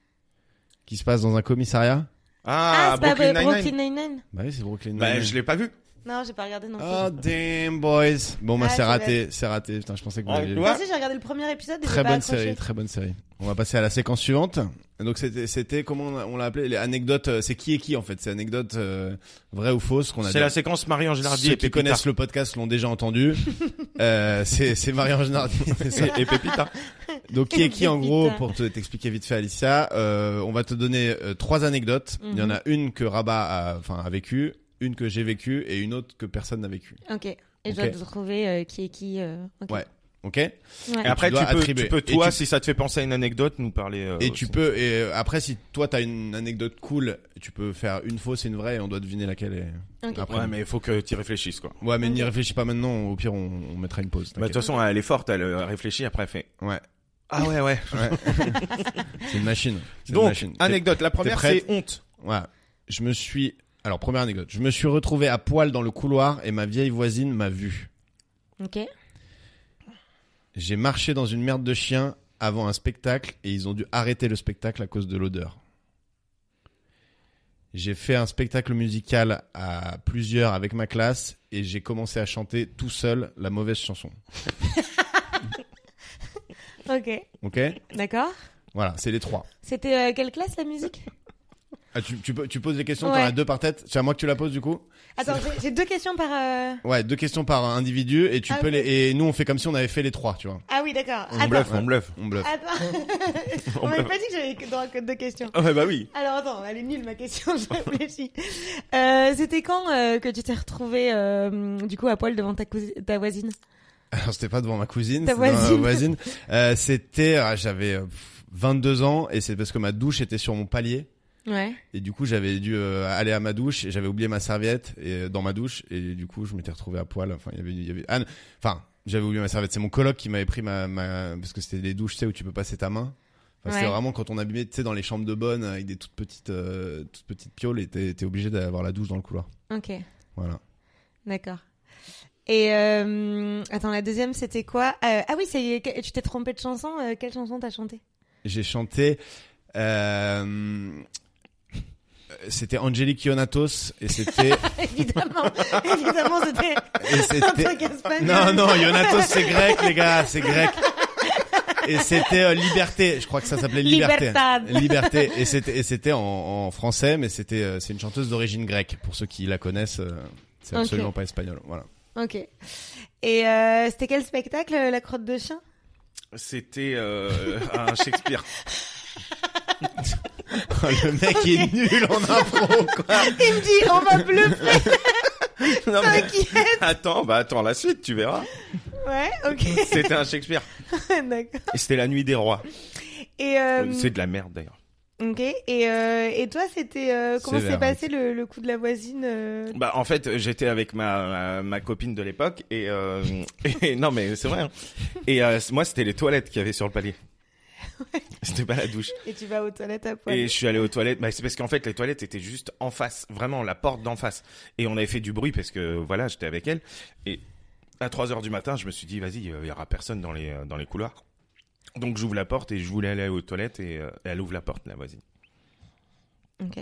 B: qui se passe dans un commissariat.
C: Ah,
D: Ah, c'est
C: Brooklyn
D: pas
C: Nine-Nine.
D: Brooklyn Nine-Nine
B: Bah oui, c'est Brooklyn.
C: Bah,
B: Nine-Nine.
C: je l'ai pas vu.
D: Non, j'ai pas regardé non plus.
B: Oh damn boys. Bon bah
D: Ah,
B: c'est
D: c'est
B: raté, c'est raté. Putain, je pensais que vous
C: Ah,
B: alliez.
C: tu vois
D: Moi aussi, j'ai regardé le premier épisode et j'ai
B: Très
D: pas
B: bonne
D: accroché.
B: série, très bonne série. On va passer à la séquence suivante. Donc c'était, c'était comment on l'a- on l'a appelé les anecdotes. euh, C'est qui et qui en fait C'est anecdotes euh, vraies ou fausses qu'on a.
C: C'est
B: déjà-
C: la séquence Marie-Ange Nardi
B: Ceux
C: et
B: qui
C: Pépita.
B: connaissent le podcast l'ont déjà entendu. euh, c'est c'est Marie-Ange Nardi. c'est ça.
C: Et Pépita.
B: Donc qui est qui en gros
D: Pépita.
B: pour te t'expliquer vite fait Alicia, euh, on va te donner euh, trois anecdotes. Il y en
D: Mhm.
B: a une que Rabat a enfin a vécu, une que j'ai vécue et une autre que personne n'a vécue.
D: Ok. Et je
B: Ok.
D: dois vous trouver euh, qui est qui. euh, ok.
B: Ouais. OK Et
D: Ouais.
C: Et après,
B: tu
C: tu,
B: dois
C: peux,
B: attribuer.
C: tu peux,
B: Et
C: toi,
B: tu-
C: si ça te fait penser à une anecdote, nous parler. euh,
B: tu
C: aussi.
B: peux et euh, après si toi t'as une anecdote cool, tu peux faire une fausse et une vraie et on doit deviner laquelle est.
D: Ok.
B: Après.
C: Ouais, mais il faut que tu réfléchisses, quoi.
B: Ouais, mais
D: Ok.
B: n'y réfléchis pas maintenant, au pire on, on mettra une pause.
C: Bah, de toute
B: t'inquiète.
C: façon, elle est forte, elle euh, réfléchit, après elle fait.
B: Ouais.
C: Ah ouais, ouais.
B: C'est une machine. C'est une
C: Donc,
B: machine.
C: anecdote. La première,
B: prête
C: c'est honte.
B: Ouais. Je me suis. Alors, première anecdote. Je me suis retrouvé à poil dans le couloir et ma vieille voisine m'a vu.
D: Ok.
B: J'ai marché dans une merde de chien avant un spectacle et ils ont dû arrêter le spectacle à cause de l'odeur. J'ai fait un spectacle musical à plusieurs avec ma classe et j'ai commencé à chanter tout seul la mauvaise chanson.
D: Ok.
B: Ok
D: D'accord.
B: Voilà, c'est les trois.
D: C'était euh, quelle classe la musique
B: Ah, tu, tu, peux- tu poses des questions,
D: Ouais.
B: t'en as deux par tête. C'est à moi que tu la poses du coup
D: Attends, j'ai- j'ai deux questions par. euh,
B: Ouais, deux questions par individu et tu
D: Ah,
B: peux
D: ok.
B: les. Et nous, on fait comme si on avait fait les trois, tu vois.
D: Ah oui, d'accord.
C: On
D: Attends.
C: bluffe, on bluffe.
B: On bluffe.
D: Attends. On m'avait pas dit que j'avais que- droit que deux questions.
C: Ah ouais, bah oui.
D: Alors attends, elle est nulle ma question, je réfléchis. Euh, C'était quand euh, que tu t'es retrouvé euh, du coup à poil devant ta, cousi- ta voisine
B: Alors c'était pas devant ma cousine,
D: Ta
B: c'était devant ma voisine.
D: voisine.
B: Euh, c'était, ah, j'avais euh, pff, 22 ans et c'est parce que ma douche était sur mon palier
D: Ouais.
B: et du coup j'avais dû euh, aller à ma douche et j'avais oublié ma serviette et euh, dans ma douche et du coup je m'étais retrouvé à poil. Enfin il y avait, il y avait, ah, non, enfin j'avais oublié ma serviette. C'est mon coloc qui m'avait pris ma, ma, parce que c'était des douches, tu sais où tu peux passer ta main. Enfin, C'était
D: Ouais.
B: vraiment quand on abîmait, tu sais, dans les chambres de bonne avec des toutes petites, euh, toutes petites pioles et t'es t'es obligé d'avoir la douche dans le couloir.
D: Ok,
B: Voilà.
D: d'accord. Et euh, attends, la deuxième c'était quoi Euh, Ah oui, c'est que- tu t'es trompé de chanson. euh, quelle chanson t'as chanté
B: J'ai chanté Euh, C'était Angélique Ionatos et c'était.
D: évidemment, évidemment, c'était
B: et
D: un
B: c'était-
D: truc espagnol.
B: Non, non, Ionatos c'est grec, les gars, c'est grec. Et c'était euh, Liberté, je crois que ça s'appelait Liberté.
D: Libertad.
B: Liberté. Et c'était, et c'était en, en français, mais c'était, euh, c'est une chanteuse d'origine grecque. Pour ceux qui la connaissent, euh, c'est
D: Ok.
B: absolument pas espagnol. Voilà.
D: Ok. Et euh, c'était quel spectacle, euh, la crotte de chien
C: C'était euh, un Shakespeare. Oh,
B: le mec est nul en impro, quoi.
D: Il me dit, on va bluffer,
C: Non, mais-
D: t'inquiète.
C: Attends, bah attends la suite, tu verras.
D: Ouais, ok,
C: C'était un Shakespeare.
D: d'accord.
C: Et C'était la nuit des rois.
D: Et, euh,
C: C'est de la merde d'ailleurs.
D: ok. Et, euh, et toi, c'était euh, comment
B: Sévère,
D: s'est passé le, le coup de la voisine euh,
C: Bah en fait j'étais avec ma, ma ma copine de l'époque et, euh, et- non mais c'est vrai hein. et euh, c- moi c'était les toilettes qu'il y avait sur le palier c'était pas la douche
D: Et tu vas aux toilettes à poil.
C: et je suis allé aux toilettes bah, c'est parce qu'en fait les toilettes étaient juste en face vraiment la porte d'en face et on avait fait du bruit parce que voilà j'étais avec elle et à 3 heures du matin je me suis dit vas-y euh, il y aura personne dans les euh, dans les couloirs donc j'ouvre la porte et je voulais aller aux toilettes et euh, elle ouvre la porte la voisine
D: Ok.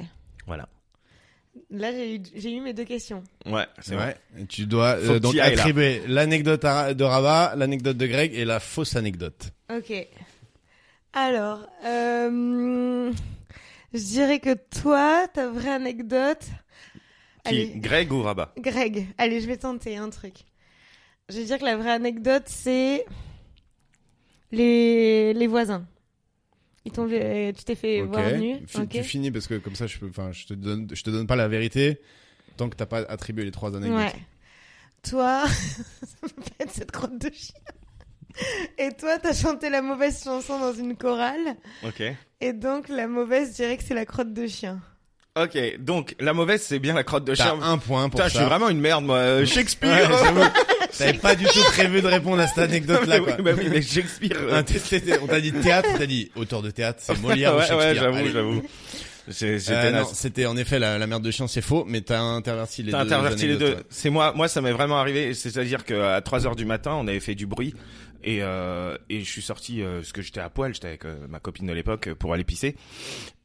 C: voilà
D: Là, j'ai eu, j'ai eu mes deux questions.
C: ouais c'est vrai
B: Ouais. Et Tu dois euh,
C: Faut que
B: donc
C: t'y ailles, là.
B: attribuer l'anecdote à- de Rabat, l'anecdote de Greg et la fausse anecdote.
D: Ok. Alors, euh, je dirais que toi, ta vraie anecdote.
C: qui
D: Allez,
C: Greg ou Rabat
D: Greg, allez, je vais tenter un truc. Je vais dire que la vraie anecdote, c'est les, les voisins. Ils t'ont vu- euh, tu t'es fait
B: Ok.
D: voir nu.
B: Fi-
D: ok.
B: Tu finis parce que comme ça, je peux, enfin, je te donne, je te donne pas la vérité tant que t'as pas attribué les trois anecdotes.
D: Ouais. Toi, ça peut pas être cette crotte de chien. Et toi, t'as chanté la mauvaise chanson dans une chorale.
C: ok
D: Et donc, la mauvaise, je dirais que c'est la crotte de chien.
C: Ok, donc la mauvaise c'est bien la crotte de
B: T'as
C: chien.
B: un point pour
C: Putain, je suis
B: ça.
C: vraiment une merde moi. Euh, Shakespeare.
B: Ouais, j'avoue. T'avais pas du tout prévu de répondre à cette anecdote là
C: Mais oui,
B: quoi.
C: bah oui, mais Shakespeare. euh,
B: Un test- test- On t'a dit théâtre, t'as dit auteur de théâtre, c'est Molière ou
C: ouais,
B: Shakespeare.
C: ouais, j'avoue,
B: Allez.
C: j'avoue. J'ai- J'étais
B: Euh, non,
C: naze.
B: c'était en effet la, la merde de chien, c'est faux, mais t'as interverti les deux.
C: T'as interverti les deux.
B: anecdotes,
C: C'est moi, moi ça m'est vraiment arrivé. C'est-à-dire qu'à 3 heures du matin, on avait fait du bruit et euh, et je suis sorti euh, parce que j'étais à poil, j'étais avec euh, ma copine de l'époque euh, pour aller pisser.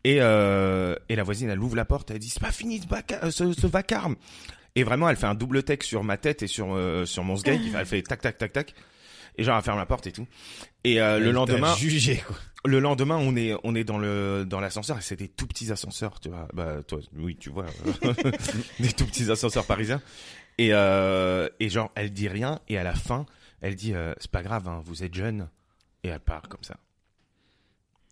C: Et euh, et la voisine elle ouvre la porte, elle dit c'est pas fini ce, baca- euh, ce, ce vacarme. Et vraiment elle fait un double tech sur ma tête et sur euh, sur mon sgeg. Elle fait tac tac tac tac. Et genre elle ferme la porte et tout. Et euh,
B: ouais.
C: le
B: Elle t'a
C: lendemain,
B: Jugé quoi.
C: le lendemain, on est on est dans le dans l'ascenseur et c'est des tout petits ascenseurs, tu vois. Bah toi, oui, tu vois, euh, des tout petits ascenseurs parisiens. Et euh, et genre, elle dit rien et à la fin, elle dit euh, c'est pas grave, hein, vous êtes jeune et elle part comme ça.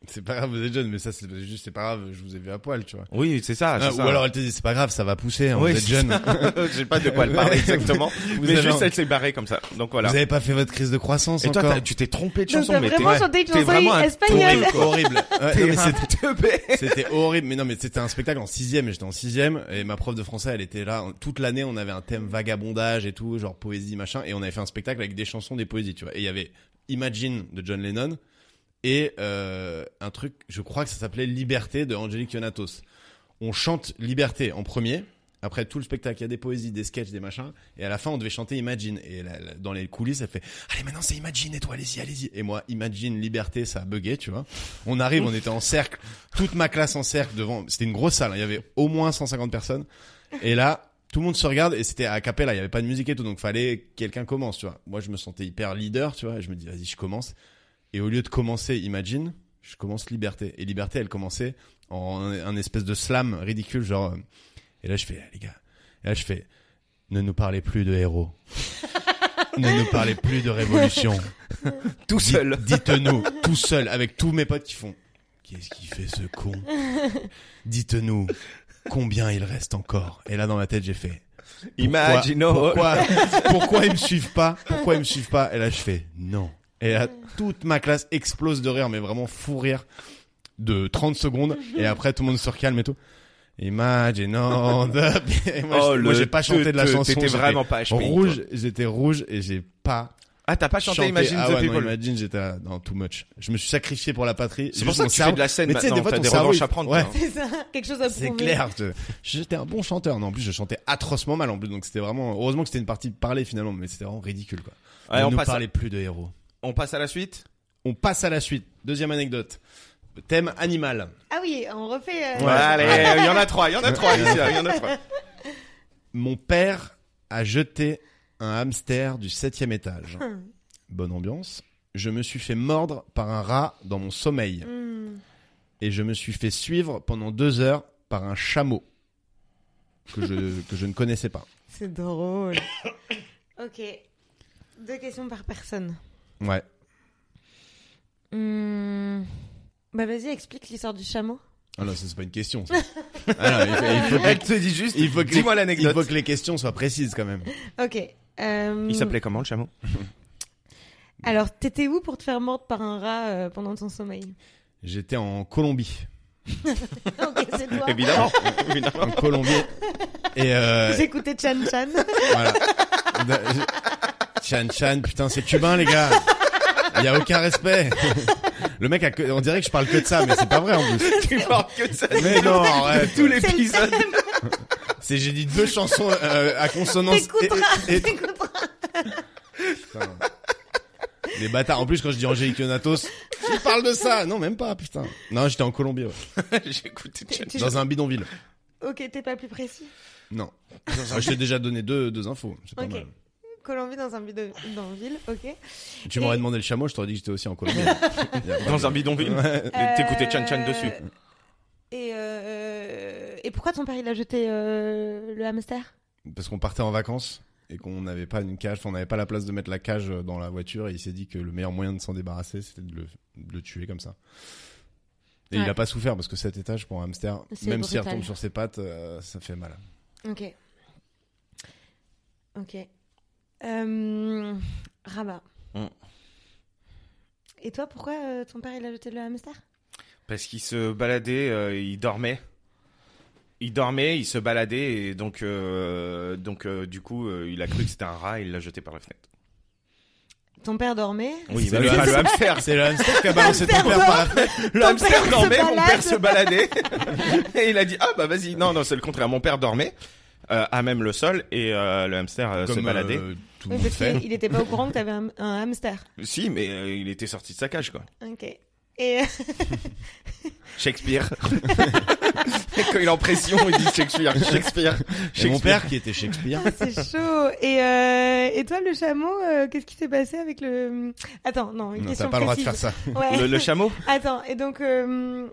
B: C'est pas grave, vous êtes jeune, mais ça c'est juste, c'est pas grave, je vous ai vu à poil, tu vois.
C: Oui, c'est ça. c'est
B: Ah, ou
C: ça.
B: alors elle te dit c'est pas grave, ça va pousser, hein,
C: Oui,
B: vous êtes
C: c'est
B: jeune.
C: ça. J'ai pas de quoi elle parler exactement, mais
B: avez-
C: juste elle s'est barrée comme ça. Donc voilà.
B: Vous avez pas fait votre crise de croissance
C: Et toi,
B: encore.
C: t'as- tu t'es trompé de
D: Donc,
C: chanson,
D: t'as
C: mais t'es
D: vraiment
C: ouais,
D: chanté une
C: t'es
D: chanson
C: vraiment un
D: espagnole.
B: Horrible, horrible. Ouais, non,
C: t'es
B: mais
C: un
B: c'était-
C: teubé.
B: C'était horrible, mais non, mais c'était un spectacle en sixième, et j'étais en sixième, et ma prof de français, elle était là, toute l'année, on avait un thème vagabondage et tout, genre poésie, machin, et on avait fait un spectacle avec des chansons, des poésies, tu vois, et il y avait Imagine de John Lennon, et euh, un truc, je crois que ça s'appelait Liberté de Angélique Ionatos. On chante Liberté en premier, après tout le spectacle, il y a des poésies, des sketchs, des machins, et à la fin, on devait chanter Imagine, et la- la- dans les coulisses, elle fait, allez, maintenant c'est Imagine, et toi, allez-y, allez-y, et moi, Imagine, Liberté, ça a bugué, tu vois. On arrive, on était en cercle, toute ma classe en cercle devant. C'était une grosse salle. hein. Il y avait au moins 150 personnes. Et là, tout le monde se regarde et c'était à capella. Il y avait pas de musique et tout, donc fallait que quelqu'un commence. Tu vois. Moi, je me sentais hyper leader. Tu vois. Et je me dis, vas-y, je commence. Et au lieu de commencer, imagine, je commence Liberté. Et Liberté, elle commençait en un espèce de slam ridicule, genre. euh, Et là, je fais, les gars. Et là, je fais, ne nous parlez plus de héros. ne nous parlez plus de révolution.
C: tout
B: Dites-
C: seul.
B: Dites-nous, tout seul, avec tous mes potes qui font. Qu'est-ce qui fait ce con Dites-nous combien il reste encore. Et là, dans ma tête, j'ai fait.
C: Imagino.
B: Pourquoi, pourquoi ils me suivent pas Pourquoi ils me suivent pas Et là, je fais non. Et là, toute ma classe explose de rire, mais vraiment fou rire de 30 secondes. Et après, tout le monde se recalme et tout. Imagino. Et moi,
C: Oh,
B: je- moi,
C: le
B: j'ai pas chanté de la
C: te- te-
B: chanson.
C: T'étais
B: j'étais
C: vraiment pas HP. toi.
B: Rouge, j'étais rouge et j'ai pas
C: Ah, t'as pas chanté
B: chanter.
C: Imagine
B: ah
C: the
B: ouais, non,
C: People.
B: Imagine, j'étais à- non too much. Je me suis sacrifié pour la patrie.
C: C'est pour
B: Juste
C: ça
B: mon
C: que tu fais
B: cerveau-
C: de la scène
B: Mais tu sais,
C: maintenant.
B: des fois,
C: T'as
B: ton
C: des
B: cerveau,
C: revanches
B: il-
C: à prendre.
B: Ouais.
C: toi, hein.
D: C'est ça, quelque chose à prouver.
B: C'est clair. je- J'étais un bon chanteur. Non, en plus, je chantais atrocement mal. En plus, donc c'était vraiment. Heureusement que c'était une partie parlée finalement, mais c'était vraiment ridicule quoi.
C: Allez,
B: ne
C: on
B: nous
C: passe à-
B: parlait plus de héros.
C: On passe à la suite
B: On passe à la suite. Deuxième anecdote. Thème animal.
D: Ah oui, on refait. euh,
B: Ouais.
C: Allez, il y en a trois, il y en a trois ici, il y en a trois.
B: Mon père a jeté un hamster du septième étage. Bonne ambiance. Je me suis fait mordre par un rat dans mon sommeil.
D: hmm.
B: Et je me suis fait suivre pendant deux heures par un chameau. Que je, que je ne connaissais pas.
D: C'est drôle. ok. Deux questions par personne.
B: Ouais.
D: Hmm. Bah vas-y, explique l'histoire du chameau.
B: Ah non, ça, c'est pas une question. ça. Ah non, il faut- il faut-
C: Elle te dit juste,
B: il faut que les-
C: dis-moi
B: il faut
C: l'anecdote.
B: que les questions soient précises quand même.
D: Ok. euh,
C: Il s'appelait comment le chameau
D: Alors, t'étais où pour te faire mordre par un rat euh, pendant ton sommeil
B: J'étais en Colombie.
D: Ok, c'est toi.
B: Eh
C: Évidemment.
B: en Colombie. Et euh,
D: J'écoutais Chan Chan.
B: voilà. Chan Chan, putain, c'est cubain les gars. Il y a aucun respect. Le mec, a que- on dirait que je parle que de ça, mais c'est pas vrai en plus.
C: tu parles que de ça.
B: Mais non, arrête.
C: Tous les
D: C'est le
C: épisodes.
D: thème.
B: C'est j'ai dit deux chansons euh, à consonance.
D: T'écouteras,
B: et- et-
D: t'écouteras.
B: putain. Les bâtards. En plus, quand je dis Angélique Yonatos, je parle de ça. Non, même pas, putain. Non, j'étais en Colombie, ouais.
C: J'ai écouté Chan.
D: Tu-
B: dans un bidonville.
D: Ok, t'es pas plus précis.
B: Non, je t'ai déjà donné deux, deux infos. C'est pas
D: Ok.
B: mal.
D: Colombie dans un bidon dans une ville, ok.
B: Tu m'aurais demandé le chameau, je t'aurais dit que j'étais aussi en Colombie.
C: Dans un bidonville. Et T'écoutais Chan Chan
D: Euh,
C: dessus.
D: Et, euh, et pourquoi ton père il a jeté euh, le hamster
B: parce qu'on partait en vacances et qu'on n'avait pas une cage, enfin, on n'avait pas la place de mettre la cage dans la voiture et il s'est dit que le meilleur moyen de s'en débarrasser c'était de le, de le tuer comme ça. Et il
D: Ouais.
B: a pas souffert parce que cet étage pour un hamster,
D: C'est
B: même s'il
D: brutal.
B: retombe sur ses pattes, euh, ça fait mal.
D: Ok. Ok. Euh, Rabat.
C: Hmm.
D: Et toi, pourquoi euh, ton père il a jeté le hamster
C: Parce qu'il se baladait, euh, il dormait. Il dormait, il se baladait, et donc, euh, donc euh, du coup, euh, il a cru que c'était un rat, et il l'a jeté par la fenêtre.
D: Ton père dormait
C: Oui,
B: C'est
C: mais
B: le-
C: pas le hamster.
B: C'est le hamster qui a balancé ton
D: Hamster
B: père
D: mort.
B: par la fenêtre.
C: Le
D: Ton
C: hamster
D: père
C: dormait,
D: se
C: mon
D: balade.
C: père se baladait. et il a dit, ah bah vas-y. Non, non, c'est le contraire. Mon père dormait, euh, à même le sol, et euh, le hamster euh, se
B: Comme
C: baladait.
B: euh, tout le monde
D: Oui, parce
B: fait.
D: qu'il était pas au courant que t'avais un, un hamster.
C: Si, mais euh, il était sorti de sa cage, quoi.
D: Ok. Et euh,
C: Shakespeare. et quand il est en pression, il dit Shakespeare, Shakespeare,
B: Et
C: Shakespeare.
B: mon père qui était Shakespeare.
D: Ah, c'est chaud. Et, euh, et toi, le chameau, euh, qu'est-ce qui s'est passé avec le. Attends, non, une
B: Non,
D: question
B: T'as pas le droit de
D: précise.
B: faire ça.
D: Ouais.
C: Le, le chameau
D: Attends, et donc, euh,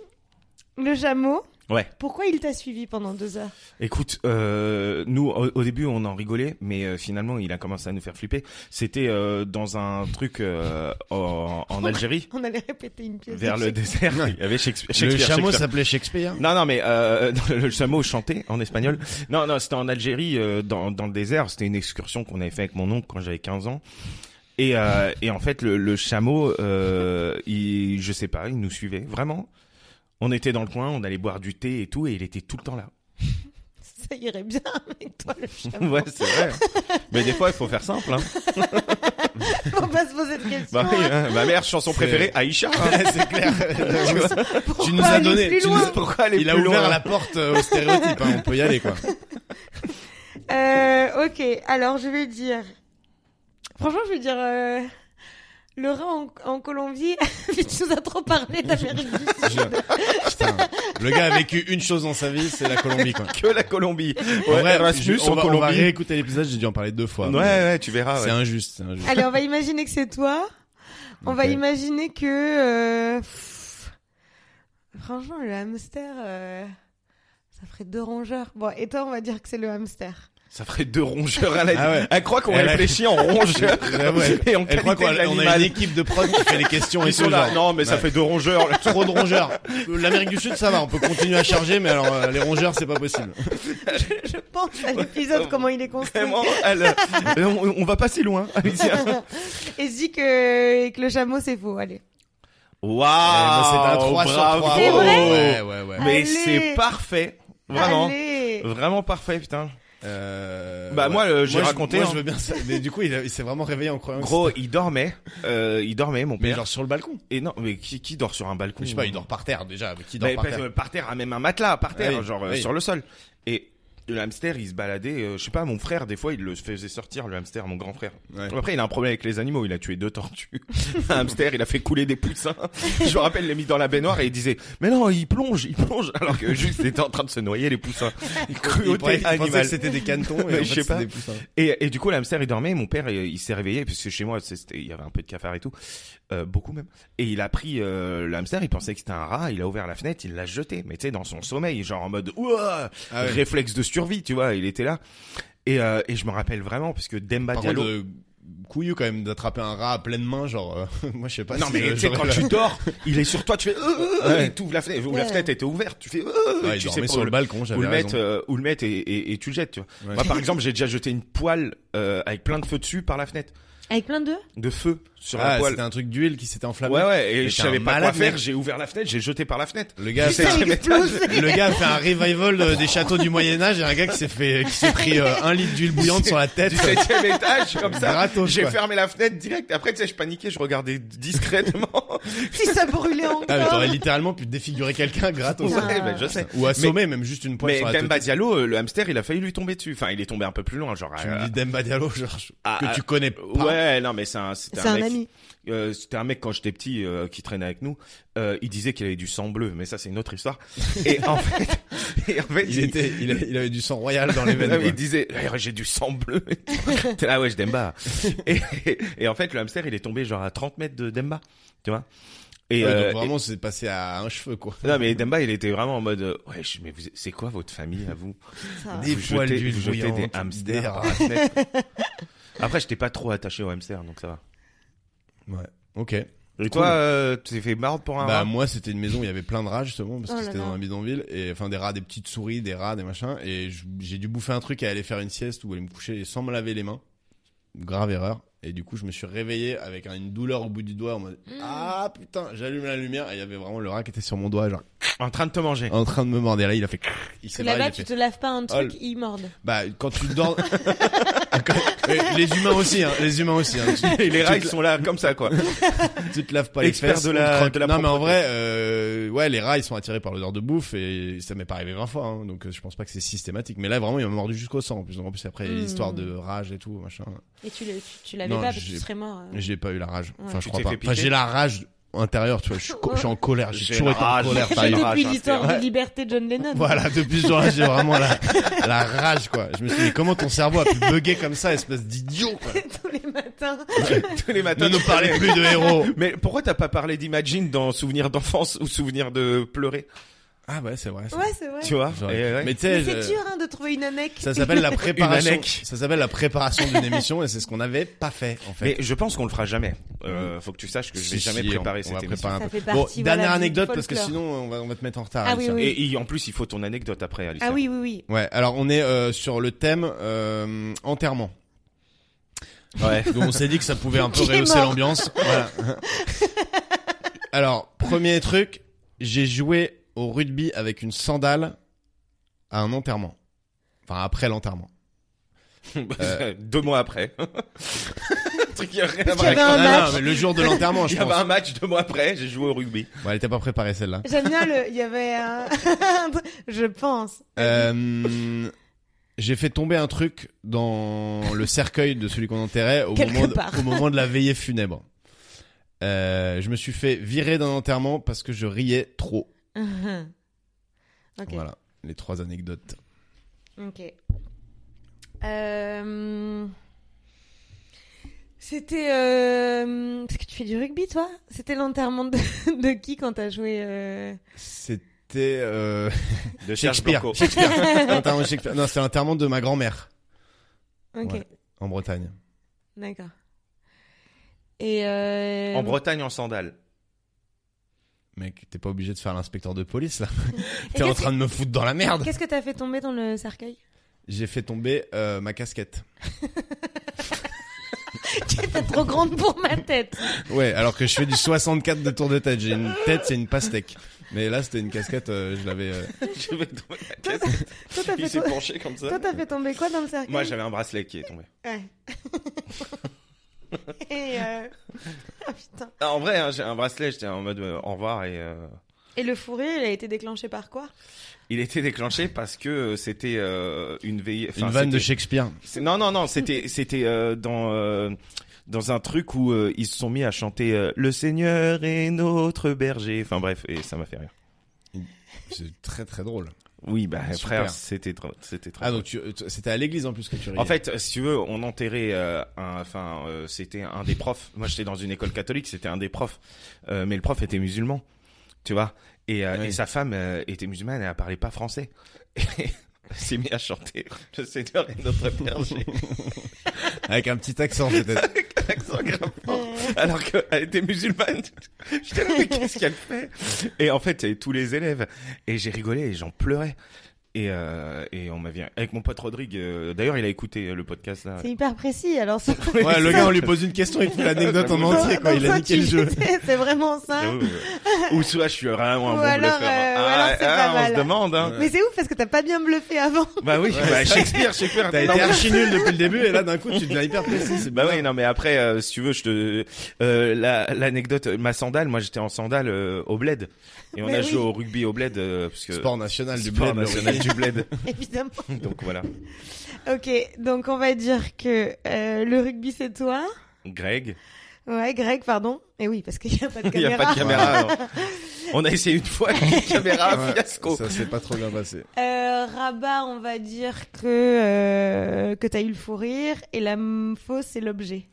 D: le chameau,
C: Ouais.
D: pourquoi il t'a suivi pendant deux heures
C: Écoute, euh, nous au, au début on en rigolait, mais euh, finalement il a commencé à nous faire flipper. C'était euh, dans un truc euh, en, en Algérie,
D: On allait répéter une pièce.
C: vers
D: de
C: le
D: Shakespeare.
C: désert. Il y avait Shakespeare.
B: Le
C: Shakespeare,
B: chameau
C: Shakespeare.
B: s'appelait Shakespeare.
C: Non, non, mais euh, non, le chameau chantait en espagnol. Non, non, c'était en Algérie, euh, dans, dans le désert. C'était une excursion qu'on avait fait avec mon oncle quand j'avais 15 ans. Et, euh, et en fait, le, le chameau, euh, il, je sais pas, il nous suivait vraiment. On était dans le coin, on allait boire du thé et tout, et il était tout le temps là.
D: Ça irait bien avec toi, le chameau.
C: ouais, c'est vrai. mais des fois, il faut faire simple. Hein.
D: Faut pas se poser de questions.
C: Bah, oui,
D: hein.
C: hein. ma mère, chanson
B: C'est-
C: préférée, Aïcha. hein.
B: c'est clair.
D: Pourquoi
B: tu nous as
D: aller
B: donné,
D: plus
B: tu nous
D: loin
B: as-
C: Pourquoi aller
B: Il a
C: plus loin
B: ouvert la porte euh, au stéréotype. hein, On peut y aller quoi.
D: Euh, ok, alors je vais dire. Franchement, je vais dire. euh, Le rat en, en Colombie, tu nous as trop parlé d'Amérique du Sud.
B: Je- Putain. Le gars a vécu une chose dans sa vie, c'est la Colombie, quoi.
C: que la Colombie.
B: En
C: Ouais,
B: vrai,
C: Erasmus
B: je- on, va,
C: en
B: on va
C: Colombie.
B: réécouter l'épisode, j'ai dû en parler deux fois.
C: Ouais,
B: mais
C: ouais, tu verras.
B: C'est
C: ouais.
B: injuste, c'est injuste.
D: Allez, on va imaginer que c'est toi. On va
B: Ok.
D: imaginer que. euh, pff, franchement, le hamster, euh, ça ferait deux rongeurs. Bon, et toi, on va dire que c'est le hamster.
C: Ça ferait deux rongeurs à la
B: Ah ouais.
C: Elle croit qu'on
B: Elle a-
C: réfléchit en rongeurs
B: Ouais, ouais.
C: et en
B: Elle croit
C: qualité
B: qu'on a,
C: de
B: on a une
C: l'animal.
B: équipe de prod qui fait les questions et
C: Ils
B: tout.
C: sont là.
B: genre.
C: Non, mais ça
B: Ouais.
C: fait deux rongeurs.
B: Trop de rongeurs. L'Amérique du Sud, ça va, on peut continuer à charger, mais alors euh, les rongeurs, c'est pas possible.
D: Je pense à l'épisode, comment il est construit.
C: Vraiment, elle- elle- on, on va pas si loin. Allez-y.
D: Et je dis que, et que le chameau, c'est faux. Allez.
B: Eh
C: Waouh,
B: ben, c'est un 3 sur 3.
D: C'est vrai
B: ouais, ouais, ouais.
C: Ah, Mais
D: Allez.
C: c'est parfait. Vraiment.
D: Allez.
C: Vraiment parfait, putain.
B: Euh,
C: Bah, moi, euh, j'ai
B: je-
C: raconté,
B: Moi,
C: hein.
B: je veux bien ça. Mais du coup, il, a- il s'est vraiment réveillé en croyant. que
C: Gros,
B: c'était-
C: il dormait. Euh, il dormait, mon
B: mais
C: père.
B: genre sur le balcon.
C: Et non, mais qui, qui dort sur un balcon
B: Je sais pas, il dort par terre déjà. Mais qui dort
C: Mais
B: par
C: parce
B: terre
C: que par terre, à même un matelas, par terre,
B: Oui,
C: genre euh,
B: oui.
C: sur le sol. Et le hamster, il se baladait. euh, je sais pas, mon frère, des fois, il le faisait sortir, le hamster, mon grand frère.
B: Ouais.
C: Après, il a un problème avec les animaux. Il a tué deux tortues. un hamster, il a fait couler des poussins. je me rappelle, il l'a mis dans la baignoire et il disait, mais non, il plonge, il plonge. Alors que juste, il était en train de se noyer, les poussins.
B: Il
C: Cruauté
B: pensait- il pensait
C: animale.
B: que c'était des canetons
C: Mais
B: et en
C: je
B: fait,
C: sais pas.
B: c'était plus ça.
C: Et, et du coup, l'hamster, il dormait. Mon père, il, il s'est réveillé parce que chez moi, c'est- c'était- il y avait un peu de cafard et tout, Euh, beaucoup même. Et il a pris euh, l'hamster. Il pensait que c'était un rat. Il a ouvert la fenêtre. Il l'a jeté. Mais tu sais, dans son sommeil, genre en mode Ouah
B: Ah ouais.
C: réflexe de survie, tu vois. Il était là. Et, euh, et je me rappelle vraiment parce que Demba
B: Par
C: Diallo.
B: contre, euh, couillu quand même d'attraper un rat à pleine main, genre, euh, moi je sais pas
C: Non
B: si
C: mais
B: je-
C: tu sais
B: j'aurais
C: quand
B: la-
C: tu dors, il est sur toi, tu fais euh, euh,
B: Ouais.
C: et t'ouvres la fenêtre, ou
D: Ouais.
C: la fenêtre était ouverte, tu fais euh,
B: Ouais,
C: et
B: il
C: tu sais
B: dormait
C: pas
B: sur
C: où
B: le balcon,
C: ou
B: j'avais
C: le mettre,
B: raison.
C: euh, ou le mettre et, et, et tu le jettes. Tu vois.
B: Ouais.
C: Moi par exemple, j'ai déjà jeté une poêle euh, avec plein de feu dessus par la fenêtre,
D: Avec plein d'œufs
C: de feu sur la
B: Ah,
C: poêle.
B: c'était un truc d'huile qui s'était enflammé.
C: Ouais ouais, et
B: Mais
C: je
B: t'es
C: savais
B: un
C: pas quoi
B: malade,
C: faire,
B: mec.
C: j'ai ouvert la fenêtre, j'ai jeté par la fenêtre.
B: Le gars, a fait-
D: Ça a
C: septième
D: explosé
B: le gars a fait un revival euh, des châteaux du Moyen-Âge et un gars qui s'est fait, qui s'est pris euh, un litre d'huile bouillante sur la tête.
C: Du septième étage, comme ça,
B: Gratos,
C: j'ai
B: quoi.
C: fermé la fenêtre direct. Après, tu sais, je paniquais, je regardais discrètement.
D: Si ça brûlait
B: Ah, mais
D: encore
B: t'aurais littéralement pu défigurer quelqu'un gratos.
C: ouais,
D: Ah.
C: ben, je sais.
B: Ou assommer même juste une poêle
C: Mais
B: sur la
C: Demba
B: tête.
C: Diallo, euh, le hamster, il a failli lui tomber dessus. Enfin, il est tombé un peu plus loin, genre.
B: Tu
C: à-
B: me dis Demba Diallo, genre,
C: Ah,
B: que
C: ah,
B: tu connais pas.
C: Ouais, non, mais c'est un, c'était
D: C'est un
C: mec-
D: ami.
C: euh, c'était un mec quand j'étais petit euh, qui traînait avec nous. Euh, il disait qu'il avait du sang bleu, mais ça c'est une autre histoire. Et en fait, et en fait,
B: Il était, il, a- il avait du sang royal dans les
C: Non,
B: veines.
C: mais
B: quoi.
C: il disait Eh, j'ai du sang bleu. T'es là ouais, je Demba. Et, et en fait, le hamster il est tombé genre à 30 mètres de Demba, tu vois. Et,
B: Ouais,
C: euh,
B: donc vraiment, c'est passé à un cheveu, quoi.
C: et- non mais Demba il était vraiment en mode euh, ouais je- mais vous- c'est quoi votre famille à vous
D: Ça.
B: Ah. Des
C: Vous
B: poils
C: jetez-
B: d'huile
C: vous jetez des
B: bouillante, des
C: hamsters.
B: rats.
C: par la fenêtre. Après j'étais pas trop attaché au hamster donc ça va.
B: Ouais. Ok.
C: Et toi euh, tu t'es fait marre pour un
B: Bah
C: rat
B: moi c'était une maison où il y avait plein de rats justement parce
D: Oh
B: que
D: là
B: c'était dans
D: là.
B: un bidonville et enfin des rats, des petites souris, des rats, des machins et je- j'ai dû bouffer un truc et aller faire une sieste ou aller me coucher sans me laver les mains. Grave erreur. Et du coup je me suis réveillé avec un- une douleur au bout du doigt en mode
D: Mm.
B: ah putain j'allume la lumière et il y avait vraiment le rat qui était sur mon doigt genre
C: en train de te manger.
B: en train de me mordre Et là il a fait il s'est barré, il
D: Là-bas,
B: a
D: tu
B: fait
D: te laves pas un truc,
B: Oh,
D: il morde.
B: bah quand tu dors Ah, Quand- et les humains aussi hein, les humains aussi hein. Tu-
C: Et les
B: tu
C: rats,
B: te
C: ils sont là comme ça, quoi.
B: tu te laves pas les
C: Expert
B: fesses
C: de
B: on
C: la-
B: te croque.
C: de la
B: non mais en
C: propreté.
B: vrai euh, ouais les rats ils sont attirés par l'odeur de bouffe et ça m'est pas arrivé 20 fois hein, donc euh, je pense pas que c'est systématique mais là vraiment il m'a mordu jusqu'au sang en plus donc en plus après
D: Mm.
B: l'histoire de rage et tout machin
D: Et tu, le- tu, tu l'avais
B: Non,
D: pas parce que
B: j'ai-
D: tu serais mort. euh.
B: j'ai pas eu la rage
D: Ouais.
B: enfin je
C: Tu
B: crois
C: t'es
B: pas
C: fait
B: enfin
C: piquer
B: j'ai la rage intérieure tu vois je suis, co- je suis en colère j'ai
C: J'ai
B: toujours
C: la
B: été en
C: rage.
B: colère par
C: J'ai
B: ailleurs.
C: rage,
D: Depuis
C: hein,
D: l'histoire
B: c'était-
D: de liberté de John Lennon.
B: voilà depuis ce jour-là j'ai vraiment la, la rage quoi je me suis dit mais comment ton cerveau a pu bugger comme ça espèce d'idiot quoi.
D: Tous les matins.
C: Tous les matins.
B: ne nous
C: tu
B: parlez
C: parlais-
B: plus de héros
C: Mais pourquoi t'as pas parlé d'Imagine dans Souvenir d'enfance ou Souvenir de pleurer
B: ah ouais c'est vrai ça.
D: Ouais, c'est vrai.
C: Tu vois
B: J'aurais-
C: Et ouais.
B: mais tu sais
D: Mais
B: je-
D: c'est dur hein, de trouver une anecdote.
B: Ça s'appelle la
C: Une
B: préparation.
C: anec.
B: Ça s'appelle la préparation d'une émission et c'est ce qu'on n'avait pas fait en fait.
C: Mais je pense qu'on le fera jamais. Euh, faut que tu saches que je vais
B: Si,
C: jamais
B: si,
C: préparer
B: on- on
C: cette
B: va
C: émission.
B: préparer un
D: Ça
B: peu.
D: fait partie,
B: bon,
D: voilà,
B: dernière
D: du
B: anecdote parce que
D: folklore.
B: sinon on va, on va te mettre en retard.
D: Ah
B: Alicia.
D: oui, oui.
C: Et, et en plus, il faut ton anecdote après, Alicia.
D: Ah oui, oui, oui.
B: Ouais. Alors on est euh, sur le thème euh, enterrement.
C: Ouais.
B: Donc on s'est dit que ça pouvait un peu
D: Qui est
B: rehausser
D: mort.
B: l'ambiance. Voilà. Alors premier truc, j'ai joué au rugby avec une sandale à un enterrement. Enfin après l'enterrement. Euh.
C: Deux mois après. un truc qui a rien à
D: Parce
C: voir
D: qu'il
C: avec-
D: y avait un
B: Ah Non,
D: match.
B: non, mais le jour de l'enterrement,
C: Il
B: je
C: y avait
B: pense.
C: un match deux mois après, j'ai joué au rugby.
B: Bon, elle était pas préparée celle-là.
D: J'aime bien le. Il y avait un. je pense.
B: Euh, j'ai fait tomber un truc dans le cercueil de celui qu'on enterrait au,
D: Quelque
B: moment de,
D: part.
B: au moment de la veillée funèbre. Euh, je me suis fait virer d'un enterrement parce que je riais trop.
D: ok.
B: Voilà les trois anecdotes.
D: Ok. Euh, C'était. Euh... Parce que tu fais du rugby, toi C'était l'enterrement de... de qui quand t'as joué euh,
B: C'était euh,
C: De Serge
B: Shakespeare.
C: Blanco.
B: Shakespeare. L'enterrement de Shakespeare. Non, c'était l'enterrement de ma grand-mère
D: Ok,
B: Ouais. en Bretagne.
D: d'accord. Et. Euh...
C: En Bretagne, en sandales.
B: Mec, t'es pas obligé de faire l'inspecteur de police là.
D: et
B: T'es en
D: qu'est-ce-
B: train de me foutre dans la merde.
D: Qu'est-ce que t'as fait tomber dans le cercueil
B: J'ai fait tomber euh, ma casquette.
D: T'es trop grande pour ma tête.
B: Ouais, alors que je fais du 64 de tour de tête. J'ai une tête, c'est une pastèque. Mais là, c'était une casquette, euh, je l'avais. euh,
C: Je vais dans la
D: Toi,
C: caisse.
D: t'as toi, t'as
C: Il
D: fait,
C: s'est
D: to-
C: penché comme ça.
D: toi, t'as fait tomber quoi dans le cercueil
C: Moi, j'avais un bracelet qui est tombé.
D: Ouais. Et. euh, Ah putain. oh,
C: Ah, en vrai, hein, j'ai un bracelet, j'étais en mode euh, au revoir et euh,
D: Et le fou rire, il a été déclenché par quoi
C: Il était déclenché parce que c'était euh, une veille. enfin,
B: Une vanne de
C: c'était-
B: Shakespeare.
C: c'est- Non, non, non, c'était c'était euh, dans euh, dans un truc où euh, ils se sont mis à chanter euh, Le Seigneur est notre berger. Enfin bref, et ça m'a fait rire.
B: C'est très très drôle.
C: Oui, bah
B: Super.
C: frère, c'était trop, c'était trop.
B: Ah donc tu- tu- c'était à l'église en plus que tu riais.
C: En fait, euh, si tu veux, on enterrait euh, un, enfin, euh, c'était un des profs. Moi, j'étais dans une école catholique, c'était un des profs, Euh, mais le prof était musulman, tu vois, et, euh,
B: Oui.
C: et sa femme euh, était musulmane et elle parlait pas français. Et elle s'est mis à chanter le Seigneur est notre berger.
B: avec un petit accent peut-être.
C: Accent grave fort.
D: Euh.
C: Alors qu'elle était musulmane. J'étais là, mais qu'est-ce qu'elle fait Et en fait, il y avait tous les élèves. Et j'ai rigolé et j'en pleurais. Et, euh, et on m'a vient avec mon pote Rodrigue. euh, D'ailleurs, il a écouté euh, le podcast là.
D: C'est hyper précis, alors c'est
B: Ouais, le gars on lui pose une question, il te fait l'anecdote en entier quoi, il a niqué le jeu.
D: C'est vraiment ça.
C: J'avoue, euh, Ou soit je suis vraiment un
D: Ou
C: bon
D: alors,
C: bluffeur.
D: euh, ou alors c'est pas
C: on
D: mal.
C: se demande. Hein.
D: Mais c'est ouf parce que t'as pas bien bluffé avant.
C: Bah oui,
B: Ouais,
C: bah,
B: ça-
C: Shakespeare, Shakespeare.
B: T'as
C: Non,
B: été
C: mais-
B: archi nul depuis le début et là d'un coup tu deviens hyper précis. c'est
C: Bah oui, non mais après, euh, si tu veux, je te euh, la- l'anecdote, ma sandale, moi j'étais en sandale euh, au bled et on
D: Mais
C: a
D: oui.
C: joué au rugby au bled euh, parce que
B: Sport national Ah, du
C: Sport
B: bled, le
C: national
B: rugby.
C: du bled.
D: Évidemment.
C: Donc voilà,
D: Ok, donc on va dire que euh, le rugby c'est toi.
C: Greg,
D: Ouais, Greg, pardon. Et oui, parce qu'il n'y a pas de
C: il y a
D: caméra.
C: pas de caméra. alors. On a essayé une fois une caméra
B: Ouais,
C: Ah, fiasco.
B: Ça s'est pas trop bien passé.
D: Euh, Rabat, on va dire que euh, que t'as eu le fou rire et la m- fausse c'est l'objet.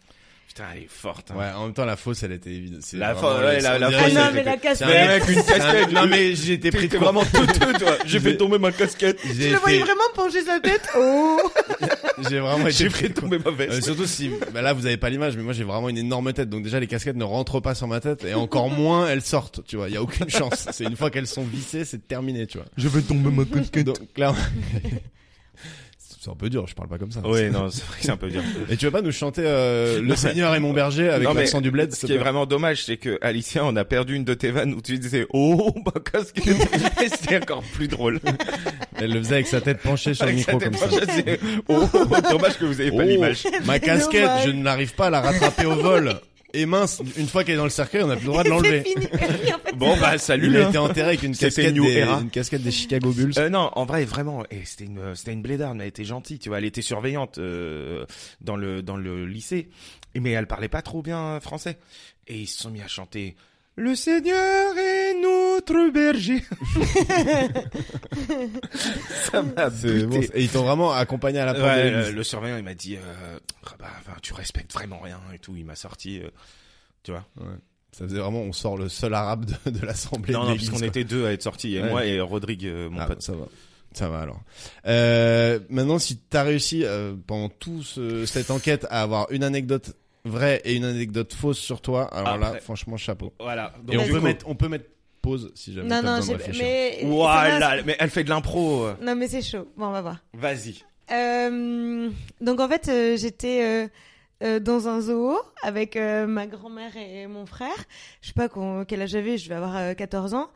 C: Putain, elle est forte. hein.
B: Ouais, en même temps la fausse elle était évidente. C'est
C: La
B: vraiment
C: fausse,
B: le-
C: ouais, la-
B: on
C: la
B: dirait
C: fausse,
B: que
C: Ah non,
B: c'est
D: mais la
B: que- c'est un
D: casquette.
B: mec avec une casquette.
C: Non, mais
B: j'ai été
C: T'es vraiment tout toi. J'ai fait tomber ma casquette.
B: J'ai
D: Je le voyais
B: été-
D: vraiment pencher sa tête. Oh
B: j'ai vraiment été
C: J'ai
B: pris
C: fait
B: de court.
C: tomber ma
B: Euh,
C: veste.
B: surtout si bah là vous avez pas l'image mais moi j'ai vraiment une énorme tête donc déjà les casquettes ne rentrent pas sur ma tête et encore moins elles sortent tu vois il y a aucune chance c'est une fois qu'elles sont vissées c'est terminé tu vois je vais tomber ma casquette donc là on- c'est un peu dur je parle pas comme ça
C: Oui, non, c'est vrai que c'est un peu dur.
B: et tu veux pas nous chanter euh, le Seigneur et mon berger avec
C: Non, mais
B: l'accent du bled
C: Ce qui est vraiment dommage, c'est que Alicia, on a perdu une de tes vannes où tu disais Oh, ma casquette. Et C'était encore plus drôle.
B: elle le faisait avec sa tête penchée sur le
C: Avec sa
B: micro
C: tête
B: comme ça
C: penchée, c'est, Oh, dommage que vous avez pas
B: Oh,
C: l'image.
B: ma casquette
D: Dommage.
B: je ne n'arrive pas à la rattraper au vol et mince une fois qu'elle est dans le cercueil on a plus le droit de
D: C'est
B: l'enlever
D: fini. Oui, en fait,
C: Bon, bah,
B: il
C: salut.
B: a
C: hein.
B: été enterré avec une
C: C'était
B: casquette,
C: New
B: des,
C: Era.
B: une casquette des Chicago Bulls
C: Euh, non, en vrai, vraiment, et c'était une, euh, c'était une blédarde, mais elle était gentille, tu vois, elle était surveillante euh, dans le dans le lycée, Et- mais elle parlait pas trop bien euh, français. Et ils se sont mis à chanter Le Seigneur est notre berger. Ça m'a
B: C'est
C: buté.
B: bon, c'est- et ils t'ont vraiment accompagné à la
C: Ouais,
B: porte de
C: euh,
B: l'église.
C: le surveillant, il m'a dit, euh, Ah bah, enfin, tu respectes vraiment rien et tout. Il m'a sorti, euh, tu vois.
B: Ça faisait vraiment, on sort le seul arabe de, de l'assemblée.
C: Non,
B: de
C: non,
B: l'église,
C: puisqu'on
B: quoi.
C: était deux à être sortis, et
B: Ouais.
C: moi et Rodrigue, euh, mon
B: Ah,
C: pote.
B: ça va. Ça va alors. Euh, maintenant, si t'as réussi euh, pendant toute cette enquête à avoir une anecdote vraie et une anecdote fausse sur toi, alors
C: Ah,
B: là,
C: ouais.
B: franchement, chapeau.
C: Voilà.
B: et
C: Donc,
B: on
C: du
B: peut
C: coup-
B: mettre, on peut mettre pause si jamais.
D: Non,
B: t'as
D: non,
B: besoin
D: j'ai...
B: de réfléchir.
D: mais... ça
C: Voilà,
D: va.
C: mais elle fait de l'impro. euh.
D: Non, mais c'est chaud. Bon, on va voir.
C: Vas-y.
D: Euh, donc en fait, euh, j'étais euh, euh, dans un zoo avec euh, ma grand-mère et mon frère. Je sais pas qu'on- quel âge j'avais, je vais avoir euh, 14 ans.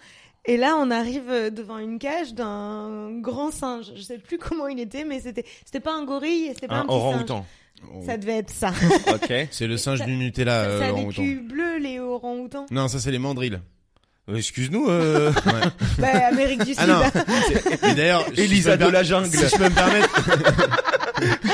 D: Et là, on arrive euh, devant une cage d'un grand singe. Je sais plus comment il était, mais c'était c'était pas un gorille, c'était pas un,
C: Un
D: petit singe.
C: orang-outan.
B: On-
D: Ça devait être ça.
C: ok.
B: C'est le singe
D: Ça-
B: du Nutella. euh,
D: ça a
B: en
D: des
B: autant.
D: culs bleus, les orang-outans.
B: Non, ça c'est les mandrilles.
C: Excuse-nous. Euh...
B: Ouais.
D: bah, Amérique du Sud.
B: Ah non. c'est- Mais d'ailleurs, si
C: Elisa
B: je peux me
C: de la
B: per-
C: jungle.
B: Si je peux me permettre.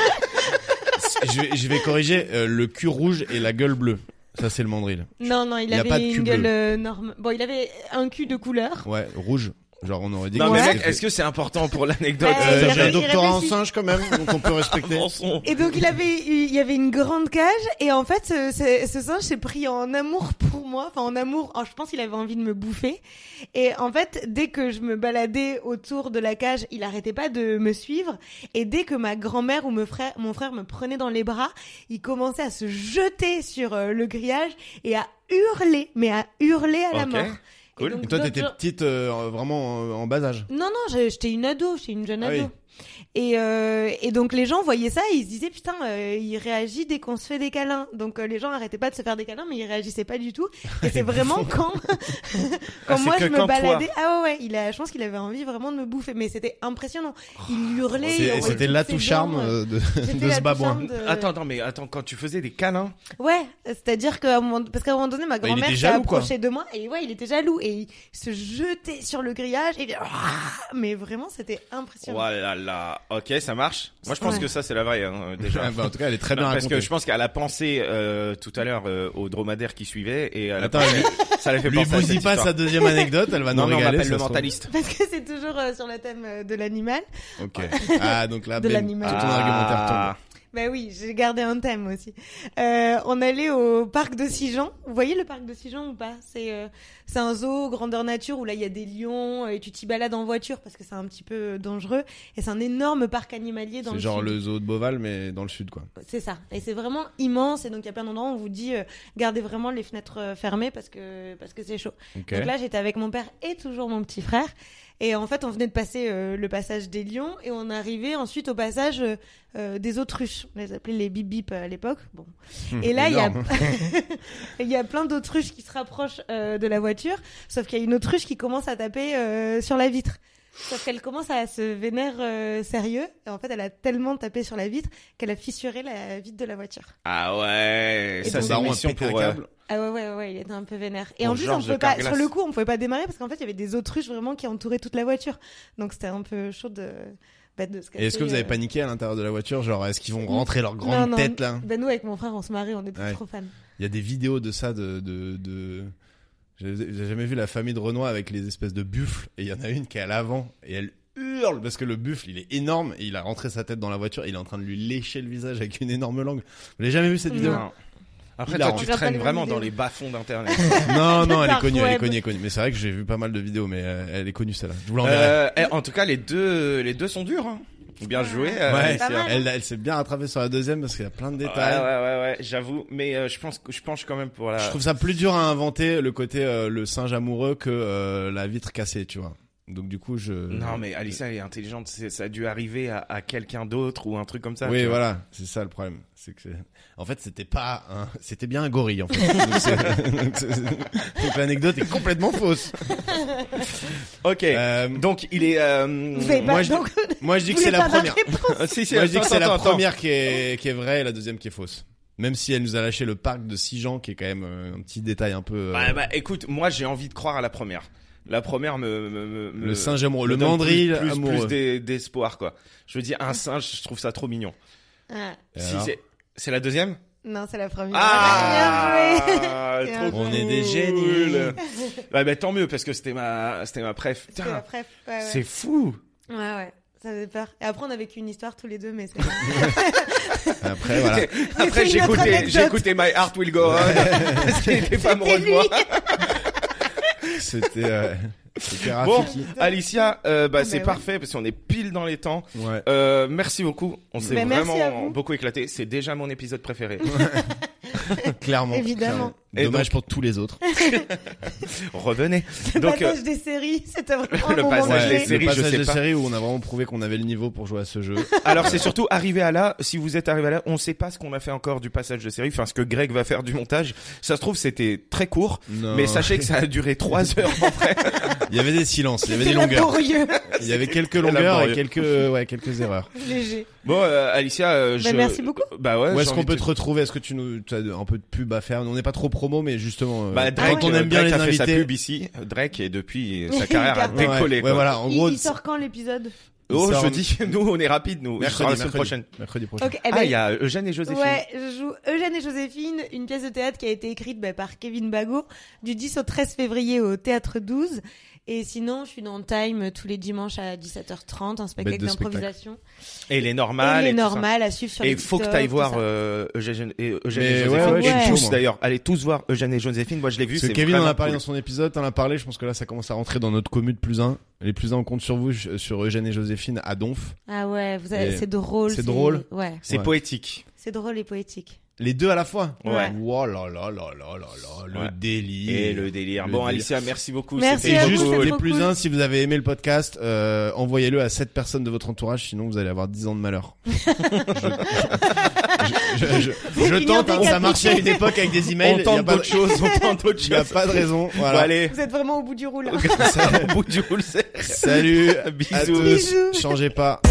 B: je, vais, je vais corriger euh, le cul rouge et la gueule bleue. Ça c'est le mandril.
D: non, non, il
B: y a pas de
D: avait
B: cul bleu.
D: une gueule euh, norme. Bon, il avait un cul de couleur.
B: Ouais, rouge. Genre on aurait dit.
C: Non
B: que
C: mais
B: c'était-
C: mec, est-ce que c'est important pour l'anecdote
D: Ouais,
B: Euh,
D: il
B: j'ai un
D: réfléchit-
B: doctorat en
D: il réfléchit.
B: singe quand même, donc on peut respecter.
C: Rançon.
D: Et donc il avait il y avait une grande cage et en fait euh, ce, ce singe s'est pris en amour pour moi, enfin en amour, oh, je pense qu'il avait envie de me bouffer et en fait dès que je me baladais autour de la cage, il arrêtait pas de me suivre et dès que ma grand-mère ou mon frère mon frère me prenait dans les bras, il commençait à se jeter sur euh, le grillage et à hurler mais à hurler à la
C: Ok,
D: mort.
C: cool.
D: donc,
B: Et toi
D: d'autres
B: t'étais
D: gens-
B: petite, euh, vraiment en, en bas âge.
D: Non non, j'ai- j'étais une ado, j'étais une jeune
B: Ah
D: ado.
B: oui.
D: Et, euh, et donc les gens voyaient ça et ils se disaient putain, euh, il réagit dès qu'on se fait des câlins. Donc euh, les gens arrêtaient pas de se faire des câlins, mais ils réagissaient pas du tout. Et c'est vraiment
B: Ah,
D: quand quand
C: Ah, c'est
D: moi
C: que
D: je me
C: quand toi.
D: baladais. Ah ouais, ouais, il a, je pense qu'il avait envie vraiment de me bouffer, mais c'était impressionnant. Il
B: Oh,
D: hurlait. il
B: C'est-
D: envoyait
B: C'était
D: toutes
B: là
D: ses
B: tout charme
D: dents, euh,
B: euh, de,
D: c'était
B: de
D: la
B: ce
D: touche
B: babouin.
D: charme de-
C: Attends, attends, mais attends, quand tu faisais des câlins,
D: Ouais, c'est-à-dire qu'à un moment, parce qu'à un moment donné, ma
B: Bah, il était
D: grand-mère s'est
B: jaloux, quoi.
D: approchée de moi et ouais, il était jaloux et il se jetait sur le grillage et ah, mais vraiment, c'était impressionnant.
C: oh là là, ok, ça marche. Moi, je pense
D: Ouais.
C: que ça, c'est la vraie, hein, déjà.
B: Ah bah, en tout cas, elle est très bien
C: Parce
B: racontée.
C: que je pense qu'elle a pensé euh, tout à l'heure euh, au dromadaire qui suivait et elle a
B: Attends,
C: pensé-
B: lui,
C: ça l'a fait
B: lui
C: penser à
B: bousille
C: cette
B: pas
C: histoire.
B: sa deuxième anecdote, elle va nous
C: non, mais on
B: régaler.
C: m'appelle
B: ça
C: le
B: se trouve.
C: mentaliste.
D: Parce que c'est toujours euh, sur le thème euh, de l'animal.
C: Ok.
B: Ah, donc là,
D: De
B: bim, tout ton
D: l'animal.
C: Ah.
B: argumentaire tombe.
D: Bah oui, j'ai gardé un thème aussi. Euh, on allait au parc de Sigean. Vous voyez le parc de Sigean ou pas C'est euh, c'est un zoo grandeur nature où là il y a des lions euh, et tu t'y balades en voiture parce que c'est un petit peu euh, dangereux et c'est un énorme parc animalier dans
B: C'est
D: le
B: genre
D: sud.
B: le zoo de Beauval, mais dans le sud, quoi.
D: C'est ça. Et c'est vraiment immense. Et donc, il y a plein d'endroits où on vous dit, euh, gardez vraiment les fenêtres euh, fermées parce que, parce que c'est chaud.
B: Ok.
D: Donc là, j'étais avec mon père et toujours mon petit frère. Et en fait, on venait de passer euh, le passage des lions et on arrivait ensuite au passage euh, euh, des autruches. On les appelait les bip bip euh, à l'époque. Bon. Et là, il y a,
B: Mmh, énorme.
D: il y a plein d'autruches qui se rapprochent euh, de la voiture. Sauf qu'il y a une autruche qui commence à taper euh, sur la vitre. Sauf qu'elle commence à se vénère euh, sérieux. Et en fait, elle a tellement tapé sur la vitre qu'elle a fissuré la vitre de la voiture.
C: Ah ouais,
D: Et
C: ça
D: donc-
C: c'est
B: Daron
C: une
B: a
C: mission
B: pété un
C: pour euh,
B: câble.
D: Ah ouais, ouais, ouais, il était un peu vénère. Et
C: Bon,
D: en plus, on
C: Georges
D: pouvait pas,
C: Carglass.
D: sur le coup, on pouvait pas démarrer parce qu'en fait, il y avait des autruches vraiment qui entouraient toute la voiture. Donc c'était un peu chaud de, bah, de se
B: Et est-ce que vous
D: casser,
B: avez
D: euh.
B: paniqué à l'intérieur de la voiture Genre, est-ce qu'ils vont rentrer leur
D: Non,
B: grande
D: non.
B: tête, là
D: Bah, nous, avec mon frère, on se marie, on est
B: Ouais. Mmh.
D: trop fans.
B: Il y a des vidéos de ça, de... de, de... J'ai j'ai jamais vu la famille de Renoir avec les espèces de buffles. Et il y en a une qui est à l'avant. Et elle hurle parce que le buffle, il est énorme. Et il a rentré sa tête dans la voiture. et il est en train de lui lécher le visage avec une énorme langue. Vous l'avez jamais vu cette vidéo
D: Non.
C: non. Après,
B: Hilarant.
C: toi, tu
D: Je regarde pas
C: traînes
D: les
C: vraiment
D: vidéos.
C: dans les bas-fonds d'Internet.
B: Non, non, elle est
D: Dark
B: connue, elle est
D: web.
B: connue, elle est connue. Mais c'est vrai que j'ai vu pas mal de vidéos, mais euh, elle est connue celle-là. Je vous l'enverrai.
C: Euh, eh, en tout cas, les deux, les deux sont durs. hein. Bien joué. euh,
B: ouais,
D: pas
C: Alicia.
D: mal.
B: elle, elle s'est bien rattrapée sur la deuxième parce qu'il y a plein de
C: Ouais, ouais,
B: détails.
C: ouais, ouais, j'avoue. Mais euh, je pense, que- je penche quand même pour la.
B: Je trouve ça plus dur à inventer le côté euh, le singe amoureux que euh, la vitre cassée, tu vois. Donc du coup, je.
C: Non, mais Alicia, elle est intelligente. c'est- Ça a dû arriver à, à quelqu'un d'autre ou un truc comme ça.
B: oui,
C: tu vois.
B: voilà, c'est ça le problème. C'est que, c'est- en fait, c'était pas, un... c'était bien un gorille en fait. Donc, c'est- donc, c'est- donc, l'anecdote est complètement fausse.
C: Ok.
B: Euh,
C: Donc, il est. euh,
D: Vous savez pas,
B: moi, je-
D: donc,
B: moi, je dis
D: vous
B: que c'est
D: voulez
B: la
D: pas ma
B: première.
D: réponse
C: euh, si, si,
B: Moi, je dis que
C: attends,
B: c'est la
C: attends, attends.
B: première qui est, qui est vraie et la deuxième qui est fausse. Même si elle nous a lâché le parc de Sigean, qui est quand même euh, un petit détail un peu. euh,
C: Bah, bah, écoute, moi, j'ai envie de croire à la première. La première me. me- me- me-
B: le singe amoureux,
C: me
B: le
C: donne
B: mandril
C: plus, plus,
B: amoureux.
C: plus d'e- d'espoir, quoi. Je veux dire, un singe, je trouve ça trop mignon.
D: Ah,
B: Et
C: Si
B: alors
C: c'est, c'est la deuxième
D: Non, c'est la première.
C: Ah,
D: Bien joué.
B: Ah,
C: trop
B: On est des
C: cool.
B: génies.
C: Ouais, bah, tant mieux, parce que c'était ma, c'était ma préf.
D: C'était
C: Putain,
D: la pref. Ouais, ouais.
C: c'est fou.
D: Ouais, ouais. Ça faisait peur. Et après, on a vécu une histoire tous les deux, mais c'est.
B: Après, voilà.
C: Après,
D: C'est une
C: j'ai
D: autre
C: écouté,
D: anecdote.
C: j'ai écouté My Heart Will Go On, parce qu'il était pas amoureux de
D: lui.
C: moi.
B: C'était. euh, C'était
C: Bon,
B: Rafiki.
C: Alicia, euh, bah,
D: Ah,
C: c'est
D: bah ouais.
C: parfait, parce qu'on est pile dans les temps.
B: Ouais.
C: Euh, merci beaucoup. On s'est
D: Mais Bah, merci à
C: vraiment
D: vous.
C: beaucoup éclaté. C'est déjà mon épisode préféré.
B: Clairement.
D: Évidemment.
B: clairement.
C: Et
B: Dommage pour tous les autres.
C: Revenez.
D: Le
C: Donc, euh,
D: passage des séries, c'était vraiment
C: le
D: un moment
C: passage
D: clé.
C: des séries,
B: le passage
C: je sais
B: des
C: pas.
B: séries où on a vraiment prouvé qu'on avait le niveau pour jouer à ce jeu.
C: alors c'est surtout arrivé à là. Si vous êtes arrivé à là, on sait pas ce qu'on a fait encore du passage de série. Enfin, ce que Greg va faire du montage. Ça se trouve, c'était très court.
B: Non.
C: Mais sachez que ça a duré trois heures.
B: Il y avait des silences, il y avait des
D: C'était
B: longueurs.
D: laborieux.
B: Il y avait quelques longueurs et
C: laborieux.
B: quelques, euh, ouais, quelques erreurs.
D: Léger.
C: Bon, euh, Alicia, euh,
D: Bah,
C: je-
D: merci beaucoup.
C: Bah ouais.
B: Où
C: j'ai
B: est-ce qu'on
C: envie
B: peut
C: de-
B: te retrouver Est-ce que tu nous, tu as un peu de pub à faire On n'est pas trop promo, mais justement, euh,
C: Bah, Drake,
B: quand on
C: euh,
B: aime bien
C: Drake
B: les
C: a fait sa
B: invités.
C: pub ici. Drake et depuis euh,
D: Il
C: sa carrière a
D: garde. Ouais,
C: décollé.
B: ouais,
C: quoi.
B: voilà, en
D: Il-
B: gros,
D: il sort quand l'épisode
B: Il
C: Oh,
B: sort-
C: jeudi. Nous, on est rapide. Nous.
B: mercredi,
C: Je sors la semaine
B: mercredi.
C: prochaine.
B: Mercredi prochain.
D: Ok, eh ben,
C: Ah, il y a Eugène et Joséphine.
D: Ouais, je joue Eugène et Joséphine, une pièce de théâtre qui a été écrite bah, par Kevin Bagot du 10 au 13 février au Théâtre 12. Et sinon, je suis dans Time tous les dimanches à 17h30, un spectacle
B: de spectacle.
D: d'improvisation.
C: Et les normales.
D: Et les
C: tout ça.
D: normales à suivre sur
C: Et
D: les
C: faut que
D: TikTok,
C: t'ailles
D: tout
C: voir
D: ça.
C: euh, Eugène, et, Eugène
B: Mais
C: et
B: ouais,
C: Joséphine.
D: ouais, je suis
C: tous
B: chaud, moi.
C: d'ailleurs. Allez tous voir Eugène et Joséphine. Moi, je l'ai vu.
B: Parce que
C: c'est
B: Kevin en
C: vraiment
B: a parlé
C: cool.
B: dans son épisode, t'en as parlé, je pense que là ça commence à rentrer dans notre commu de plus un. Les plus un, on compte sur vous, je- sur Eugène et Joséphine à Donf.
D: Ah ouais, vous avez-
B: Et
D: c'est drôle.
B: c'est drôle.
D: Ouais,
C: C'est
B: Ouais.
C: poétique.
D: c'est drôle et poétique.
B: Les deux à la fois
C: Ouais.
B: Oh là là là là là là, le
C: Ouais.
B: délire.
C: Et le délire.
B: Le
C: bon,
B: délire.
C: Alicia, merci beaucoup.
D: Merci
B: Et
C: C'était
D: à vous,
B: juste
D: c'est
B: les
D: trop
B: plus
D: cool.
B: uns, si vous avez aimé le podcast, euh, envoyez-le à 7 personnes de votre entourage, sinon vous allez avoir 10 ans de malheur. je, je- je- je- je
D: fini en
B: tente, hein, ça
D: décapité.
B: marchait à une époque avec des emails.
C: on tente d'autres
B: il
C: choses, on tente d'autres
B: n'y a,
C: choses.
B: pas de raison.
C: Bon,
B: Voilà.
C: allez,
D: Vous êtes vraiment au bout du rouleau.
C: au bout du roule, c'est-
B: Salut, à
C: Bisous.
B: tous.
D: Bisous.
B: Changez pas.